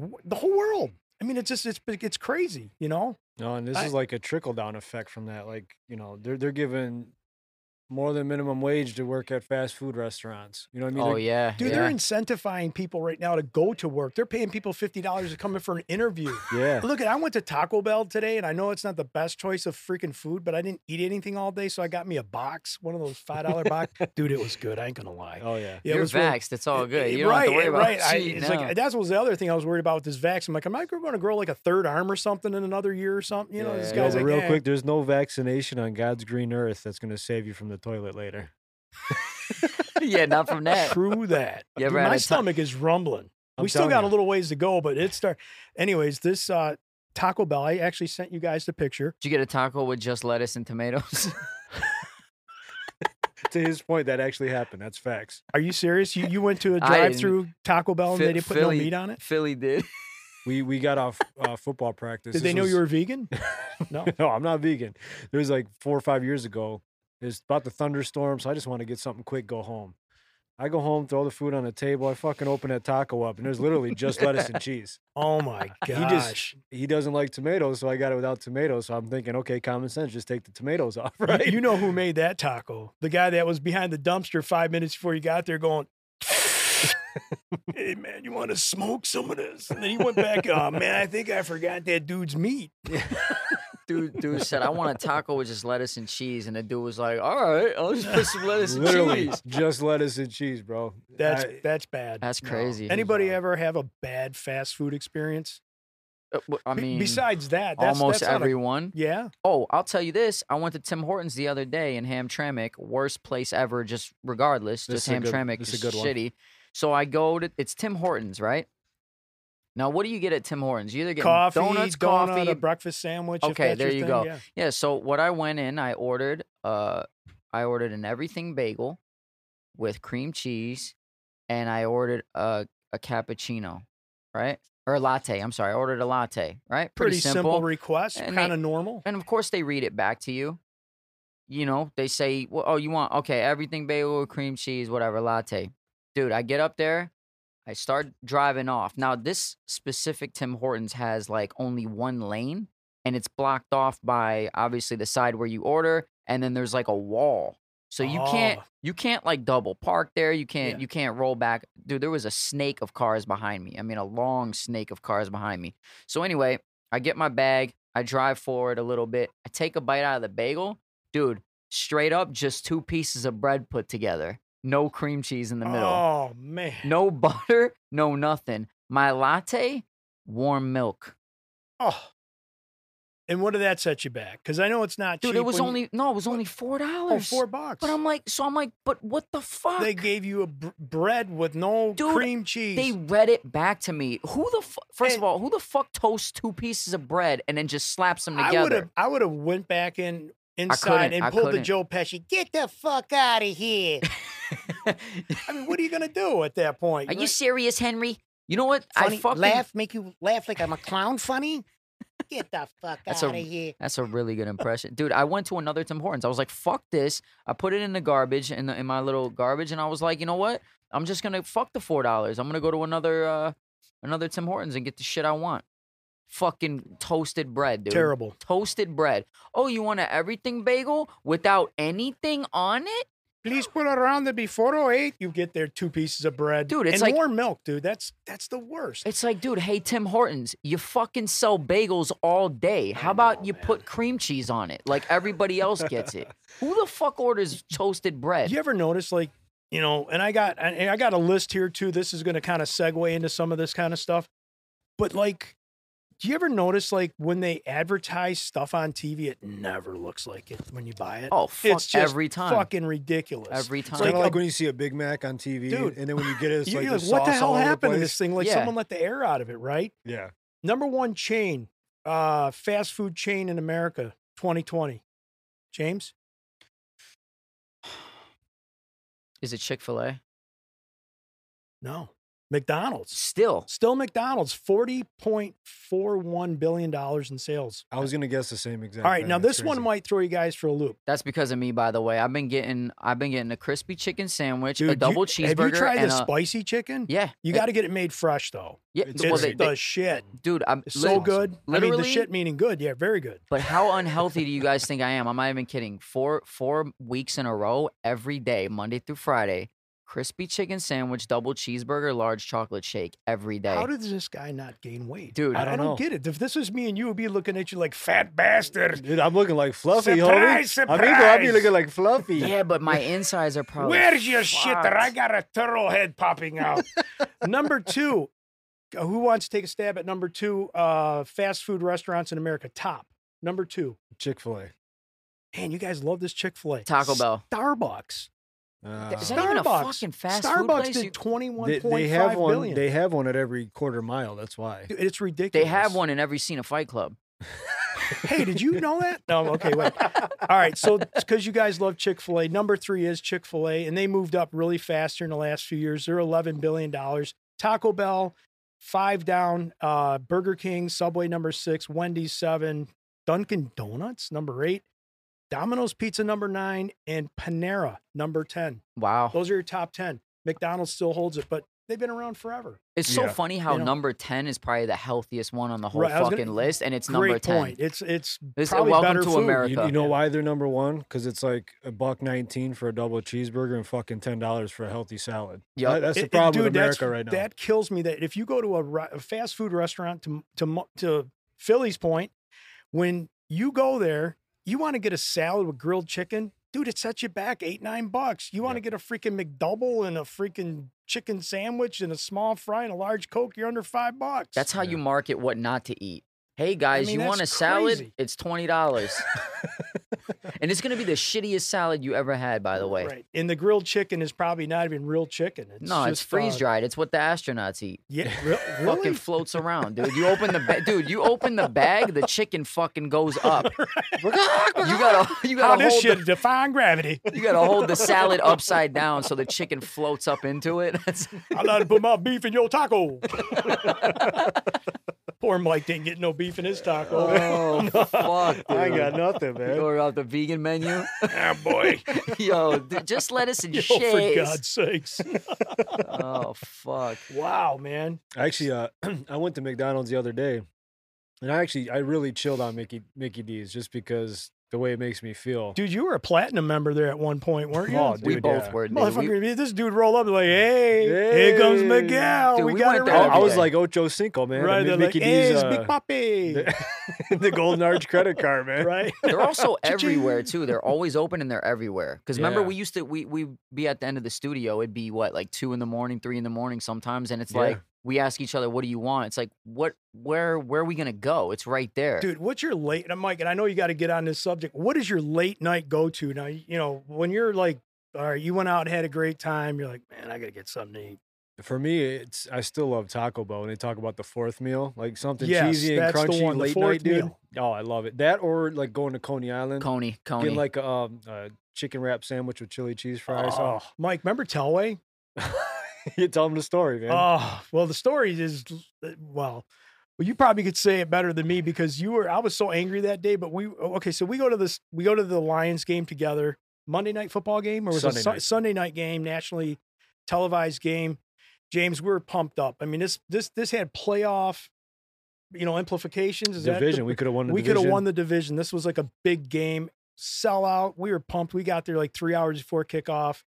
wh- the whole world i mean it's just it's it's crazy you know No, and this I- is like a trickle down effect from that. Like you know, they're they're giving more than minimum wage to work at fast food restaurants. You know what I mean? Oh They're- yeah. dude yeah. they're incentivizing people right now to go to work they're paying people $50 to come in for an interview yeah. Look, I went to Taco Bell today, and I know it's not the best choice of freaking food, but I didn't eat anything all day, so I got me a box, one of those five dollar box. Dude, it was good. I ain't gonna lie. Oh yeah. Yeah, it You're was really- vaxxed. It's all Eh, good. eh, You don't right, have to worry eh, about right. I, cheating, it's no. like that was the other thing I was worried about with this vaccine. I'm like, am I going to grow like a third arm or something in another year or something? You know, this Yeah, Yo, guy's but like, real eh. quick, there's no vaccination on God's green earth that's going to save you from the toilet later. yeah, not from that. True that. You ever Dude, had my a ti- stomach is rumbling. I'm we still telling got a you. little ways to go, but it's start. Anyways, this uh, Taco Bell, I actually sent you guys the picture. Did you get a taco with just lettuce and tomatoes? to his point, that actually happened. That's facts. Are you serious? You you went to a I- drive-through Taco Bell and Phi- they didn't put Philly- no meat on it? Philly did. We we got off uh, football practice. Did they This know was- you were vegan? No. no, I'm not vegan. There was like four or five years ago. It's about the thunderstorm, so I just want to get something quick, go home. I go home, throw the food on the table. I fucking open that taco up, and there's literally just lettuce and cheese. Oh my He gosh. just he doesn't like tomatoes, so I got it without tomatoes. So I'm thinking, okay, common sense, just take the tomatoes off, You- right? You, know who made that taco? The guy that was behind the dumpster five minutes before you got there, going, "Hey man, you want to smoke some of this?" And then he went back. Oh man, I think I forgot that dude's meat. Dude, dude said, "I want a taco with just lettuce and cheese," and the dude was like, "All right, I'll just put some lettuce and literally cheese." just lettuce and cheese, bro. That's I- that's bad. That's No. crazy. Anybody wild. ever have a bad fast food experience? Uh, w- I Be- mean, besides that, that's, almost that's not a- everyone. yeah, Oh, I'll tell you this. I went to Tim Hortons the other day in Hamtramck, worst place ever, just regardless, This just is a good- Hamtramck, this is just a good one. shitty. So I go to it's Tim Hortons, right? Now, what do you get at Tim Hortons? You either get coffee, donuts, donut, coffee. a breakfast sandwich. if Okay, that's there your you thing, go. yeah. yeah. So what I went in, I ordered, uh, I ordered an everything bagel with cream cheese, and I ordered a a cappuccino, right? Or a latte. I'm sorry, I ordered a latte, right? Pretty, simple, request, And kind of normal. and of course they read it back to you. You know, they say, well, "Oh, you want okay, everything bagel, cream cheese, whatever, latte." Dude, I get up there, I start driving off. Now, this specific Tim Hortons has like only one lane, and it's blocked off by obviously the side where you order, and then there's like a wall. So you can't Oh. you can't like double park there. You can't Yeah. you can't roll back. Dude, there was a snake of cars behind me. I mean, a long snake of cars behind me. So anyway, I get my bag, I drive forward a little bit, I take a bite out of the bagel. Dude, straight up just two pieces of bread put together. No cream cheese in the middle. Oh man, No butter, no nothing. My latte, warm milk. Oh. And what did that set you back? Because I know it's not Dude, cheap it was when you- only no, it was only four oh, dollars. four bucks. But I'm like, so I'm like, but what the fuck? they gave you a br- bread with no Dude, cream cheese. They read it back to me. Who the fu- first And- of all, who the fuck toasts two pieces of bread and then just slaps them I would have. together? I would have went back in inside couldn't, and I pulled the couldn't. Joe Pesci. Get the fuck out of here. I mean, what are you gonna do at that point? Are You're you like, serious, Henry? You know what? I funny, fucking laugh, make you laugh like I'm a clown funny? Get the fuck That's out a- of here. That's a really good impression, dude. I went to another Tim Hortons. I was like, "Fuck this!" I put it in the garbage in the, in my little garbage, and I was like, "You know what? I'm just gonna fuck the four dollars. I'm gonna go to another uh, another Tim Hortons and get the shit I want." Fucking toasted bread, dude. terrible. Toasted bread. Oh, you want an everything bagel without anything on it? Please put it around the before 08. You get there two pieces of bread, Dude, it's and like- warm milk, dude. That's that's the worst. It's like, dude, hey Tim Hortons, you fucking sell bagels all day. How about you put cream cheese on it, like everybody else gets it? Who the fuck orders toasted bread? You ever notice, like, you know, and I got and I got a list here too. This is going to kind of segue into some of this kind of stuff. But like, do you ever notice, like, when they advertise stuff on TV, it never looks like it when you buy it. Oh, fuck, it's just every time. fucking ridiculous. Every time. It's kind like of like a- when you see a Big Mac on TV, Dude, and then when you get it, it's You- like, you're there's like, what the sauce hell all over the happened to place. this thing? Like, Yeah. someone let the air out of it, right? Yeah, Number one chain, uh, fast food chain in America, 2020. James, Is it Chick Fil A? no, McDonald's. Still, Still McDonald's, $40.41 billion in sales. I was gonna guess the same exact. All right, thing. now That's this one crazy. might throw you guys for a loop. that's because of me. By the way, I've been getting, I've been getting a crispy chicken sandwich, a Dude, you- double cheeseburger, Have you tried and the a, spicy chicken? yeah, You it- got to get it made fresh, though. yeah. it's It's well, they, the they, shit. dude, I'm It's so lit- good. I mean, the Literally- shit meaning good. Yeah, very good. But how unhealthy do you guys think I am? I'm not even kidding. Four four weeks in a row, every day, Monday through Friday, crispy chicken sandwich, double cheeseburger, large chocolate shake every day. How does this guy not gain weight? Dude, I I don't, don't know. get it. If this was me and you, would be looking at you like fat bastard. Dude, I'm looking like Fluffy, Surprise, homie. Amigo, I be surprise. looking like Fluffy. yeah, but my insides are probably Where's your shitter? I fucked. got a turtle head popping out. number two, uh, who wants to take a stab at number two? Uh, fast food restaurants in America, top number two. Chick Fil A. Man, you guys love this Chick Fil A. Taco Bell. Starbucks. Is Starbucks. that even a fucking fast food Starbucks place? did You- twenty Uh, they, one they point have five one. billion. They have one at every quarter mile. That's why. Dude, it's ridiculous. They have one in every scene of Fight Club. Hey, did you know that? No, okay, wait. All right, so because you guys love Chick Fil A, number three is Chick Fil A, and they moved up really fast here in the last few years. They're eleven billion dollars. Taco Bell, five down. Uh, Burger King, Subway, number six. Wendy's, seven. Dunkin' Donuts, number eight. Domino's Pizza, number nine, and Panera, number ten. Wow. Those are your top ten. McDonald's still holds it, but they've been around forever. It's so Yeah. funny how You know- number 10 is probably the healthiest one on the whole Right, I was fucking gonna- list, and it's number Great 10. point. It's it's This- probably welcome better to food. America. You, you know why they're number one? Because it's like a buck nineteen for a double cheeseburger and fucking ten dollars for a healthy salad. Yup. That- that's It- the it- problem dude, with that's- America right now. That kills me. That if you go to a, ri- a fast food restaurant to to Mo- to Philly's point, when you go there, you want to get a salad with grilled chicken. dude, it sets you back eight, nine bucks. You want to get a freaking McDouble and a freaking chicken sandwich and a small fry and a large Coke, you're under five bucks. That's how Yeah. you market what not to eat. Hey guys, mean, you want a that's salad? crazy. It's twenty dollars, and it's gonna be the shittiest salad you ever had. By the way, Right. And the grilled chicken is probably not even real chicken. It's no, it's just, uh, freeze dried. It's what the astronauts eat. Yeah, re- Fucking really? floats around, dude. You open the ba- dude. You open the bag, the chicken fucking goes up. you gotta you How gotta this hold shit the, define gravity? you gotta hold the salad upside down so the chicken floats up into it. That's- I like to put my beef in your taco. Poor Mike didn't get no beef in his taco. oh fuck, dude. I ain't got nothing, You man. order out the vegan menu. Ah, boy. Yo, dude, just lettuce and Yo, for shit. God's sakes. Oh fuck. Wow, man. Actually, uh, I went to McDonald's the other day, and I actually I really chilled on Mickey Mickey D's just because the way it makes me feel. Dude, you were a platinum member there at one point, weren't you? Oh, we Dude, both yeah. were. dude. We- Motherfucker, this dude rolled up like, hey, here comes Hey. Miguel. Dude, we, we got it went there I, right. I was Okay. like Ocho Cinco, man. the right, Mi- they're like, Mickey hey, D's, it's Big uh, Poppy. the, the Golden Arch credit card, man. right? They're also Cha-ching. everywhere too. They're always open and they're everywhere. Because remember, Yeah. we used to we we be at the end of the studio. It'd be what like two in the morning, three in the morning sometimes, and it's Yeah. like we ask each other, "What do you want?" It's like, "What? Where? Where are we gonna go?" It's right there. Dude, what's your late? And Mike, and I know you got to get on this subject. What is your late night go to? Now, you know, when you're like, all right, you went out and had a great time, you're like, man, I got to get something to eat. For me, it's I still love Taco Bell, and they talk about the fourth meal, like something Yes, cheesy and that's the crunchy one, the late fourth night, dude. meal. Oh, I love it. That or like going to Coney Island, Coney, Coney. getting like a, um, a chicken wrap sandwich with chili cheese fries. Oh, Oh, Mike, remember Telway? you tell them the story, man. Oh, well, the story is well, well, you probably could say it better than me because you were I was so angry that day. But we oh, okay, so we go to this we go to the Lions game together, Monday night football game or was it Sunday Su- night. Sunday night game, nationally televised game. James, we were pumped up. I mean, this this this had playoff, you know, implications. Is that the- division, we could have won. The we could division. have won the division. This was like a big game sellout. We were pumped. We got there like three hours before kickoff,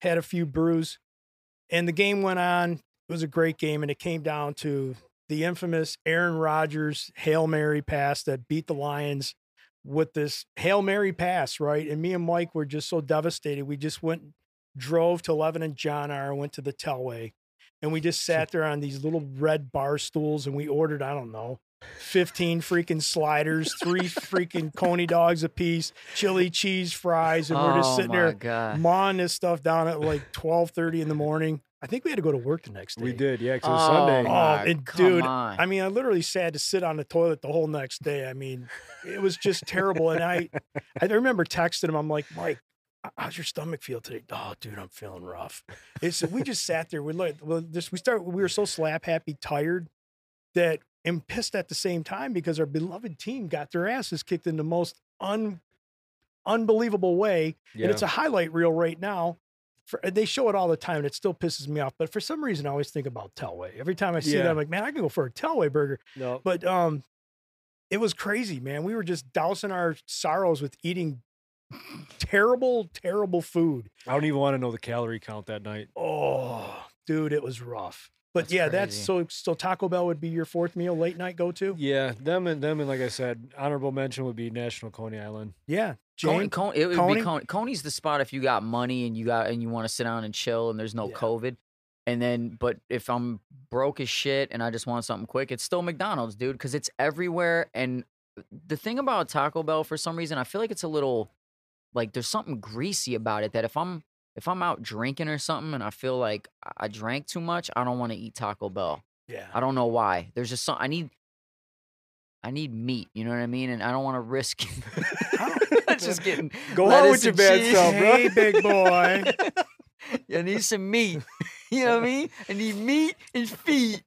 had a few brews, and the game went on. It was a great game, and it came down to the infamous Aaron Rodgers Hail Mary pass that beat the Lions with this Hail Mary pass, right? And me and Mike were just so devastated. We just went, drove to Levin and John R, went to the Telway, and we just sat there on these little red bar stools and we ordered, I don't know, 15 freaking sliders, three freaking Coney dogs apiece, chili cheese fries, and we're just Oh sitting my there god. mawing this stuff down at like 12.30 in the morning. I think we had to go to work the next day. We did, yeah. 'cause it was Oh, Sunday. my- Oh, and come dude, on. I mean, I literally sad to sit on the toilet the whole next day. I mean, it was just terrible. And I, I remember texting him. I'm like, Mike, h- how's your stomach feel today? Oh, dude, I'm feeling rough. And so we just sat there. We looked. Well, just we started. We were so slap happy, tired, that and pissed at the same time because our beloved team got their asses kicked in the most un, unbelievable way yeah. and it's a highlight reel right now. For, and they show it all the time, and it still pisses me off. But for some reason, I always think about Telway. Every time I see that, Yeah. I'm like, man, I can go for a Telway burger. no, But um, it was crazy, man. We were just dousing our sorrows with eating terrible, terrible food. I don't even want to know the calorie count that night. Oh, dude, it was rough. But That's yeah, that's crazy. so. So Taco Bell would be your fourth meal, late night go to. Yeah, them and them and like I said, honorable mention would be National Coney Island. Yeah, Coney, Jane. Coney, it would Coney? be Coney. Coney's the spot if you got money and you got and you want to sit down and chill and there's no Yeah. COVID. And then, but if I'm broke as shit and I just want something quick, it's still McDonald's, dude, because it's everywhere. And the thing about Taco Bell, for some reason, I feel like it's a little like there's something greasy about it that if I'm if I'm out drinking or something and I feel like I- I drank too much, I don't want to eat Taco Bell. Yeah, I don't know why. There's just some I need. I need meat. You know what I mean? And I don't want to risk. That's just getting. Go on with lettuce your and bad cheese. self, bro. Hey, big boy. I need some meat. You know what I mean? I need meat and feet.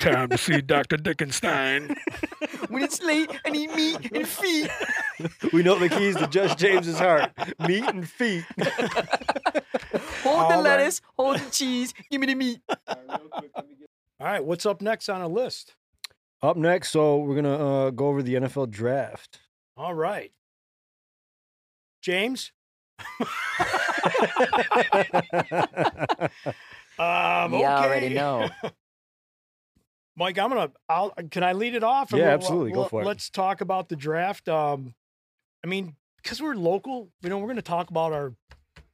Time to see Dr. Dickenstein. When it's late, I need meat and feet. We know the keys to Judge James's heart: meat and feet. Hold the All right. lettuce, hold the cheese, give me the meat. All right, what's up next on a list? Up next, so we're gonna uh, go over the NFL draft. All right, James. Um, you already okay. know. Mike. I'm gonna. I'll. Can I lead it off? And Yeah, absolutely. Go for it. Let's talk about the draft. Um, I mean, because we're local, you know, we're going to talk about our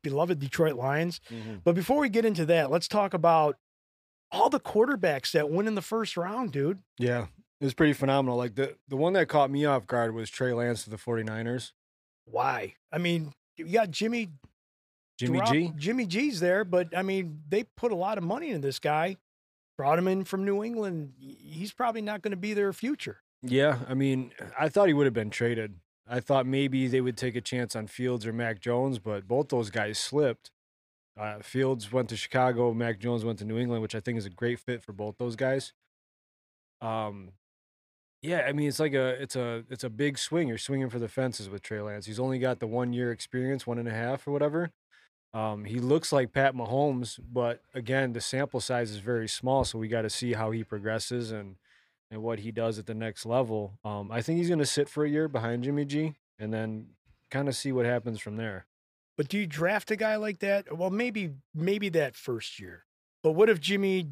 beloved Detroit Lions. Mhm. But before we get into that, let's talk about all the quarterbacks that went in the first round, dude. Yeah, it was pretty phenomenal. Like the the one that caught me off guard was Trey Lance to the 49ers. Why? I mean, you got Jimmy Jimmy Garopp- G. Jimmy G's there, but I mean, they put a lot of money into this guy. Brought him in from New England. Y- He's probably not going to be their future. Yeah, I mean, I thought he would have been traded. I thought maybe they would take a chance on Fields or Mac Jones, but both those guys slipped. Uh, Fields went to Chicago, Mac Jones went to New England, which I think is a great fit for both those guys. Um, yeah, I mean it's like a it's a it's a big swing. You're swinging for the fences with Trey Lance. He's only got the one year experience, one and a half or whatever. Um, he looks like Pat Mahomes, but again, the sample size is very small, so we got to see how he progresses and and what he does at the next level. Um, I think he's going to sit for a year behind Jimmy G and then kind of see what happens from there. But do you draft a guy like that? Well, maybe maybe that first year. But what if Jimmy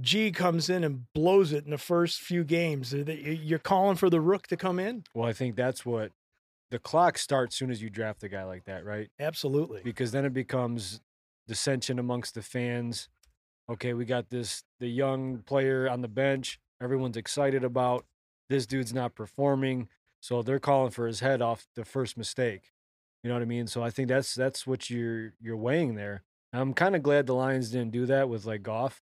G comes in and blows it in the first few games? Are they- You're calling for the rook to come in? Well, I think that's what the clock starts soon as you draft a guy like that, right? Absolutely. Because then it becomes dissension amongst the fans. Okay, we got this the young player on the bench. Everyone's excited about this dude's not performing, so they're calling for his head off the first mistake. You know what I mean? So I think that's that's what you're you're weighing there. I'm kind of glad the Lions didn't do that with like Goff.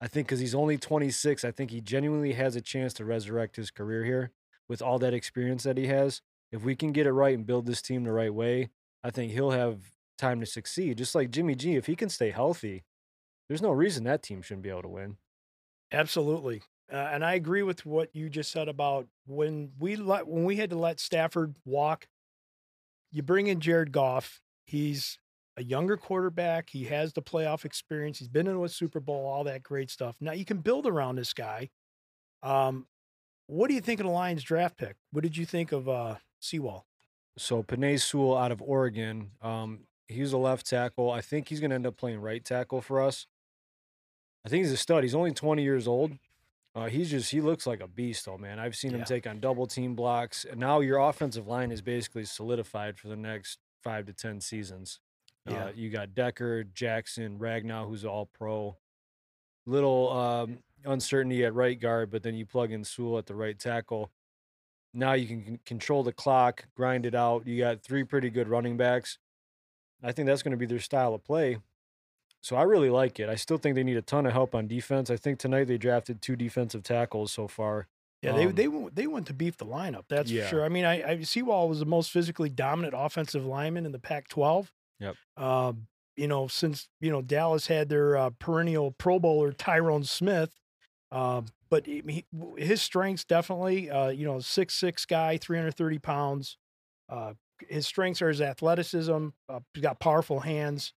I think because he's only 26, I think he genuinely has a chance to resurrect his career here with all that experience that he has. If we can get it right and build this team the right way, I think he'll have time to succeed. Just like Jimmy G, if he can stay healthy, there's no reason that team shouldn't be able to win. Absolutely. Uh, and I agree with what you just said about when we let when we had to let Stafford walk. You bring in Jared Goff. He's a younger quarterback. He has the playoff experience. He's been in a Super Bowl, all that great stuff. Now you can build around this guy. Um, what do you think of the Lions draft pick? What did you think of uh, Seawall? So Panay Sewell out of Oregon, um, he's a left tackle. I think he's going to end up playing right tackle for us. I think he's a stud. He's only 20 years old. Uh, he's just he looks like a beast, though, man. I've seen him Yeah. take on double team blocks. And now your offensive line is basically solidified for the next five to ten seasons. Yeah. Uh, you got Decker, Jackson, Ragnow, who's all pro. Little um, uncertainty at right guard, but then you plug in Sewell at the right tackle. Now you can c- control the clock, grind it out. You got three pretty good running backs. I think that's going to be their style of play. So I really like it. I still think they need a ton of help on defense. I think tonight they drafted two defensive tackles so far. Yeah, they Um, they want- they want to beef the lineup. That's Yeah. for sure. I mean, I, I Seawall was the most physically dominant offensive lineman in the Pac-12. Yep. Um, you know, since you know Dallas had their uh, perennial Pro Bowler Tyrone Smith, um, but he, he- w- his strengths definitely, uh, you know, six six guy, three hundred thirty pounds. Uh, his strengths are his athleticism. Uh, he's got powerful hands.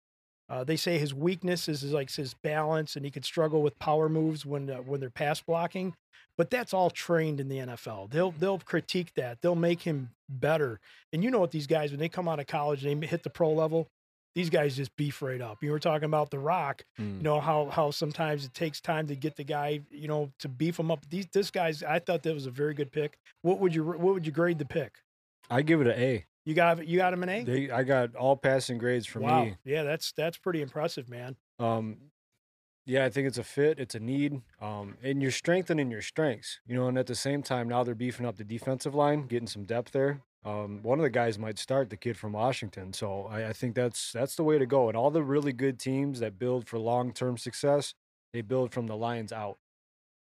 Uh, they say his weakness is, is like his balance, and he could struggle with power moves when uh, when they're pass blocking but that's all trained in the NFL. They'll Mm-hmm. they'll critique that. They'll make him better. And you know what these guys when they come out of college and they hit the pro level, these guys just beef right up. You were talking about The Rock, you know Mm-hmm. how how sometimes it takes time to get the guy, you know, to beef him up. These this guy's I thought that was a very good pick. What would you what would you grade the pick? I give it an A. You got you got him an A? They, I got all passing grades for wow. me. Yeah, that's that's pretty impressive, man. Um, yeah, I think it's a fit. It's a need. Um, and you're strengthening your strengths, you know. And at the same time, now they're beefing up the defensive line, getting some depth there. Um, one of the guys might start, the kid from Washington. So I, I think that's that's the way to go. And all the really good teams that build for long term success, they build from the Lions out.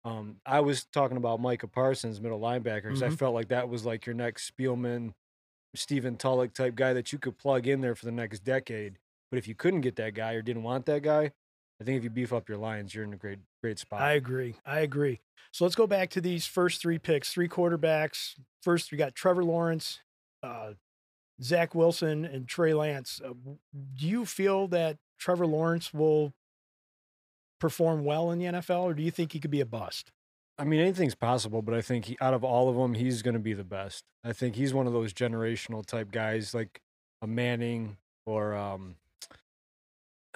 Um, I was talking about Micah Parsons, middle linebacker, 'cause I Mhm. felt like that was like your next Spielman, Stephen Tulloch type guy that you could plug in there for the next decade. But if you couldn't get that guy or didn't want that guy, I think if you beef up your lines, you're in a great great spot. I agree. I agree. So let's go back to these first three picks, three quarterbacks. First, we got Trevor Lawrence, uh, Zach Wilson, and Trey Lance. Uh, w- do you feel that Trevor Lawrence will perform well in the NFL, or do you think he could be a bust? I mean, anything's possible, but I think he, out of all of them, he's going to be the best. I think he's one of those generational type guys, like a Manning or um,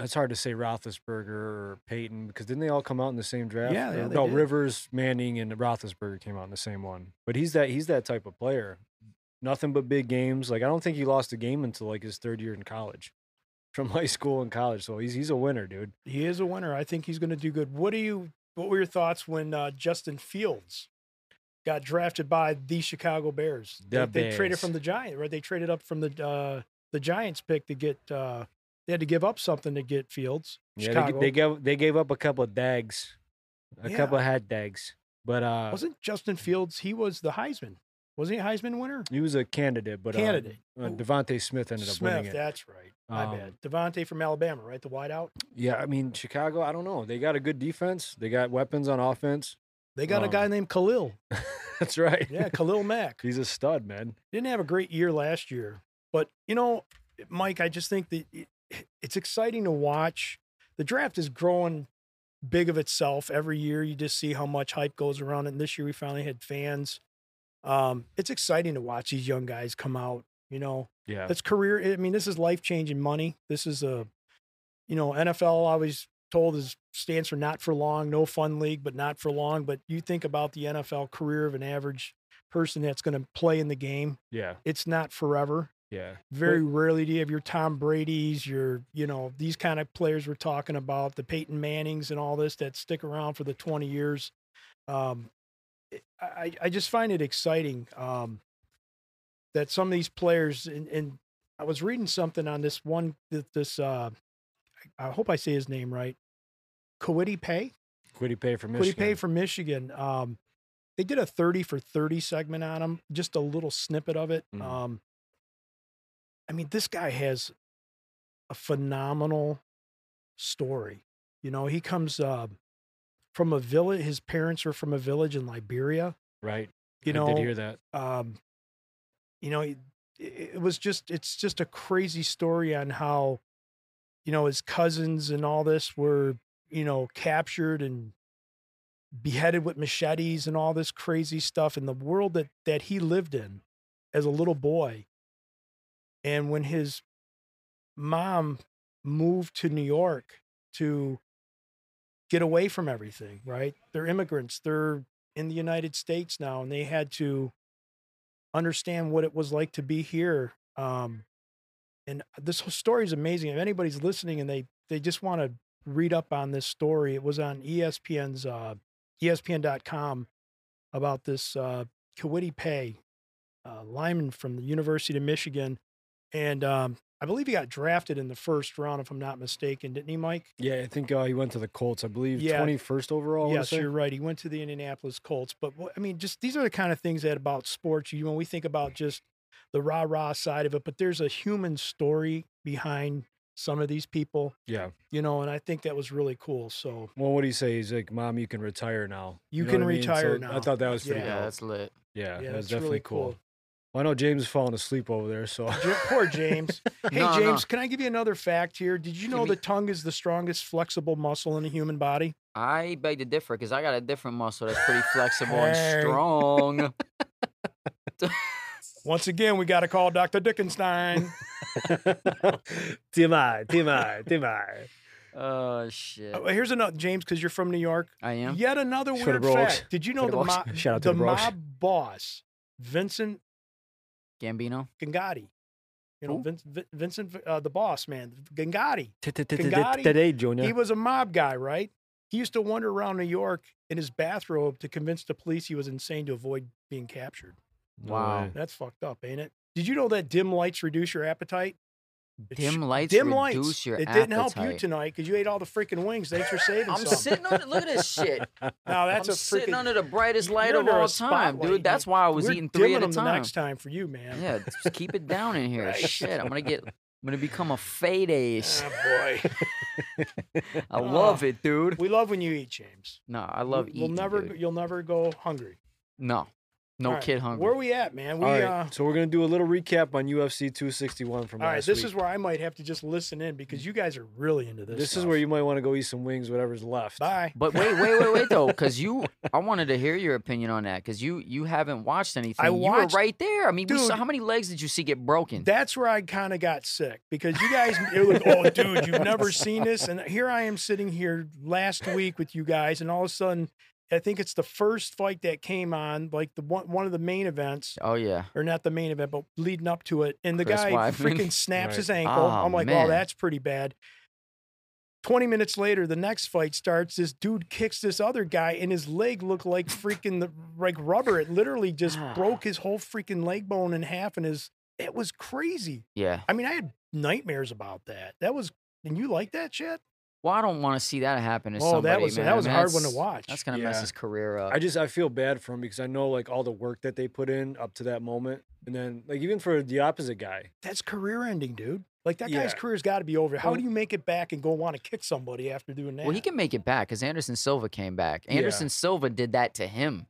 it's hard to say Roethlisberger or Peyton because didn't they all come out in the same draft? Yeah, yeah, Or- they no, did. Rivers, Manning, and Roethlisberger came out in the same one. But he's that he's that type of player. nothing but big games. Like I don't think he lost a game until like his third year in college, from high school and college. So he's he's a winner, dude. He is a winner. I think he's going to do good. What do you? What were your thoughts when uh, Justin Fields got drafted by the Chicago Bears? The they, they traded Bears. from the Giants, right? They traded up from the uh, the Giants pick to get. Uh, they had to give up something to get Fields. Yeah, they, Chicago g- they gave they gave up a couple of dags, a Yeah. couple of hat dags. But uh, wasn't Justin Fields. He was the Heisman. Wasn't he a Heisman winner? he was a candidate, but Candidate. uh, uh, Ooh. Devontae Smith ended up winning Smith, it. that's right. My Um, bad. Devontae from Alabama, right? The wideout. Yeah, I mean Chicago. I don't know. They got a good defense. They got weapons on offense. They got a um, guy named Khalil. That's right. Yeah, Khalil Mack. he's a stud, man. Didn't have a great year last year, but you know, Mike, I just think that it, it's exciting to watch. The draft is growing big of itself every year. You just see how much hype goes around it. And this year we finally had fans. Um, it's exciting to watch these young guys come out, you know, Yeah, That's career. I mean, this is life changing money. This is a, you know, NFL always told is stands for not for long, no fun league, but not for long. But you think about the NFL career of an average person that's going to play in the game. yeah, It's not forever. yeah. Very rarely do you have your Tom Brady's, your, you know, these kind of players we're talking about, the Peyton Mannings and all this that stick around for the 20 years. Um, it- I, I- I just find it exciting um, that some of these players, and, and I was reading something on this one, th- this, uh, I I hope I say his name right, Kawiti Pay. Quiddy Pay for Quiddy Michigan. Pay from Michigan. Um, they did a 30 for 30 segment on him, just a little snippet of it. Mhm. Um, I mean, this guy has a phenomenal story. You know, he comes uh, from a village, his parents are from a village in Liberia. right? You I know, did hear that. um, you know, it, it was just it's just a crazy story on how, you know, his cousins and all this were you know captured and beheaded with machetes and all this crazy stuff in the world that that he lived in as a little boy. And when his mom moved to New York to get away from everything, right? They're immigrants. They're in the United States now and they had to understand what it was like to be here. Um, and this whole story is amazing. If anybody's listening and they they just want to read up on this story, it was on ESPN's uh, ESPN.com about this uh, Kawiti Pay uh, lineman from the University of Michigan, and um, I believe he got drafted in the first round, if I'm not mistaken, didn't he, Mike? Yeah, I think uh, he went to the Colts. I believe Yeah. twenty first overall. I wanna yes, say. you're right. He went to the Indianapolis Colts, but wh- I mean, just these are the kind of things that about sports. You when we think about just the rah rah side of it, but there's a human story behind some of these people, yeah. you know, and I think that was really cool. So Well, what do you say? He's like, "Mom, you can retire now. You know can what I mean? retire So I now. thought that was Yeah, pretty yeah, dope. that's lit. Yeah, yeah, that was that's definitely really cool. cool. Well, I know James is falling asleep over there, so Ja- Poor James. Hey, No, no. James, can I give you another fact here? Did you Give know me- the tongue is the strongest flexible muscle in the human body? I beg to differ because I got a different muscle that's pretty flexible and Hey. strong. Once again, we got to call Dr. Dickenstein. TMI, TMI, TMI. Oh shit! Uh, Here's another, James, because you're from New York. I am. Yet another For the weird Bronx. fact. Did you For know the the, Bronx. mob, Shout out to the the Bronx. mob boss, Vincent Gambino. Gengati? You know, Who? Vince, Vin- Vincent, uh, the boss man, Gengati. Gotti, Today, He Junior. was a mob guy, right? He used to wander around New York in his bathrobe to convince the police he was insane to avoid being captured. No Wow. way. That's fucked up, ain't it? Did you know that dim lights reduce your appetite? It sh- Dim lights. dim reduce lights. Your it didn't help you appetite. tonight because you ate all the freaking wings. Thanks for saving I'm some. sitting on. Look at this shit. Now that's I'm a sitting freking. under the brightest light You're of under all a time, spotlight, dude. That's why I was We're eating three dimming at a them the time. next time for you, man. Yeah, just keep it down in here. Right. Shit, I'm gonna get. I'm gonna become a fade ace. Ah, boy. I love it, dude. We love when you eat, James. No, I love We- eating. We'll never, dude. you'll never go hungry. No, no All right, kid hungry. Where we at, man? We. All right, uh, so we're gonna do a little recap on UFC 261 from all last right. This week. is where I might have to just listen in because you guys are really into this. this is stuff. where you might want to go eat some wings, whatever's left. Bye. But wait, wait, wait, wait though, because you, I wanted to hear your opinion on that, because you, you haven't watched anything. watched- you were right there. I mean, we saw, Dude. how many legs did you see get broken? That's where I kind of got sick because you guys, it was, oh, dude, you've never seen this. And here I am sitting here last week with you guys, and all of a sudden I think it's the first fight that came on, like the one one of the main events, Oh yeah. or not the main event, but leading up to it. And the Chris guy Weidman. freaking snaps Right. his ankle. Oh, I'm like, man. well, that's pretty bad. 20 minutes later, the next fight starts. This dude kicks this other guy, and his leg looked like freaking the, like rubber. It literally just Ah. broke his whole freaking leg bone in half, and his it was crazy. Yeah. I mean, I had nightmares about that. That was, and you like that shit? Well, I don't want to see that happen to oh, somebody, that was man. that I was mean, a hard one to that's- watch. That's gonna mess Yeah. his career up. I just I feel bad for him because I know like all the work that they put in up to that moment, and then like even for the opposite guy, that's career ending, dude. Like that guy's Yeah. career's got to be over. How Well- do you make it back and go want to kick somebody after doing that? well, he can make it back because Anderson Silva came back. Yeah. Anderson Silva did that to him.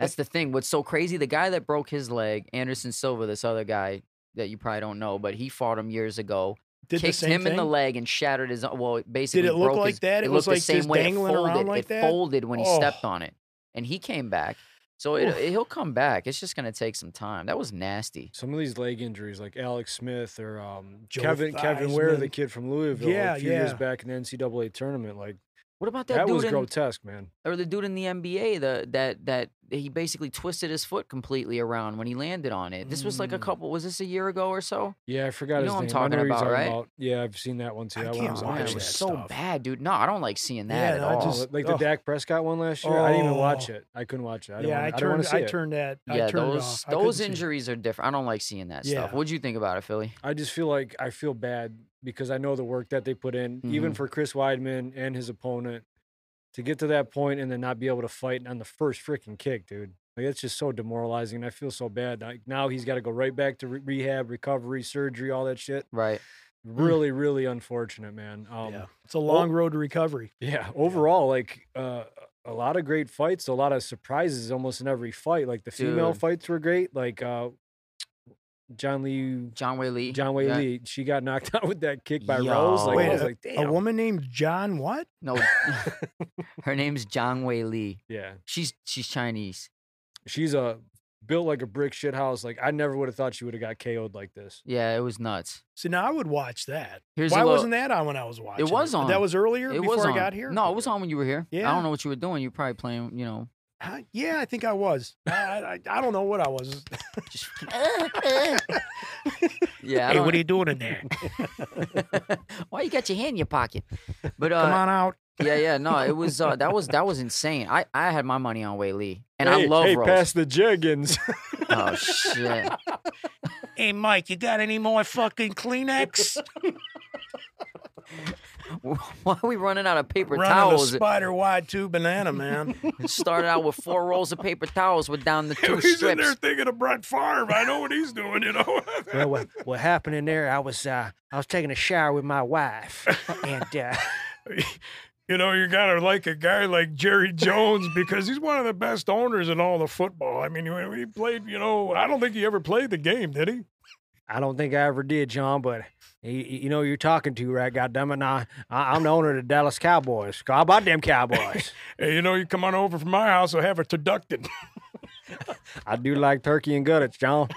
That's the thing. What's so crazy? The guy that broke his leg, Anderson Silva, this other guy that you probably don't know, but he fought him years ago. did the kicked same him thing. in the leg and shattered his. Well, it basically, look broke like his- that? It, It looked was the like same just way. dangling it around folded. like it that? folded when he Oh. stepped on it, and he came back. So it, Oof. he'll come back. It's just gonna take some time. That was nasty. some of these leg injuries like Alex Smith or um, Joe Kevin Kevin Ware, the Theismann. kid from Louisville, Yeah, a few years yeah. back in the NCAA tournament, like What about that, that, dude was in, grotesque, man. or the dude in the NBA? The that that he basically twisted his foot completely around when he landed on it. This was like a Mm. couple. Was this a year ago or so? Yeah, I forgot You his know what I'm name. I know talking who you're about, right? Yeah, I've seen that one too. I That one can't was watch Man, awful. it was that so stuff. bad, dude. No, I don't like seeing that Yeah, at no, I all. just- like the ugh. Dak Prescott one last year. I didn't even watch Oh. it. I couldn't watch it. I yeah, don't I want turned. to see I it. turned that. I yeah, turned it those off. I couldn't those see it. injuries are different. I don't like seeing that stuff. Yeah. What'd you think about it, Philly? I just feel like I feel bad because I know the work that they put in, even Mhm. for Chris Weidman and his opponent, to get to that point and then not be able to fight on the first freaking kick, dude. Like that's just so demoralizing. And I feel so bad. Like now he's got to go right back to re- rehab, recovery, surgery, all that shit. Right. Mm. Really, really unfortunate, man. Um, yeah, it's a long road to recovery. Yeah, overall, like uh, a lot of great fights, a lot of surprises almost in every fight. Like the female Dude. fights were great. Like uh, John Lee, John Way Lee. John Way Yeah. Lee, she got knocked out with that kick by Rose. Like Wait, I was a- like, damn. A woman named John what? No, her name's Zhang Wei Li. yeah, She's she's Chinese. she's a built like a brick shit house. Like I never would have thought she would have got KO'd like this. Yeah, it was nuts. So now I would watch that. Here's a Why little, wasn't that on when I was watching? was on. That was earlier It before was on. I got here. No, it was on when you were here. I Yeah. don't know what you were doing. You were probably playing. You know, Huh? Yeah, I think I was. I, I, I don't know what I was. just. Hey, yeah. I what don't- are you doing in there? Why you got your hand in your pocket? But Come uh, on out. yeah, yeah, no, it was uh, that was that was insane. I I had my money on Way Lee, and I Hey, love hey, Rose. pass the Jiggins. Oh shit. Hey, Mike, you got any more fucking Kleenex? Why are we running out of paper Running a towels? spider wide two banana man. It started out with four rolls of paper towels with down the two He's in there strips. thinking of Brett Favre. I know what he's doing, you know. Well, what, what happened in there? I was uh, I was taking a shower with my wife, and uh, you know, you gotta like a guy like Jerry Jones because he's one of the best owners in all the football. I mean, he- he played. You know, I don't think he ever played the game, did he? I don't think I ever did, John. But you, you know, who you're talking to right, goddammit. And I, I I'm the owner of the Dallas Cowboys. How about them Cowboys? Hey, you know, you come on over from my house, I'll have it deducted. I do like turkey and gutters, John.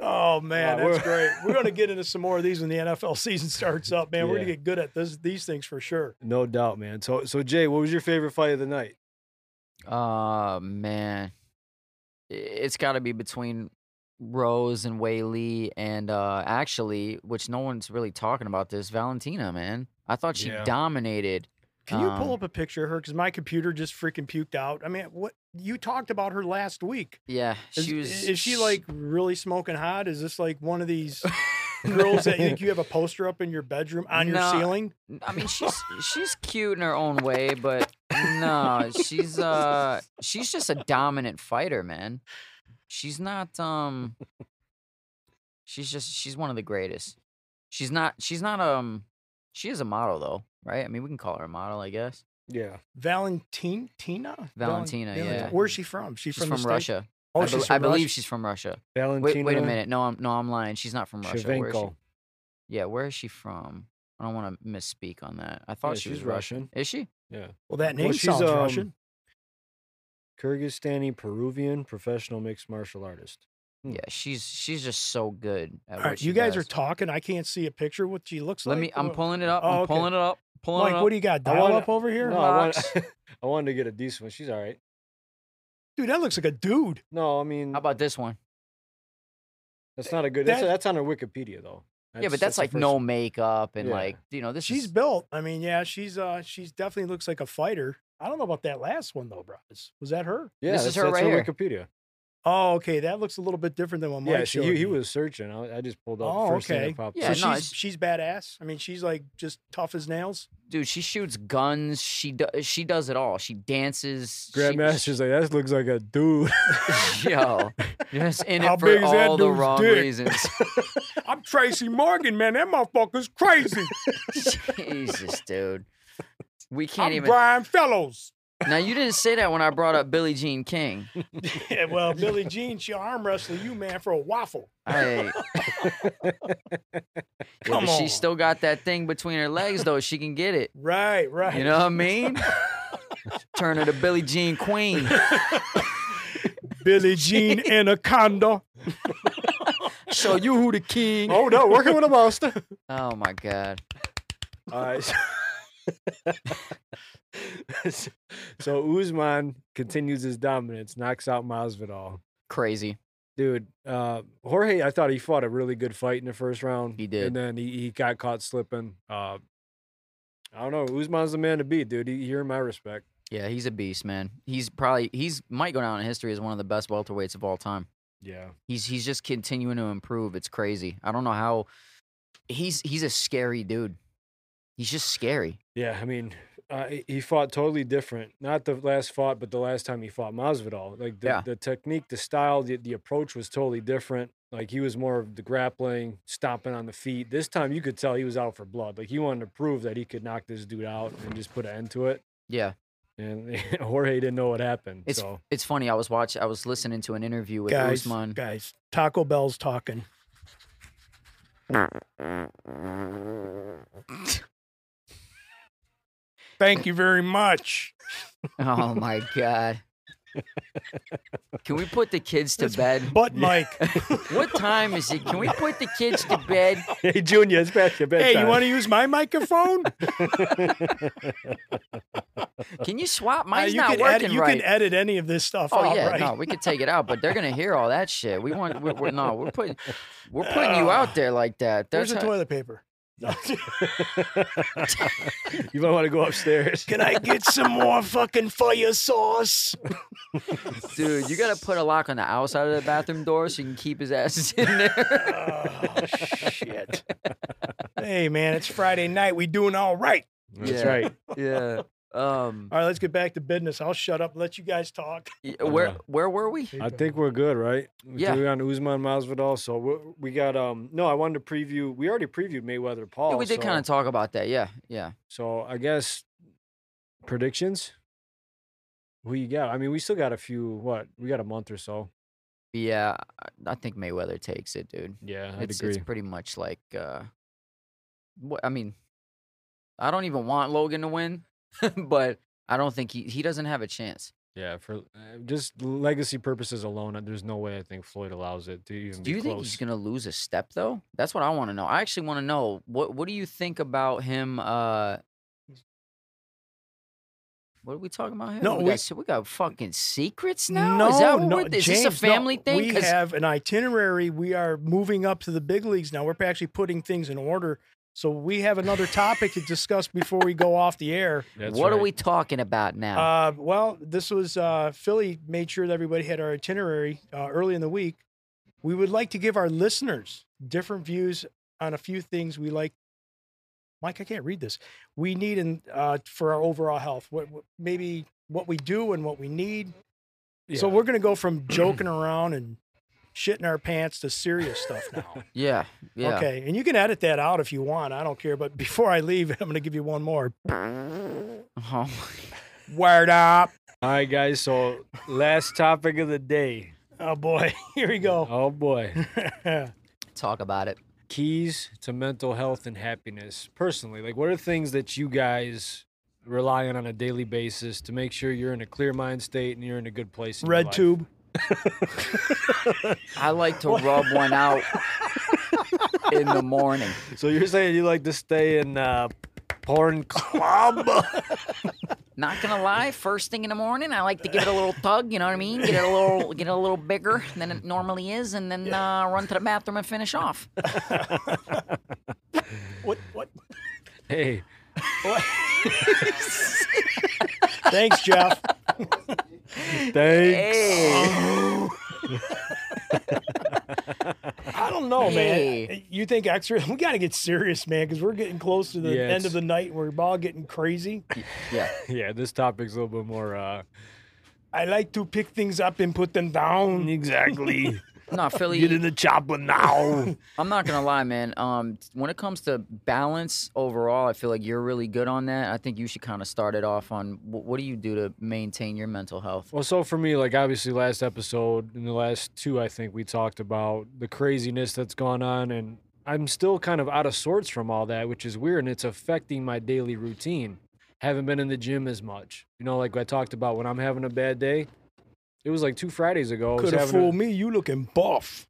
Oh man, Wow, that's great. We're going to get into some more of these when the NFL season starts up, man. We're going to Yeah. get good at this, these things for sure. No doubt, man. So, so Jay, what was your favorite fight of the night? Oh man, I- it's got to be between Rose and Wei Lee, and uh, actually, which no one's really talking about this, Valentina. Man, I thought she Yeah. dominated. Can you Um, pull up a picture of her? Because my computer just freaking puked out. I mean, what you talked about her last week? Yeah, Is, she was. is she like really smoking hot? Is this like one of these girls that you think you have a poster up in your bedroom on your No. ceiling? I mean, she's she's cute in her own way, but no, she's uh, she's just a dominant fighter, man. She's not um, she's just she's one of the greatest. She's not she's not um, she is a model though, right? I mean, we can call her a model, I guess. Yeah, Valentina? Tina? Valentina, yeah. Where's she from? She She's from, from, the States? Russia. Oh, I, she's bel- from I believe Russia? she's from Russia. Wait, Valentina. wait a minute. No, I'm no, I'm lying. She's not from Russia. Where is she? Shevchenko. Yeah, where is she from? I don't want to misspeak on that. I thought Yeah, she was she's Russian. Russian. Is she? Yeah. Well, that name Well, she's, sounds um, Russian. Kyrgyzstani Peruvian professional mixed martial artist. Hmm. Yeah, she's she's just so good. At All what right, she Uh, you guys does. are talking. I can't see a picture of what she looks Let like. me. I'm Wha- pulling it up. Oh, I'm okay. pulling it up. Pulling Mike, it up. what do you got? I Dial wanna- up over here? No, I want, Relax. I wanted to get a decent one. She's all right. Dude, that looks like a dude. No, I mean How about this one? that's not a good. That's, that- that's on her Wikipedia though. yeah, but that's, the like first no one. makeup and Yeah. like you know this. She's is, built. I mean, yeah, she's uh she's definitely looks like a fighter. I don't know about that last one though, bro. Was that her? Yeah, This is that's, her that's right here. Wikipedia. Oh, okay. That looks a little bit different than what Mike yeah, showed she, he, he me. was searching. I, I just pulled up Oh, the first thing okay. that popped. Yeah, up. so no, she's it's- she's badass. I mean, she's like just tough as nails. dude. She shoots guns. She do, she does it all. She dances. she- Grandmaster's like that looks like a dude. Yo, just in How it big for is that all the dude's wrong dick? reasons. I'm Tracy Morgan, man. That motherfucker's crazy. Jesus, dude. We can't I'm even. Brian Fellows. Now you didn't say that when I brought up Billie Jean King. yeah, well, Billie Jean, she arm wrestle you, man, for a waffle. Hey. Come she on. still got that thing between her legs, though. She can get it. Right, right. You know what I mean? Turn her to Billie Jean Queen. Billie Jean Anaconda. Show you who the king. oh no, working with a monster. Oh my god. All right. so so Usman continues his dominance, knocks out Masvidal. Crazy. Dude, uh, Jorge, I thought he fought a really good fight in the first round. He did. And then he, he got caught slipping. Uh, I don't know. Usman's the man to beat, dude. He, you're my respect. Yeah, he's a beast, man. He's probably he's might go down in history as one of the best welterweights of all time. Yeah. He's he's just continuing to improve. It's crazy. I don't know how he's he's a scary dude. He's just scary. Yeah, I mean, uh, he- he fought totally different. Not the last fought, but the last time he fought Masvidal. Like the, Yeah. the technique, the style, the, the approach was totally different. Like he was more of the grappling, stomping on the feet. This time you could tell he was out for blood. Like he wanted to prove that he could knock this dude out and just put an end to it. Yeah. And Jorge didn't know what happened. It's so it's funny. I was watching I was listening to an interview with guys, Usman. guys, Taco Bell's talking. Thank you very much. Oh my god. Can we put the kids to bed? But Mike, What time is it? Can we put the kids to bed? hey, Junior, it's past your bedtime. hey, you want to use my microphone? Can you swap? Uh, Mine's you not can working edit, You right. can edit any of this stuff Oh out, yeah, right? no, we could take it out, but they're gonna hear all that shit. We want, we're, we're no, we're putting, we're putting you out there like that. Where's There's the a toilet paper? you might want to go upstairs. Can I get some more fucking fire sauce? dude. You gotta put a lock on the outside of the bathroom door so you can keep his ass in there. Oh, shit. Hey, man, it's Friday night. We doing all right. That's Yeah. right. yeah. Um. All right, let's get back to business. I'll shut up and let you guys talk. y- Where Yeah. where were we? I think we're good, right? Yeah. We're on Usman Masvidal. So we we got um. No, I wanted to preview. We already previewed Mayweather Paul. Yeah, we did oh, so, kind of talk about that. Yeah. Yeah. So I guess predictions. Who you got? I mean, we still got a few. What we got a month or so. Yeah. I- I think Mayweather takes it, dude. Yeah, I'd it's agree. it's pretty much like, uh, what I mean, I don't even want Logan to win, but I don't think he he doesn't have a chance. yeah, for uh, just legacy purposes alone, uh, there's no way I think Floyd allows it to even Do be you think close. he's gonna lose a step though? That's what I want to know. I actually want to know what what do you think about him? Uh, what are we talking about here? No, we, we- got, so we got fucking secrets now. is that what we're, is this a James, no, family thing? We 'Cause- have an itinerary. We are moving up to the big leagues now. We're actually putting things in order. So we have another topic to discuss before we go off the air. That's what are right. we talking about now? Uh, well, this was uh, Philly made sure that everybody had our itinerary uh, early in the week. We would like to give our listeners different views on a few things we like. Mike, I can't read this. We need in uh, for our overall health. What, what maybe what we do and what we need. So Yeah. we're gonna go from joking around and shitting our pants to serious stuff now. yeah, yeah. Okay, and you can edit that out if you want. I don't care. But before I leave, I'm gonna give you one more. Oh, Wired up. All right, guys. So last topic of the day. Oh boy, here we go. Oh boy. talk about it. keys to mental health and happiness personally like what are things that you guys rely on on a daily basis to make sure you're in a clear mind state and you're in a good place in your Red life? tube. I like to rub one out in the morning. so you're saying you like to stay in uh porn club Not gonna lie, first thing in the morning, I like to give it a little tug. You know what I mean? Get it a little, get it a little bigger than it normally is, and then uh, run to the bathroom and finish off. What? What? Hey, Thanks, Jeff. thanks. Hey, I don't know, man. Hey. You think extra? We got to get serious, man, because we're getting close to the Yeah, end it's- of the night. and We're all getting crazy. yeah, Yeah, this topic's a little bit more. uh I like to pick things up and put them down. Exactly. no, Philly. the chopper now. I'm not gonna lie, man. Um, when it comes to balance overall, I feel like you're really good on that. I think you should kind of start it off on wh- what do you do to maintain your mental health? Well, so for me, like obviously last episode in the last two, I think we talked about the craziness that's gone on, and I'm still kind of out of sorts from all that, which is weird, and it's affecting my daily routine. Haven't been in the gym as much, you know. Like I talked about, when I'm having a bad day, it was like two Fridays ago. I was Could have having a- fooled me. You looking buff?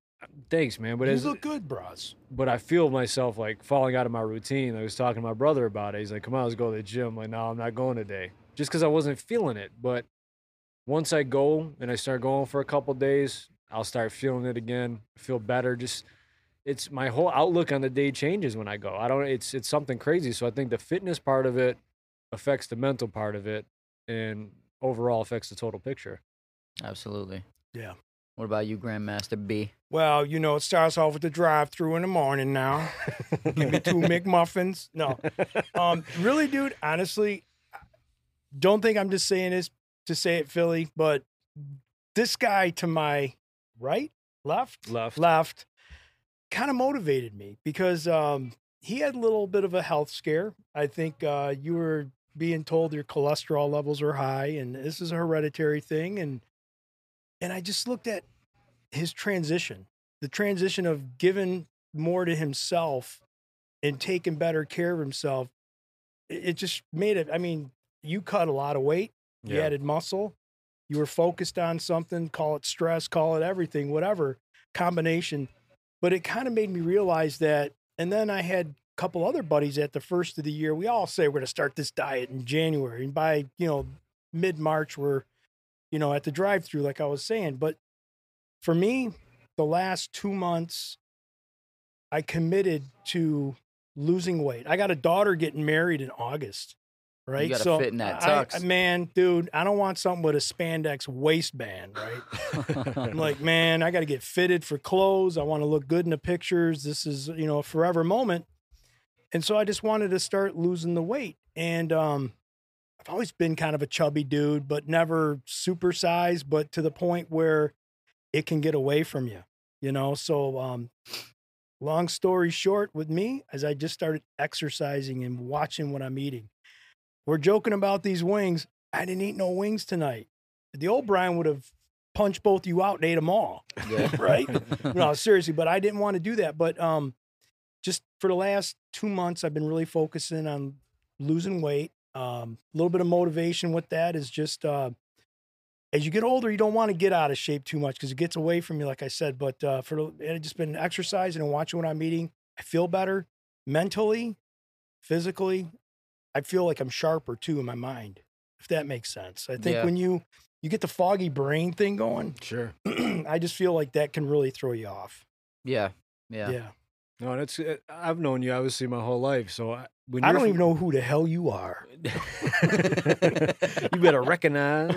Thanks, man. But you as look good, bros. but I feel myself like falling out of my routine. I was talking to my brother about it. He's like, "Come on, let's go to the gym." I'm like, no, I'm not going today, just because I wasn't feeling it. But once I go and I start going for a couple days, I'll start feeling it again. Feel better. Just it's my whole outlook on the day changes when I go. I don't. It's it's something crazy. So I think the fitness part of it affects the mental part of it, and overall affects the total picture. Absolutely. Yeah. What about you, Grandmaster B? Well, you know, it starts off with the drive-through in the morning. Now, give me two McMuffins. No, um, really, dude. Honestly, don't think I'm just saying this to say it, Philly. But this guy to my right, left, Left. left kind of motivated me because um, he had a little bit of a health scare. I think uh, you were being told your cholesterol levels are high, and this is a hereditary thing. And and I just looked at his transition, the transition of giving more to himself and taking better care of himself. It, it just made it. I mean, you cut a lot of weight you added muscle you were focused on something call it stress call it everything whatever combination but it kind of made me realize that and then i had a couple other buddies at the first of the year we all say we're going to start this diet in january and by you know mid-march we're you know at the drive-through like i was saying but for me the last two months i committed to losing weight i got a daughter getting married in august right gotta fit in that I- tux. man dude i don't want something with a spandex waistband right I'm like, man, I got to get fitted for clothes. I want to look good in the pictures. This is, you know, a forever moment. And so I just wanted to start losing the weight. And um, I've always been kind of a chubby dude, but never supersized, but to the point where it can get away from you, you know? So, um, long story short, with me, as I just started exercising and watching what I'm eating, we're joking about these wings. I didn't eat no wings tonight. The old Brian would have punched both you out and ate them all Yeah. right? no, seriously, but I didn't want to do that. But um, just for the last two months, I've been really focusing on losing weight. Um, a little bit of motivation with that is just uh, as you get older, you don't want to get out of shape too much because it gets away from you, like I said. But uh, for the- and I've just been exercising and watching what I'm eating. I feel better mentally, physically. I feel like I'm sharper too in my mind, if that makes sense. I think Yeah. when you you get the foggy brain thing going, Sure. I just feel like that can really throw you off. Yeah. Yeah. Yeah. No, that's. I've known you obviously my whole life, so I, when I you're don't fr- even know who the hell you are. you better recognize.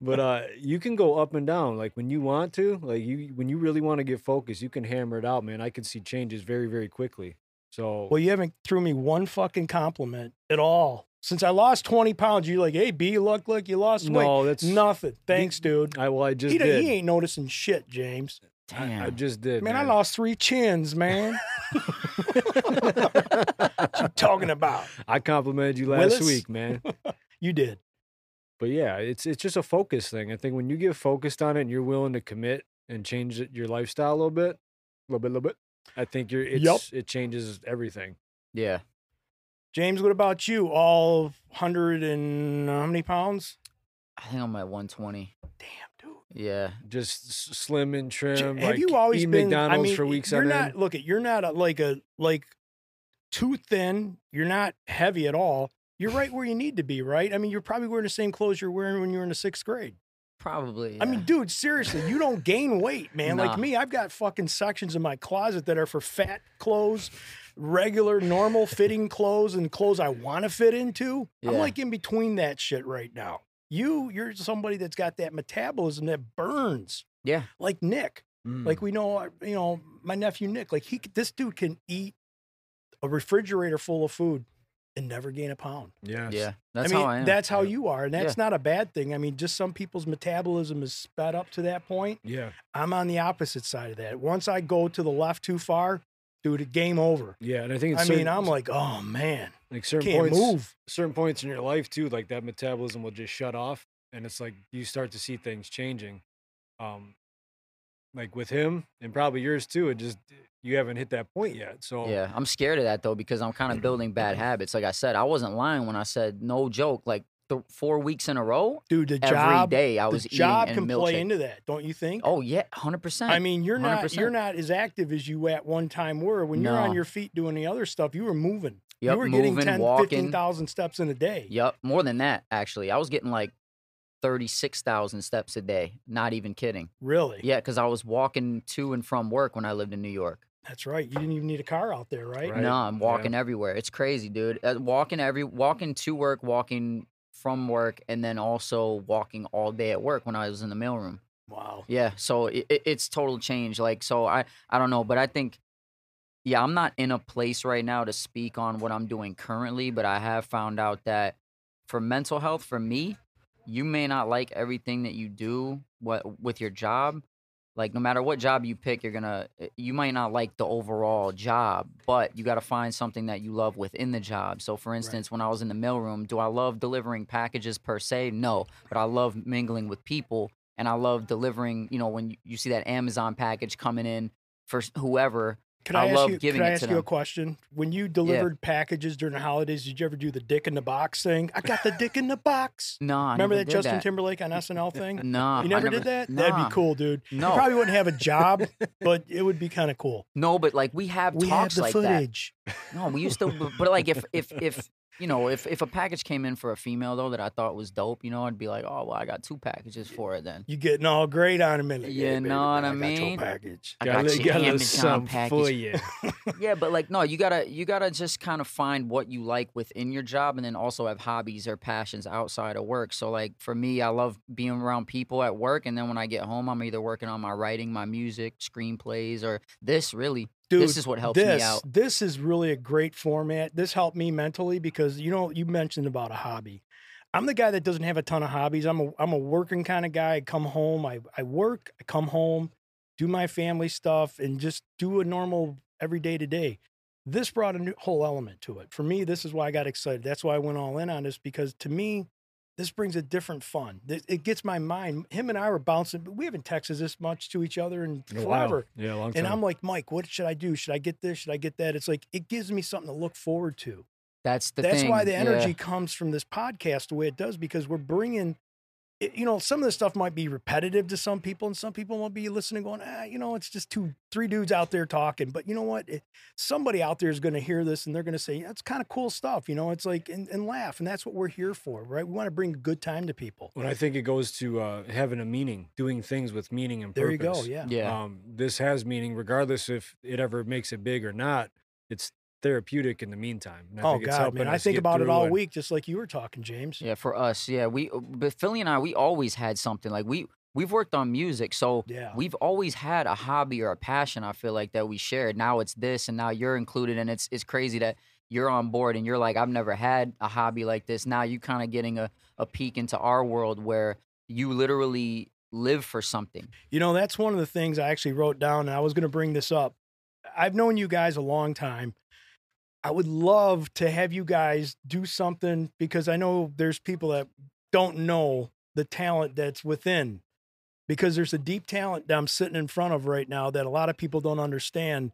But uh, you can go up and down, like when you want to, like you when you really want to get focused, you can hammer it out, man. I can see changes very, very quickly. So Well, you haven't threw me one fucking compliment at all. Since I lost 20 pounds, you're like, hey, B, you look like you lost weight. no, that's Nothing. Thanks, dude. I well, I just He, don't- did. he ain't noticing shit, James. I, I Damn. just did. Man, I man. lost three chins, man. what you talking about? I complimented you last Willis? week, man. You did. but yeah, it's it's just a focus thing. I think when you get focused on it and you're willing to commit and change it- your lifestyle a little bit, a little bit, a little bit, I think you're it's it changes everything. Yeah. James, what about you? All 100 and uh, how many pounds? I think I'm at 120. Damn, dude. Yeah. Just s- slim and trim. J- like, have you always eat been McDonald's I mean, for weeks you're on not, end? Look, at you're not a, like a like too thin. You're not heavy at all. you're right where you need to be, right? I mean, you're probably wearing the same clothes you're wearing when you were in the sixth grade. Probably. I mean, yeah. dude, seriously, you don't gain weight, man. Nah. Like me, I've got fucking sections in my closet that are for fat clothes, regular, normal fitting clothes, and clothes I want to fit into. I'm Yeah. like in between that shit right now. You, you're somebody that's got that metabolism that burns. Yeah. Like Nick. Mm. Like we know, uh, you know, my nephew Nick, like he, c- this dude can eat a refrigerator full of food and never gain a pound. Yes. Mm. yeah, that's I mean, how I am. that's how Yeah. you are, and that's not a bad thing. I mean, just some people's metabolism is sped up to that point. Yeah. I'm on the opposite side of that. Once I go to the left too far, dude, it game over. Yeah, and I think I it's mean, I'm like, oh man, like certain can't points, move. certain points in your life too, like that metabolism will just shut off, and it's like you start to see things changing. Um, like with him and probably yours too. It just you haven't hit that point yet. So Yeah, I'm scared of that though because I'm kind of building bad habits. Like I said, I wasn't lying when I said no joke. Like th- four weeks in a row, Dude, the every day job, I the was eating job and can milkshake. play into that, don't you think? Oh yeah, hundred percent. I mean, you're not 100%. you're not as active as you at one time were when you're on No. your feet doing the other stuff. You were moving. yep, you were moving, getting 10, walking. 15,000 steps in a day. Yep, more than that actually. I was getting like thirty-six thousand steps a day. Not even kidding. Really? Yeah, because I was walking to and from work when I lived in New York. That's right. You didn't even need a car out there, right? Right. No, I'm walking everywhere. It's crazy, dude. Uh, Walking every, walking to work, walking from work, and then also walking all day at work when I was in the mailroom. Wow. Yeah, so it, it's total change. Like, so I I don't know, but I think, yeah, I'm not in a place right now to speak on what I'm doing currently, but I have found out that for mental health, for me, you may not like everything that you do what with your job. Like, no matter what job you pick, you're gonna eh, you might not like the overall job, but you got to find something that you love within the job. So, for instance, when I was in the mailroom, do I love delivering packages per se? No, but I love mingling with people and I love delivering. You know, when you, you see that Amazon package coming in for s- whoever, Could I I, ask love you, could giving I it to ask you a them. question? When you delivered packages during the holidays, did you ever do the dick in the box thing? I got the dick in the box. no, I never Remember that did Justin that. Timberlake on SNL thing? Nah, you I never, did that? That'd nah. be cool, dude. No, You probably wouldn't have a job, but it would be kind of cool. no, but like we have We have talks the like that. footage. No, we used to, b- but like if if if you know if if a package came in for a female though that I thought was dope, you know, I'd be like, oh well, I got two packages for it then. You getting all great on a minute. You know what I mean? Got your package. I got, got, a your got a little Amazon something for package. you. Yeah, but like no, you gotta you gotta just kind of find what you like within your job, and then also have hobbies or passions outside of work. So like for me, I love being around people at work, and then when I get home, I'm either working on my writing, my music, screenplays, or this really. Dude, this is what helps this, me out. This is really a great format. This helped me mentally because you know you mentioned about a hobby. I'm the guy that doesn't have a ton of hobbies. I'm a I'm a working kind of guy. I come home, I I work, I come home, do my family stuff, and just do a normal every day to day. This brought a new whole element to it. For me, this is why I got excited. That's why I went all in on this because to me, this brings a different fun. This- It gets my mind. Him and I were bouncing. We haven't texted this much to each other in Oh, In a while. forever. oh, Yeah, a long time. And I'm like, Mike, what should I do? Should I get this? Should I get that? It's like it gives me something to look forward to. That's the That's thing. why the yeah. energy comes from this podcast the way it does because we're bringing. it- You know, some of this stuff might be repetitive to some people, and some people will be listening, going, "Ah, you know, it's just two, three dudes out there talking." But you know what? It, somebody out there is going to hear this, and they're going to say, "That's kind of cool stuff." You know, it's like and, and laugh, and that's what we're here for, right? We want to bring a good time to people. when I think it goes to uh, having a meaning, doing things with meaning and There you purpose. go. Yeah. oh, Yeah. Um, this has meaning, regardless if it ever makes it big or not. It's therapeutic in the meantime. and I Oh think it's God, helping man, I us think get about it through all and- week, just like you were talking, James. Yeah, for us, yeah, we but Philly and I, we always had something like we we've worked on music, so Yeah. we've always had a hobby or a passion. I feel like that we shared. Now it's this, and now you're included, and it's it's crazy that you're on board and you're like, I've never had a hobby like this. Now you kind of getting a a peek into our world where you literally live for something. You know, that's one of the things I actually wrote down, and I was going to bring this up. I've known you guys a long time. I would love to have you guys do something because I know there's people that don't know the talent that's within, because there's a deep talent that I'm sitting in front of right now that a lot of people don't understand.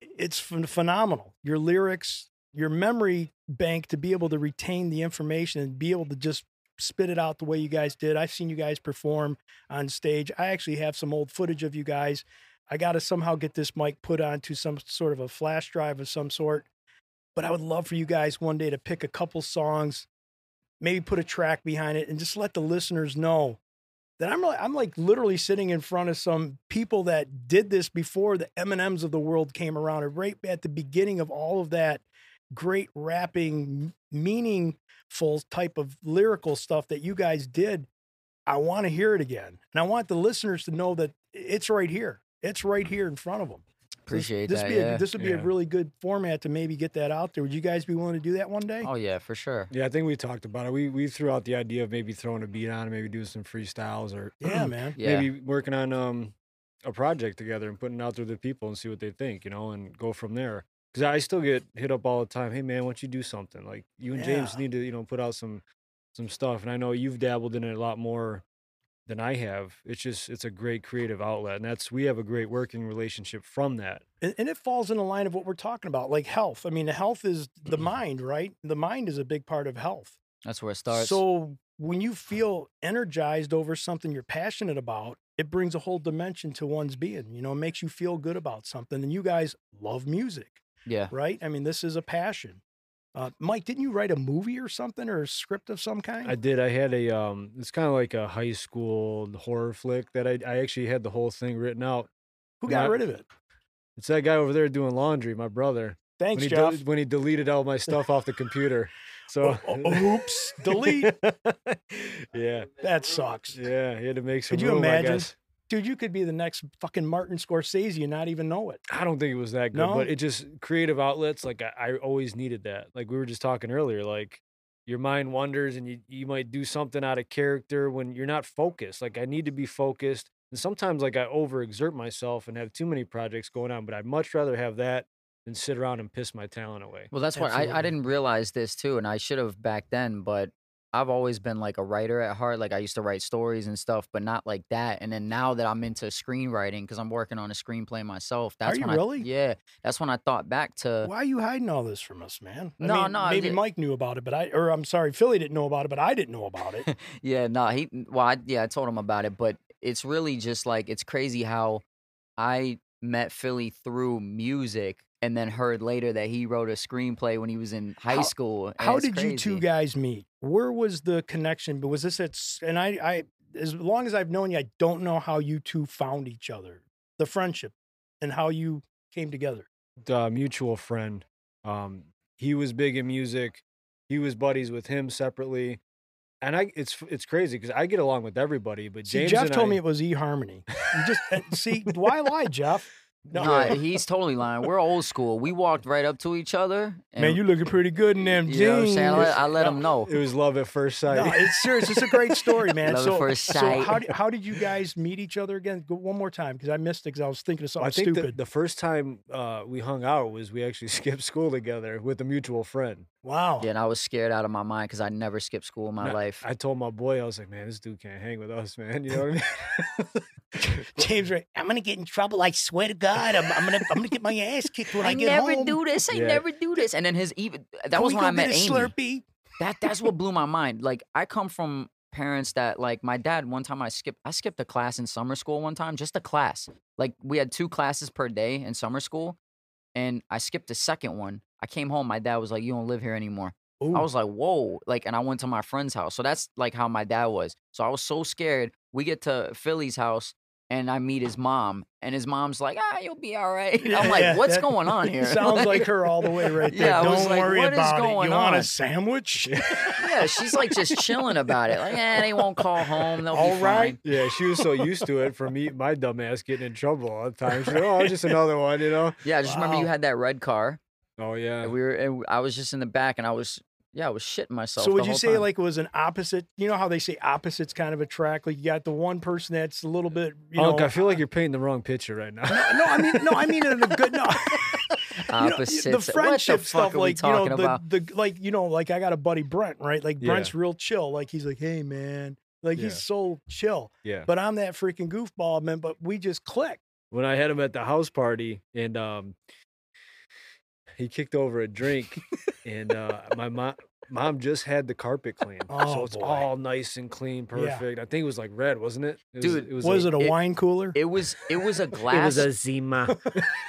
It's phen- phenomenal. Your lyrics, your memory bank to be able to retain the information and be able to just spit it out the way you guys did. I've seen you guys perform on stage. I actually have some old footage of you guys. I got to somehow get this mic put onto some sort of a flash drive of some sort. But I would love for you guys one day to pick a couple songs, maybe put a track behind it, and just let the listeners know that I'm like, I'm like literally sitting in front of some people that did this before the M and M's of the world came around, and right at the beginning of all of that great rapping, meaningful type of lyrical stuff that you guys did. I want to hear it again, and I want the listeners to know that it's right here. It's right here in front of them. Appreciate this, that. Be yeah. a, this would be a Yeah. really good format to maybe get that out there. Would you guys be willing to do that one day? oh yeah, for sure. Yeah, I think we talked about it. We we threw out the idea of maybe throwing a beat on, it, maybe doing some freestyles, or yeah, man. Yeah. maybe working on um a project together and putting it out there to people and see what they think, you know, and go from there. Because I still get hit up all the time. Hey man, why don't you do something? Like you and James Yeah. need to you know put out some some stuff. And I know you've dabbled in it a lot more than I have. It's just it's a great creative outlet, and that's we have a great working relationship from that. And, and it falls in the line of what we're talking about, like health. I mean, health is the Mm-hmm. mind, right? The mind is a big part of health. That's where it starts. So when you feel energized over something you're passionate about, it brings a whole dimension to one's being. You know, it makes you feel good about something. And you guys love music, yeah. right? I mean, this is a passion. Uh, Mike, didn't you write a movie or something or a script of some kind? I did. I had a um it's kind of like a high school horror flick that I I actually had the whole thing written out. Who got not- rid of it? It's that guy over there doing laundry, my brother. Thanks, when he Jeff. del- when he deleted all my stuff off the computer. So Oh, oh, oops, delete. yeah. That sucks. Yeah, he had to make some Could you room, imagine? I guess. Dude, you could be the next fucking Martin Scorsese and not even know it. I don't think it was that good, No? but it just creative outlets. Like I, I always needed that. Like we were just talking earlier, like your mind wanders and you you might do something out of character when you're not focused. Like I need to be focused, and sometimes like I overexert myself and have too many projects going on. But I'd much rather have that than sit around and piss my talent away. Well, that's what I, I Absolutely. didn't realize this too, and I should have back then, but I've always been like a writer at heart. Like I used to write stories and stuff, but not like that. And then now that I'm into screenwriting because I'm working on a screenplay myself, that's you when really? I, yeah, that's when I thought back Uh, to Why are you hiding all this from us, man? I No, mean, no, I Maybe did- Mike knew about it, but I, or I'm sorry, Philly didn't know about it, but I didn't know about it. yeah, no, he well, I, yeah, I told him about it, but it's really just like it's crazy how I met Philly through music and then heard later that he wrote a screenplay when he was in high How- school. and How it's did you two crazy. guys meet? Where was the connection? But was this at, s- and I, I, as long as I've known you, I don't know how you two found each other, the friendship and how you came together. uh, mutual friend. Um, he was big in music. He was buddies with him separately, and I it's it's crazy because I get along with everybody, but See, James Jeff and told I, me it was eHarmony. You just, uh, see, why lie, Jeff? No, he's totally lying. We're old school. We walked right up to each other. And, Man, you looking pretty good in them jeans. you know what I'm saying? I let, I let him know. it was love at first sight. No, it's serious. It's a great story, man. Love at so, first so sight. how, did, how did you guys meet each other again? Go one more time because I missed it because I was thinking of Well, something I think the, stupid. the first time uh, we hung out was we actually skipped school together with a mutual friend. wow. Yeah, and I was scared out of my mind because I never skipped school in my No, life. I told my boy, I was like, "Man, this dude can't hang with us, man." You know what I mean? James Ray, I'm gonna get in trouble. I swear to God, I'm, I'm gonna I'm gonna get my ass kicked when I, I get never home. do this. I Yeah. never do this. And then his even that Can was we when go I met get a Amy. Slurpee? That that's what blew my mind. Like I come from parents that like my dad. One time I skipped I skipped a class in summer school. One time just a class. Like we had two classes per day in summer school, and I skipped the second one. I came home. My dad was like, "You don't live here anymore." Ooh. I was like, whoa. Like, and I went to my friend's house. So that's like how my dad was. So I was so scared. We get to Philly's house and I meet his mom. And his mom's like, ah, you'll be all right. I'm like, Yeah, what's that going on here? Sounds like her all the way right there. Yeah, I Don't was like, worry what is about it. going You want on? a sandwich? yeah, she's like just chilling about it. Like, eh, they won't call home. They'll All be right. fine. yeah, she was so used to it from me, my dumb ass getting in trouble all the time. She's like, "Oh, just another one," you know? Yeah, I just remember you Wow. had that red car. Oh yeah. And we were, and I was just in the back and I was, yeah, I was shitting myself. So the would you whole say time. like it was an opposite? You know how they say opposites kind of attract. Like you got the one person that's a little bit. You Oh, Unc, know, I feel like you're painting the wrong picture right now. no, I mean, no, I mean in a good. No, You know, opposites? the what friendship the fuck stuff, are we like you talking know, about? the, the like you know, like I got a buddy Brent, right? Like Yeah. Brent's real chill. Like he's like, hey man, like Yeah. he's so chill. yeah. But I'm that freaking goofball man. But we just click. when I had him at the house party and um he kicked over a drink and uh my mom Mom just had the carpet cleaned, Oh, so it's boy. all nice and clean, perfect. I think it was like red, wasn't it? it was, Dude, it was, Was like- it a it- wine cooler? It was it was a It glass was a Zima.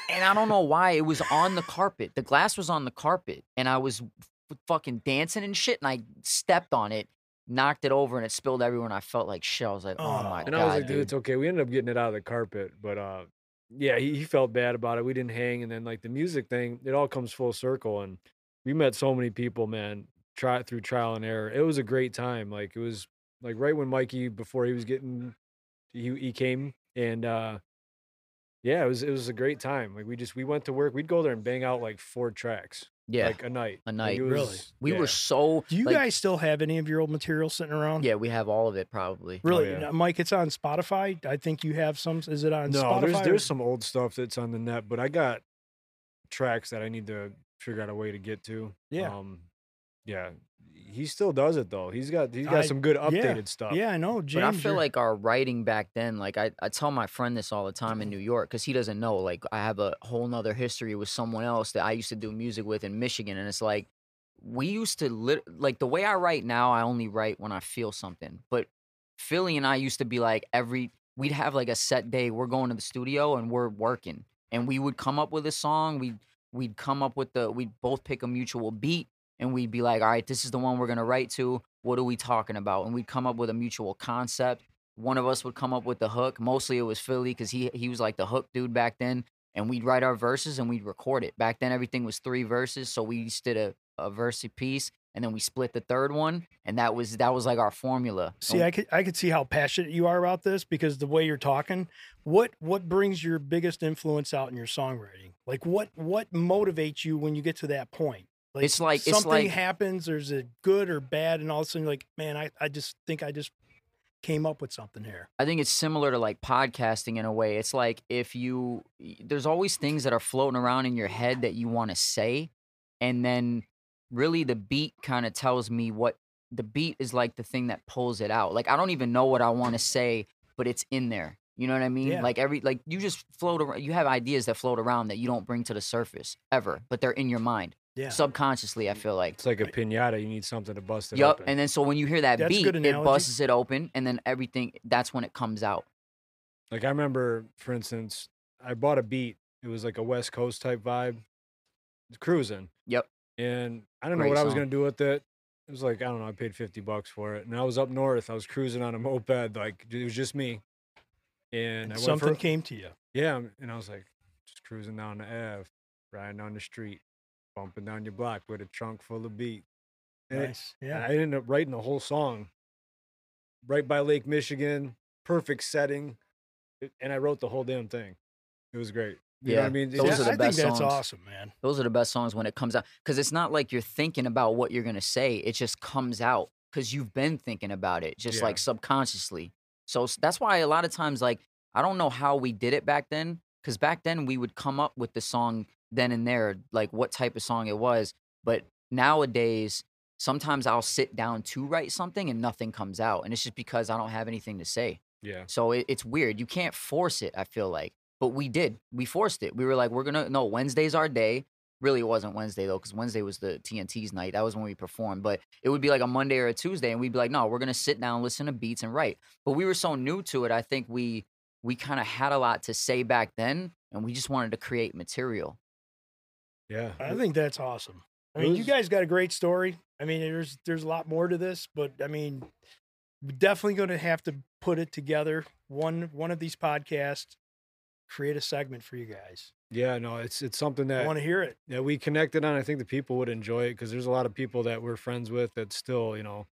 and I don't know why it was on the carpet. The glass was on the carpet, and I was f- fucking dancing and shit, and I stepped on it, knocked it over, and it spilled everywhere. And I felt like shit. I was like, oh Oh. my And god, I was like, dude, dude. it's okay. We ended up getting it out of the carpet, but uh, yeah, he, he felt bad about it. We didn't hang, and then like the music thing, it all comes full circle, and we met so many people, man. Try through trial and error. It was a great time. Like it was like right when Mikey before he was getting, he he came and uh, yeah, it was it was a great time. Like we just we went to work. We'd go there and bang out like four tracks, yeah, like a night, a Like, night. it Really? was- we yeah. were so. Do you like, guys still have any of your old material sitting around? Yeah, we have all of it probably. Really, Oh, yeah. Now, Mike? It's on Spotify. I think you have some. Is it on no, Spotify? there's or- there's some old stuff that's on the net, but I got tracks that I need to figure out a way to get to. Yeah. Um, yeah. He still does it though. He's got he's got I- some good yeah, updated stuff. Yeah, I know. But James, I feel you're- like our writing back then, like I, I tell my friend this all the time in New York because he doesn't know. Like I have a whole nother history with someone else that I used to do music with in Michigan. And it's like, we used to, lit- like the way I write now, I only write when I feel something. But Philly and I used to be like, every, we'd have like a set day, we're going to the studio and we're working. And we would come up with a song. We'd, we'd come up with the, we'd both pick a mutual beat and we'd be like, all right, this is the one we're gonna write to. What are we talking about? And we'd come up with a mutual concept. One of us would come up with the hook. Mostly it was Philly because he he was like the hook dude back then. And we'd write our verses and we'd record it. Back then everything was three verses, so we each did a, a verse piece and then we split the third one. And that was that was like our formula. See, I could I could see how passionate you are about this because the way you're talking, what what brings your biggest influence out in your songwriting? Like what what motivates you when you get to that point? It's like- it's something like- happens, there's a good or bad, and all of a sudden you're like, man, I, I just think I just came up with something here. I think it's similar to like podcasting in a way. It's like if you y- there's always things that are floating around in your head that you want to say and then really the beat kind of tells me what the beat is like the thing that pulls it out. Like I don't even know what I want to say, but it's in there. You know what I mean? Yeah. Like every like you just float around you have ideas that float around that you don't bring to the surface ever, but they're in your mind. Yeah. Subconsciously, I feel like. It's like a pinata. You need something to bust it Yup. open. And then so when you hear that That's beat, good it analogy. busts it open and then everything that's when it comes out. Like I remember, for instance, I bought a beat. It was like a West Coast type vibe, It's cruising. Yep. And I don't know Great what I was song. gonna do with it. It was like I don't know. I paid fifty bucks for it, and I was up north. I was cruising on a moped. Like it was just me. And, I And went something for, came to you. Yeah, m- and I was like, just cruising down the Ave, riding on the street, bumping down your block with a trunk full of beat. And it- Nice. and Yeah. I ended up writing the whole song right by Lake Michigan, perfect setting. it- And I wrote the whole damn thing. It was great. You know what Yeah, I mean? It those Yeah, are just- the I best think that's songs. awesome, man. Those are the best songs when it comes out because it's not like you're thinking about what you're gonna say; it just comes out because you've been thinking about it, just Yeah. like subconsciously. So s- that's why a lot of times, like I don't know how we did it back then, because back then we would come up with the song then and there, like what type of song it was. But nowadays, sometimes I'll sit down to write something and nothing comes out, and it's just because I don't have anything to say. yeah. So it, it's weird. You can't force it, I feel like. But we did. We forced it. We were like, we're going to, no, Wednesday's our day. Really, it wasn't Wednesday though, because Wednesday was the TNT's night. That was when we performed. But it would be like a Monday or a Tuesday, and we'd be like, no, we're going to sit down, listen to beats, and write. But we were so new to it. I think we, we kind of had a lot to say back then, and we just wanted to create material. Yeah. I think that's awesome. I mean, you Those- guys got a great story. I mean, there's there's a lot more to this, but I mean, we're definitely going to have to put it together one one of these podcasts, create a segment for you guys. Yeah. No, it's it's something I that want to hear it. that we connected on. I think the people would enjoy it because there's a lot of people that we're friends with that still, you know,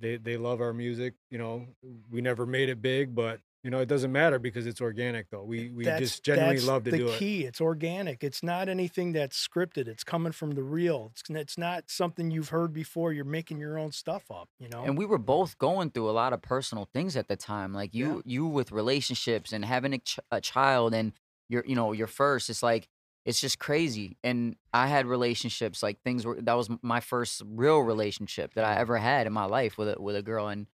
they they love our music. You know, we never made it big, but you know, it doesn't matter because it's organic though. We we That's- just genuinely that's love to the do it. key. It's organic. It's not anything that's scripted. It's coming from the real. It's it's not something you've heard before. You're making your own stuff up. You know. and we were both going through a lot of personal things at the time like you you with relationships and having a, ch- a child and your you know your first it's like it's just crazy and i had relationships like things were that was m- my first real relationship that i ever had in my life with a with a girl and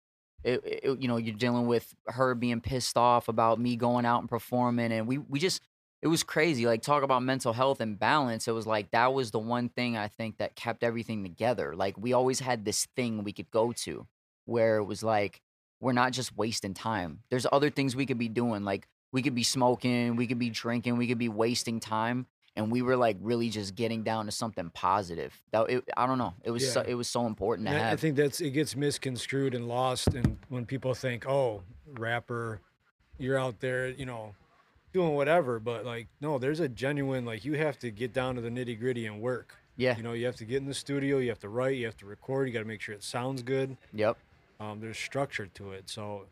it, it, you know you're dealing with her being pissed off about me going out and performing and we we just it was crazy. Like talk about mental health and balance. It was like that was the one thing I think that kept everything together. Like we always had this thing we could go to where it was like we're not just wasting time. There's other things we could be doing. Like we could be smoking, we could be drinking, we could be wasting time. And we were like really just getting down to something positive. That it, I don't know. It was so, Yeah. it was so important to And I, I have. think that's it gets misconstrued and lost, and when people think, "Oh, rapper, you're out there, you know, doing whatever," but like, no, there's a genuine like you have to get down to the nitty gritty and work. yeah. You know, you have to get in the studio, you have to write, you have to record, you got to make sure it sounds good. Yep. Um, there's structure to it, so.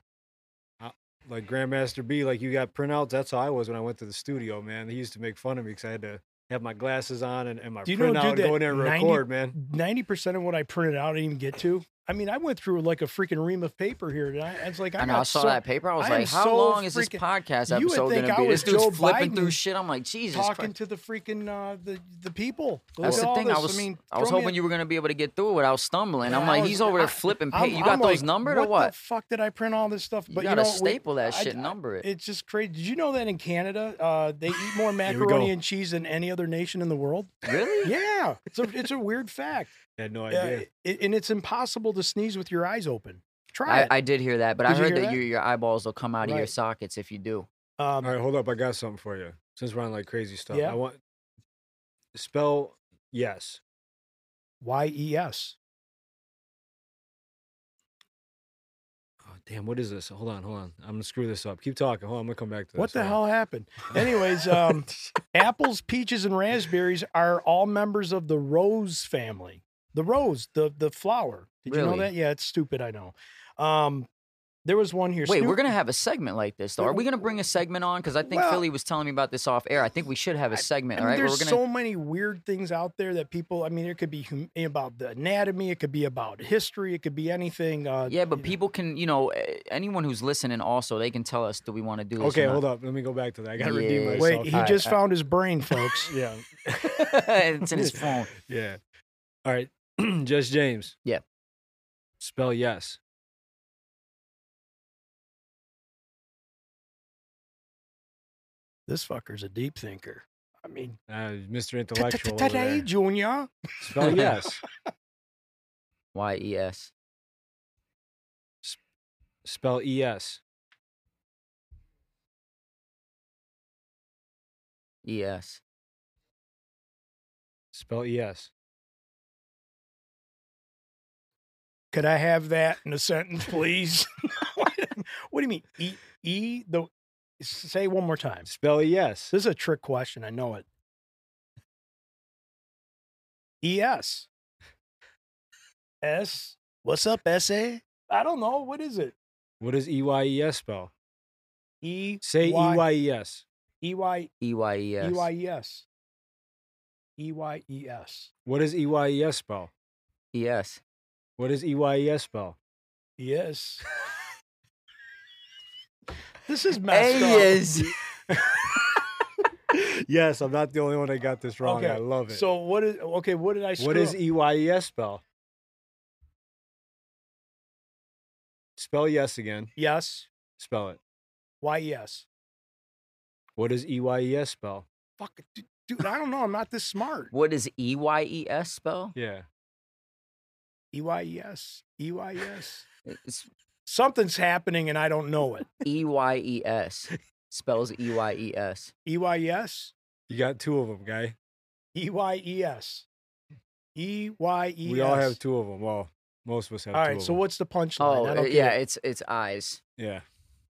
I- Like Grandmaster B, like you got printouts. That's how I was when I went to the studio, man. He used to make fun of me because I had to have my glasses on and, and my Do you know a printout and dude that go in there and 90 record, man. Ninety percent of what I printed out, I didn't even get to. I mean, I went through like a freaking ream of paper here. And I, I was like, I, I know. got I saw so- that paper. I was I am like, "How so long is this freaking- podcast You would episode think going to I be?" This was dude's Joe flipping through Biden shit. I'm like, "Jesus talking Christ!" to the freaking uh, the the people. Look That's at the all thing. this. I was, I, mean, was throw me hoping a- you were going to be able to get through it. I was stumbling. Yeah, I'm I like, was- "He's over I- there flipping. Pa- I'm- you got I'm those like, numbered or what what?" The fuck did I print all this stuff? But you you, gotta know, we- staple that I- shit and I- number it. It's just crazy. Did you know that in Canada, uh, they eat more we macaroni go. and cheese than any other nation in the world? Really? Yeah, it's a, it's a weird fact, I had no Uh, idea. it- and it's impossible to sneeze with your eyes open. Try I, it. I did hear that, but I Did you heard hear that that? your your eyeballs will come out of your Right. sockets if you do. um, All right, hold up. I got something for you. Since we're on like crazy stuff, Yeah. I want spell yes. Y E S. Oh, damn, what is this? Hold on, hold on. I'm gonna screw this up. Keep talking. Hold on, I'm gonna come back to this. What the Hold hell happened? Anyways, um, apples, peaches, and raspberries are all members of the rose family. The rose, the the flower. Did you Really? know that? Yeah, it's stupid. I know. Um, there was one here. Wait, we're Snoop- gonna have a segment like this, though. Are we gonna bring a segment on? Because I think Well- Philly was telling me about this off air. I think we should have a segment. I mean, all right, where there's we're gonna. so many weird things out there that people. I mean, it could be hum- about the anatomy, it could be about history, it could be anything. Uh, yeah, but you know. people can, you know, eh, anyone who's listening also, they can tell us do we want to do on. this. Okay, hold up. Let me go back to that. I gotta redeem Yeah. myself. Wait, he All right, just found his brain, folks. yeah, it's in his phone. yeah. All right, Judge James. Yeah. Spell yes. this fucker's a deep thinker. I mean, Uh, Mr. t- t- t- Intellectual. over today, there. Junior. Spell yes. Y E S. Spell es. E S. Spell es. Could I have that in a sentence, please? what do you mean? E E the say it one more time. Spell yes. This is a trick question. I know it. E S S. What's up, SA? I don't know. What is it? What does eyes spell? E Say Y- eyes. E Y E Y E S. E Y E S. E Y E S. What does eyes spell? E S. What does eyes spell? Yes. This is messed up. Yes. yes, I'm not the only one that got this wrong. Okay, I love it. So what is okay? What did I? Screw what does up? EYES spell? Spell yes again. yes? E Spell it. Why yes? What does EYES spell? Fuck, it, dude, dude. I don't know. I'm not this smart. What does E Y E S spell? Yeah. E Y E S. E Y E S. It's Something's happening and I don't know it. E Y E S. Spells E Y E S. E Y E S. You got two of them, guy. E Y E S. E Y E S. We all have two of them. Well, most of us have All two right. of So them. what's the punchline? Oh, I uh, don't get yeah, it. it's it's eyes. Yeah.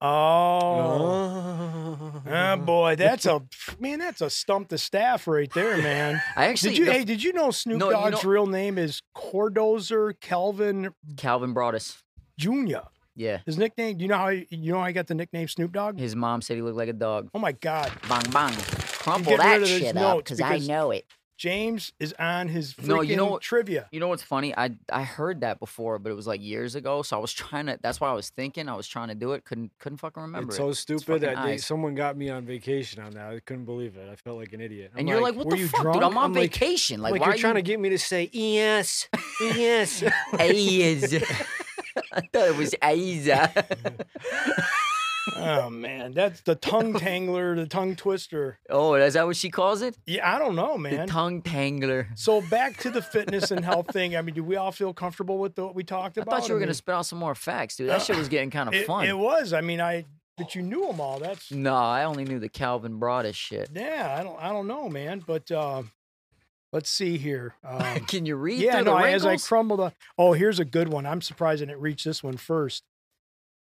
Oh. Ah, Oh boy, that's a man. That's a stump the staff right there, man. I actually Did you? the Hey, did you know Snoop No, you Dogg's know- real name is Cordozer Calvin f- Calvin brought us. Jr. Yeah. His nickname. Do you know how? He, you know how I got the nickname Snoop Dogg? His mom said he looked like a dog. Oh my God, Bang bang. Crumble get rid that of those shit up notes because I because- know it. James is on his freaking No, you know what- trivia. You know what's funny? I I heard that before, but it was like years ago. So I was trying to. That's why I was thinking. I was trying to do it. Couldn't couldn't fucking remember. It's it. so stupid fucking that they, eyes. someone got me on vacation on that. I couldn't believe it. I felt like an idiot. I'm and you're like, what were the you fuck, drunk? dude? I'm on like- vacation. Like, Like, why you're are trying to you? get me to say E yes, yes. Eyes. I thought it was eyes. oh man, that's the tongue tangler, the tongue twister. Oh, is that what she calls it? Yeah, I don't know, man. The tongue tangler. so back to the fitness and health thing. I mean, do we all feel comfortable with the, what we talked I about? thought you were mean, gonna spit out some more facts, dude. That shit was getting kind of it, fun. It was. I mean, I but you knew them all. That's no, I only knew the Calvin Broadus shit. yeah. I don't. I don't know, man. But uh, let's see here. Um, Can you read yeah, through no. the I- As I wrinkles? crumble the. Oh, here's a good one. I'm surprised I didn't reach this one first.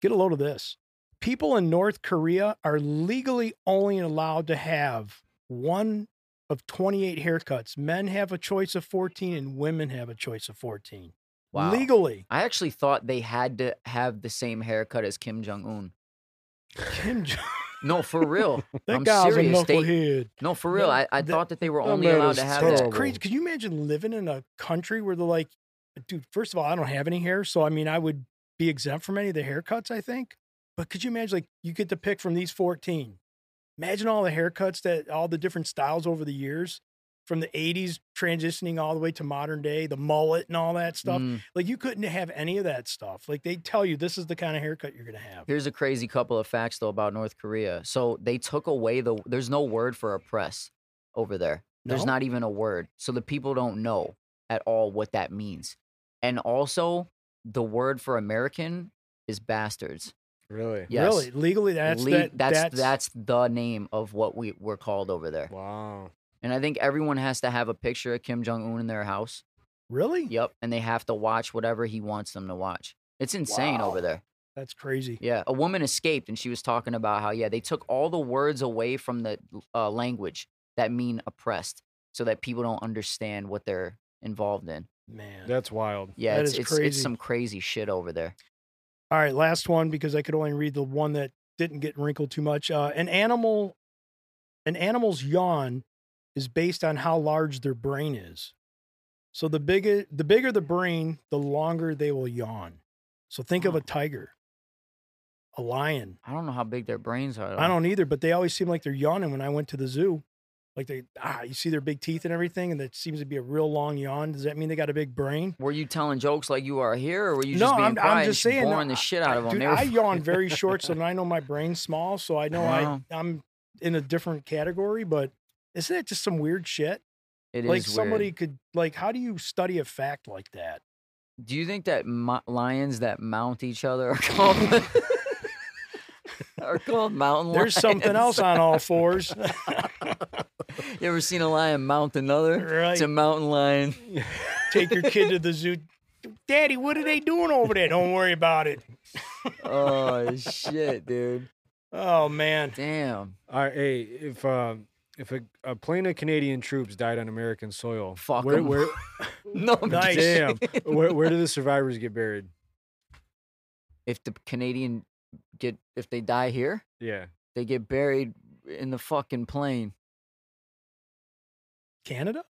Get a load of this. People in North Korea are legally only allowed to have one of 28 haircuts. Men have a choice of 14, and women have a choice of 14. Wow. Legally, I actually thought they had to have the same haircut as Kim Jong Un. Kim Jong. No, for real. That I'm guy's serious. a They- knucklehead. no, for real. No, I, I that- thought that they were that only man allowed is to have That's that. terrible. crazy. Could you imagine living in a country where they're like, dude, first of all, I don't have any hair. So, I mean, I would be exempt from any of the haircuts, I think. But could you imagine, like, you get to pick from these 14? Imagine all the haircuts that all the different styles over the years from the 80s transitioning all the way to modern day, the mullet and all that stuff. Mm. Like, you couldn't have any of that stuff. Like, they tell you this is the kind of haircut you're going to have. Here's a crazy couple of facts though about North Korea. So they took away the there's no word for oppress over there. There's No? not even a word. So the people don't know at all what that means. And also the word for American is bastards. Really? Yes. Really? Legally, that's Le- that, that's, that's the name of what we were called over there. Wow. And I think everyone has to have a picture of Kim Jong Un in their house. really? Yep, and they have to watch whatever he wants them to watch. It's insane over there. That's crazy. Yeah, a woman escaped, and she was talking about how yeah they took all the words away from the uh, language that mean oppressed, so that people don't understand what they're involved in. Man. That's wild. Yeah, That it's is it's, it's crazy. some crazy shit over there. All right, last one because I could only read the one that didn't get wrinkled too much. Uh, an animal, an animal's yawn is based on how large their brain is. So the bigger the bigger the brain, the longer they will yawn. So think of a tiger, a lion. I don't know how big their brains are. I don't either, but they always seem like they're yawning when I went to the zoo. Like they ah, you see their big teeth and everything, and that seems to be a real long yawn. Does that mean they got a big brain? Were you telling jokes like you are here, or were you no, just being I'm, quiet I'm and just saying. boring uh, the shit out of them? Dude, They were- I yawn very short, so I know my brain's small, so I know Wow. I I'm in a different category. But isn't that just some weird shit? It like is weird. somebody could like, how do you study a fact like that? Do you think that mo- lions that mount each other are called are called mountain lions? There's something else on all fours, You ever seen a lion mount another? right? It's a mountain lion. Take your kid to the zoo. Daddy, what are they doing over there? Don't worry about it. Oh shit, dude. Oh man, Damn. All right, hey, if uh, if a, a plane of Canadian troops died on American soil, Fuck where, 'em. where, No, I'm Nice. damn, kidding. where, where do the survivors get buried? If the Canadian get if they die here, Yeah, they get buried in the fucking plane. Canada.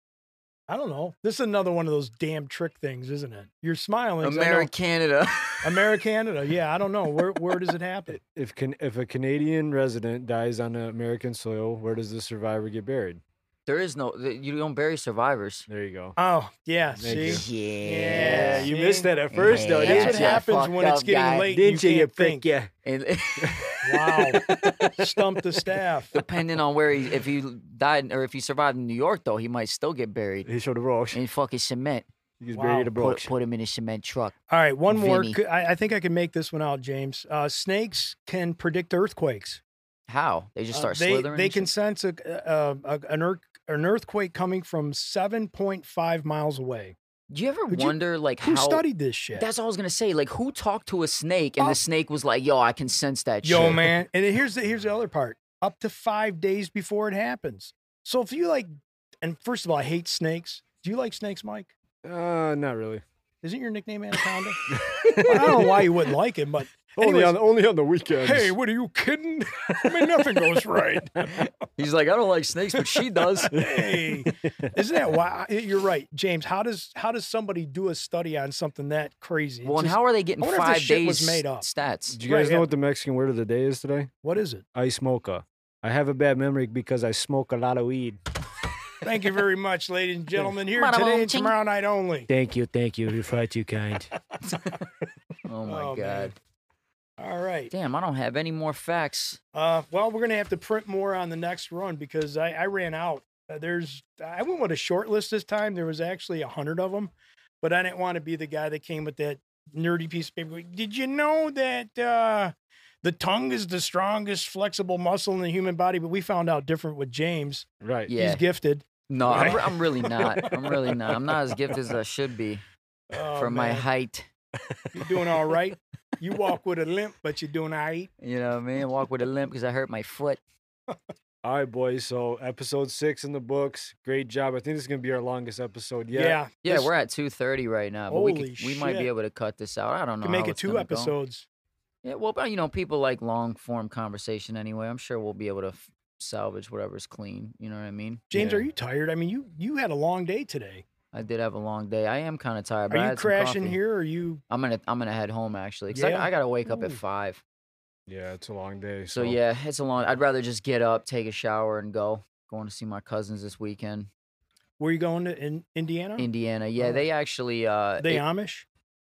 I don't know. This is another one of those damn trick things, isn't it? You're smiling. 'cause I know- America, Canada. Americanada. Yeah, I don't know. Where where does it happen? if can if a Canadian resident dies on American soil, where does the survivor get buried? there is no. th- You don't bury survivors. There you go. Oh, yeah. Thank See? you. Yeah, you see? missed that at first, though. Yeah, didn't That's what that's ya? happens fucked when it's up, getting guy. late. Didn't you, you, you can't think. pick? Yeah. And Wow. Stump the staff. depending on where he, if he died or if he survived in New York, though, he might still get buried He showed a brush. in fucking cement. He was Wow. buried in a Put, brush. put him in a cement truck. All right, one more. Vinny. C- I, I think I can make this one out, James. Uh, snakes can predict earthquakes. How they just Uh, start they slithering? they and can shit? sense a, uh, a, an, earth, an earthquake coming from 7.5 miles away. Do you ever Could you- wonder like Who how? studied this shit? That's all I was gonna say. Like, who talked to a snake and Oh. the snake was like, "Yo, I can sense that Yo, shit." man. And then here's the here's the other part. Up to five days before it happens. So if you like, and first of all, I hate snakes. Do you like snakes, Mike? Uh, not really. Isn't your nickname Anaconda? I don't know why you wouldn't like him, but Only on anyways, only on the weekends. Hey, what are you kidding? I mean, nothing goes right. He's like, "I don't like snakes, but she does." hey, isn't that why? You're right, James. How does how does somebody do a study on something that crazy? It's well, and just- how are they getting I wonder if five this shit was days made up. stats? Do you guys Right, know yeah. what the Mexican word of the day is today? what is it? I mocha. I have a bad memory because I smoke a lot of weed. Thank you very much, ladies and gentlemen. Here Bada today boom, and ching. tomorrow night only. Thank you, thank you. You're far too kind. Oh my god. Oh, man. All right. Damn, I don't have any more facts. Uh, well, we're gonna have to print more on the next run because I, I ran out. Uh, there's I went with a short list this time. There was actually a hundred of them, but I didn't want to be the guy that came with that nerdy piece of paper. Did you know that uh, the tongue is the strongest flexible muscle in the human body? But we found out different with James. Right. Yeah. He's gifted. No, I'm, Right. re- I'm really not. I'm really not. I'm not as gifted as I should be Oh, for my man. height. You're doing all right. You walk with a limp, but you're doing all right. You know what I mean? Walk with a limp because I hurt my foot. All right, boys. So episode six in the books. Great job. I think this is gonna be our longest episode Yeah. yet. Yeah, this- we're at 2:30 right now, but we Holy could, we might shit. be able to cut this out. I don't know. can make how it it's two gonna go. episodes. Yeah, well, but you know, people like long form conversation anyway. I'm sure we'll be able to f- salvage whatever's clean. You know what I mean? James, Yeah. are you tired? I mean, you you had a long day today. I did have a long day. I am kind of tired. But I Are you had some crashing coffee. here? Or are you? I'm gonna I'm gonna head home actually. 'cause Yeah? I, I gotta wake up at Ooh. five. Yeah, it's a long day. So yeah, it's a long. I'd rather just get up, take a shower, and go. Going to see my cousins this weekend, Were you going to in Indiana? Indiana. Yeah, Oh. they actually. Uh, they it- Amish?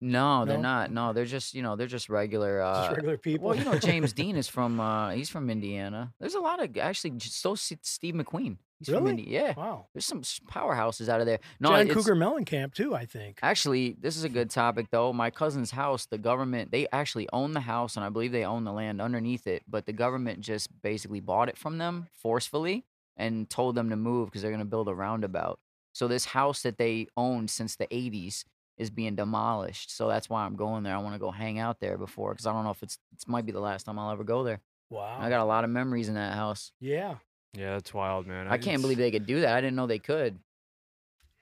no, they're No? not. No, they're just you know they're just regular. Uh, Just regular people. Well, you know James Dean is from. Uh, he's from Indiana. There's a lot of actually. j- So s- Steve McQueen. He's from Really? Indiana. Yeah. wow. There's some s- powerhouses out of there. No, John it's- Cougar Mellencamp too, I think. Actually, this is a good topic though. My cousin's house, the government, they actually own the house and I believe they own the land underneath it, but the government just basically bought it from them forcefully and told them to move because they're going to build a roundabout. So this house that they owned since the 80s is being demolished. So that's why I'm going there. I want to go hang out there before cuz I don't know if it's it might be the last time I'll ever go there. Wow. I got a lot of memories in that house. yeah. Yeah, that's wild, man. I can't believe they could do that. I didn't know they could.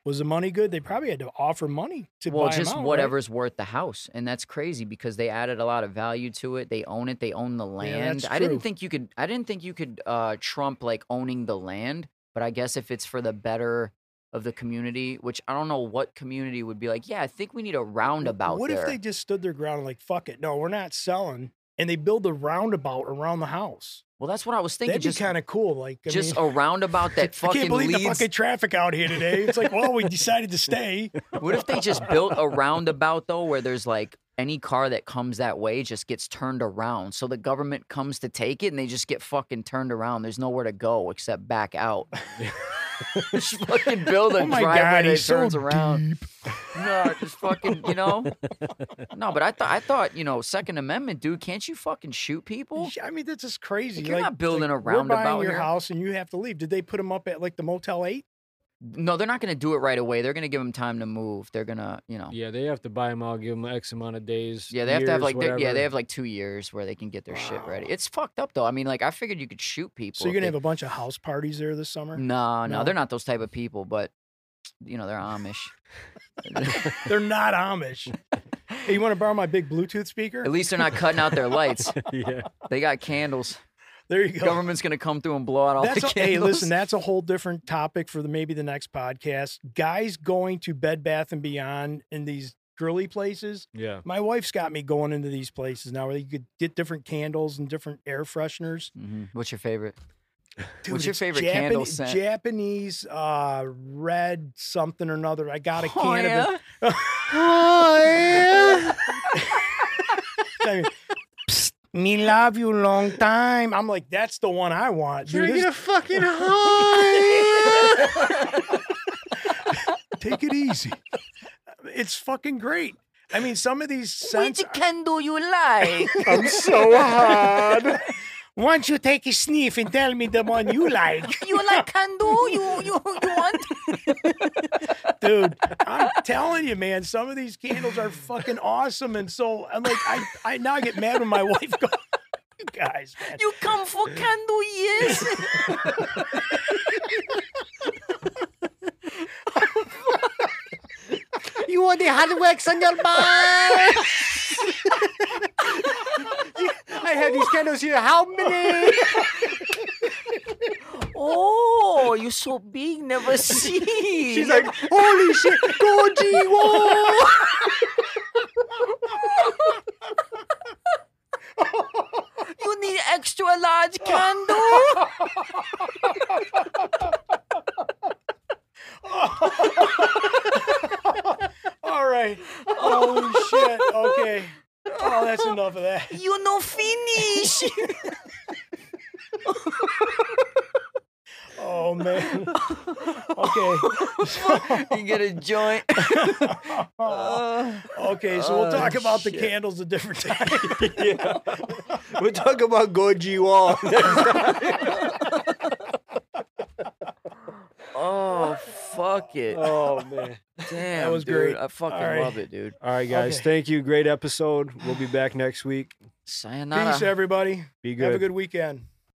Was the money good? They probably had to offer money to well buy 'em just out, right? whatever's worth the house and that's crazy because they added a lot of value to it they own it they own the land that's i didn't true. think you could i didn't think you could uh trump like owning the land but i guess if it's for the better of the community which i don't know what community would be like yeah i think we need a roundabout What if there." they just stood their ground and like, fuck it, no, we're not selling, and they build a roundabout around the house? well that's what i was thinking That'd be just, kind of cool. Like, I just mean, a roundabout that I fucking can't believe leads the fucking traffic out here today. It's like, well, we decided to stay. What if they just built a roundabout though, where there's like any car that comes that way just gets turned around, so the government comes to take it, and they just get fucking turned around. There's nowhere to go except back out. just fucking build a Oh my driveway God, that he's so turns around. No, just fucking, you know. No, but I thought I thought you know, Second Amendment, dude. Can't you fucking shoot people? I mean, that's just crazy. Like, you're like, not building like, a We're roundabout buying your here. house and you have to leave. Did they put them up at like the Motel Eight? No, they're not gonna do it right away. They're gonna give them time to move. They're gonna, you know. Yeah, they have to buy them all, give them X amount of days. Yeah, they have to have years, like their, yeah, whatever. they have like two years where they can get their shit ready. It's fucked up though. I mean, like I figured you could shoot people. So you're if gonna they- have a bunch of house parties there this summer? No, no, No? they're not those type of people, but you know, they're Amish. They're not Amish. hey, you want to borrow my big Bluetooth speaker? At least they're not cutting out their lights. yeah. They got candles. There you go. Government's gonna come through and blow out all That's the a- candles. hey, listen, that's a whole different topic for the maybe the next podcast. Guys going to Bed Bath and Beyond in these girly places. Yeah. My wife's got me going into these places now where you could get different candles and different air fresheners. Mhm. What's your favorite? Dude, What's your it's favorite Japan- candle scent? Japanese uh, red something or another. I got a Oh, can of it. yeah? Oh, yeah? I mean, Psst, me love you long time. I'm like, that's the one I want. Dude, this- fucking high. take it easy. It's fucking great. I mean, some of these scents. Which candle you like? I'm so hard. Once you take a sniff and tell me the one you like, you like candle? You you you want? dude, I'm telling you, man, some of these candles are fucking awesome. And so I'm like, I, I now get mad when my wife goes, you guys, man. You come for candle? Yes. You want the hard wax on your mind? I have these candles here. How many? Oh, you're so big, never seen. She's like, holy shit, Goji, whoa! you need extra large candle. All right. Oh, shit. Okay. Oh, that's enough of that. you no finish. Oh man. Okay. you get a joint. Uh, Okay, so we'll Oh, talk about the shit. candles a different time. yeah. We're talking about Goji Wall. oh fuck it. oh man. Damn, was dude. great. I fucking right. love it, dude. All right, guys. Okay. Thank you. Great episode. We'll be back next week. Sayonara. Peace, everybody. Be good. Have a good weekend.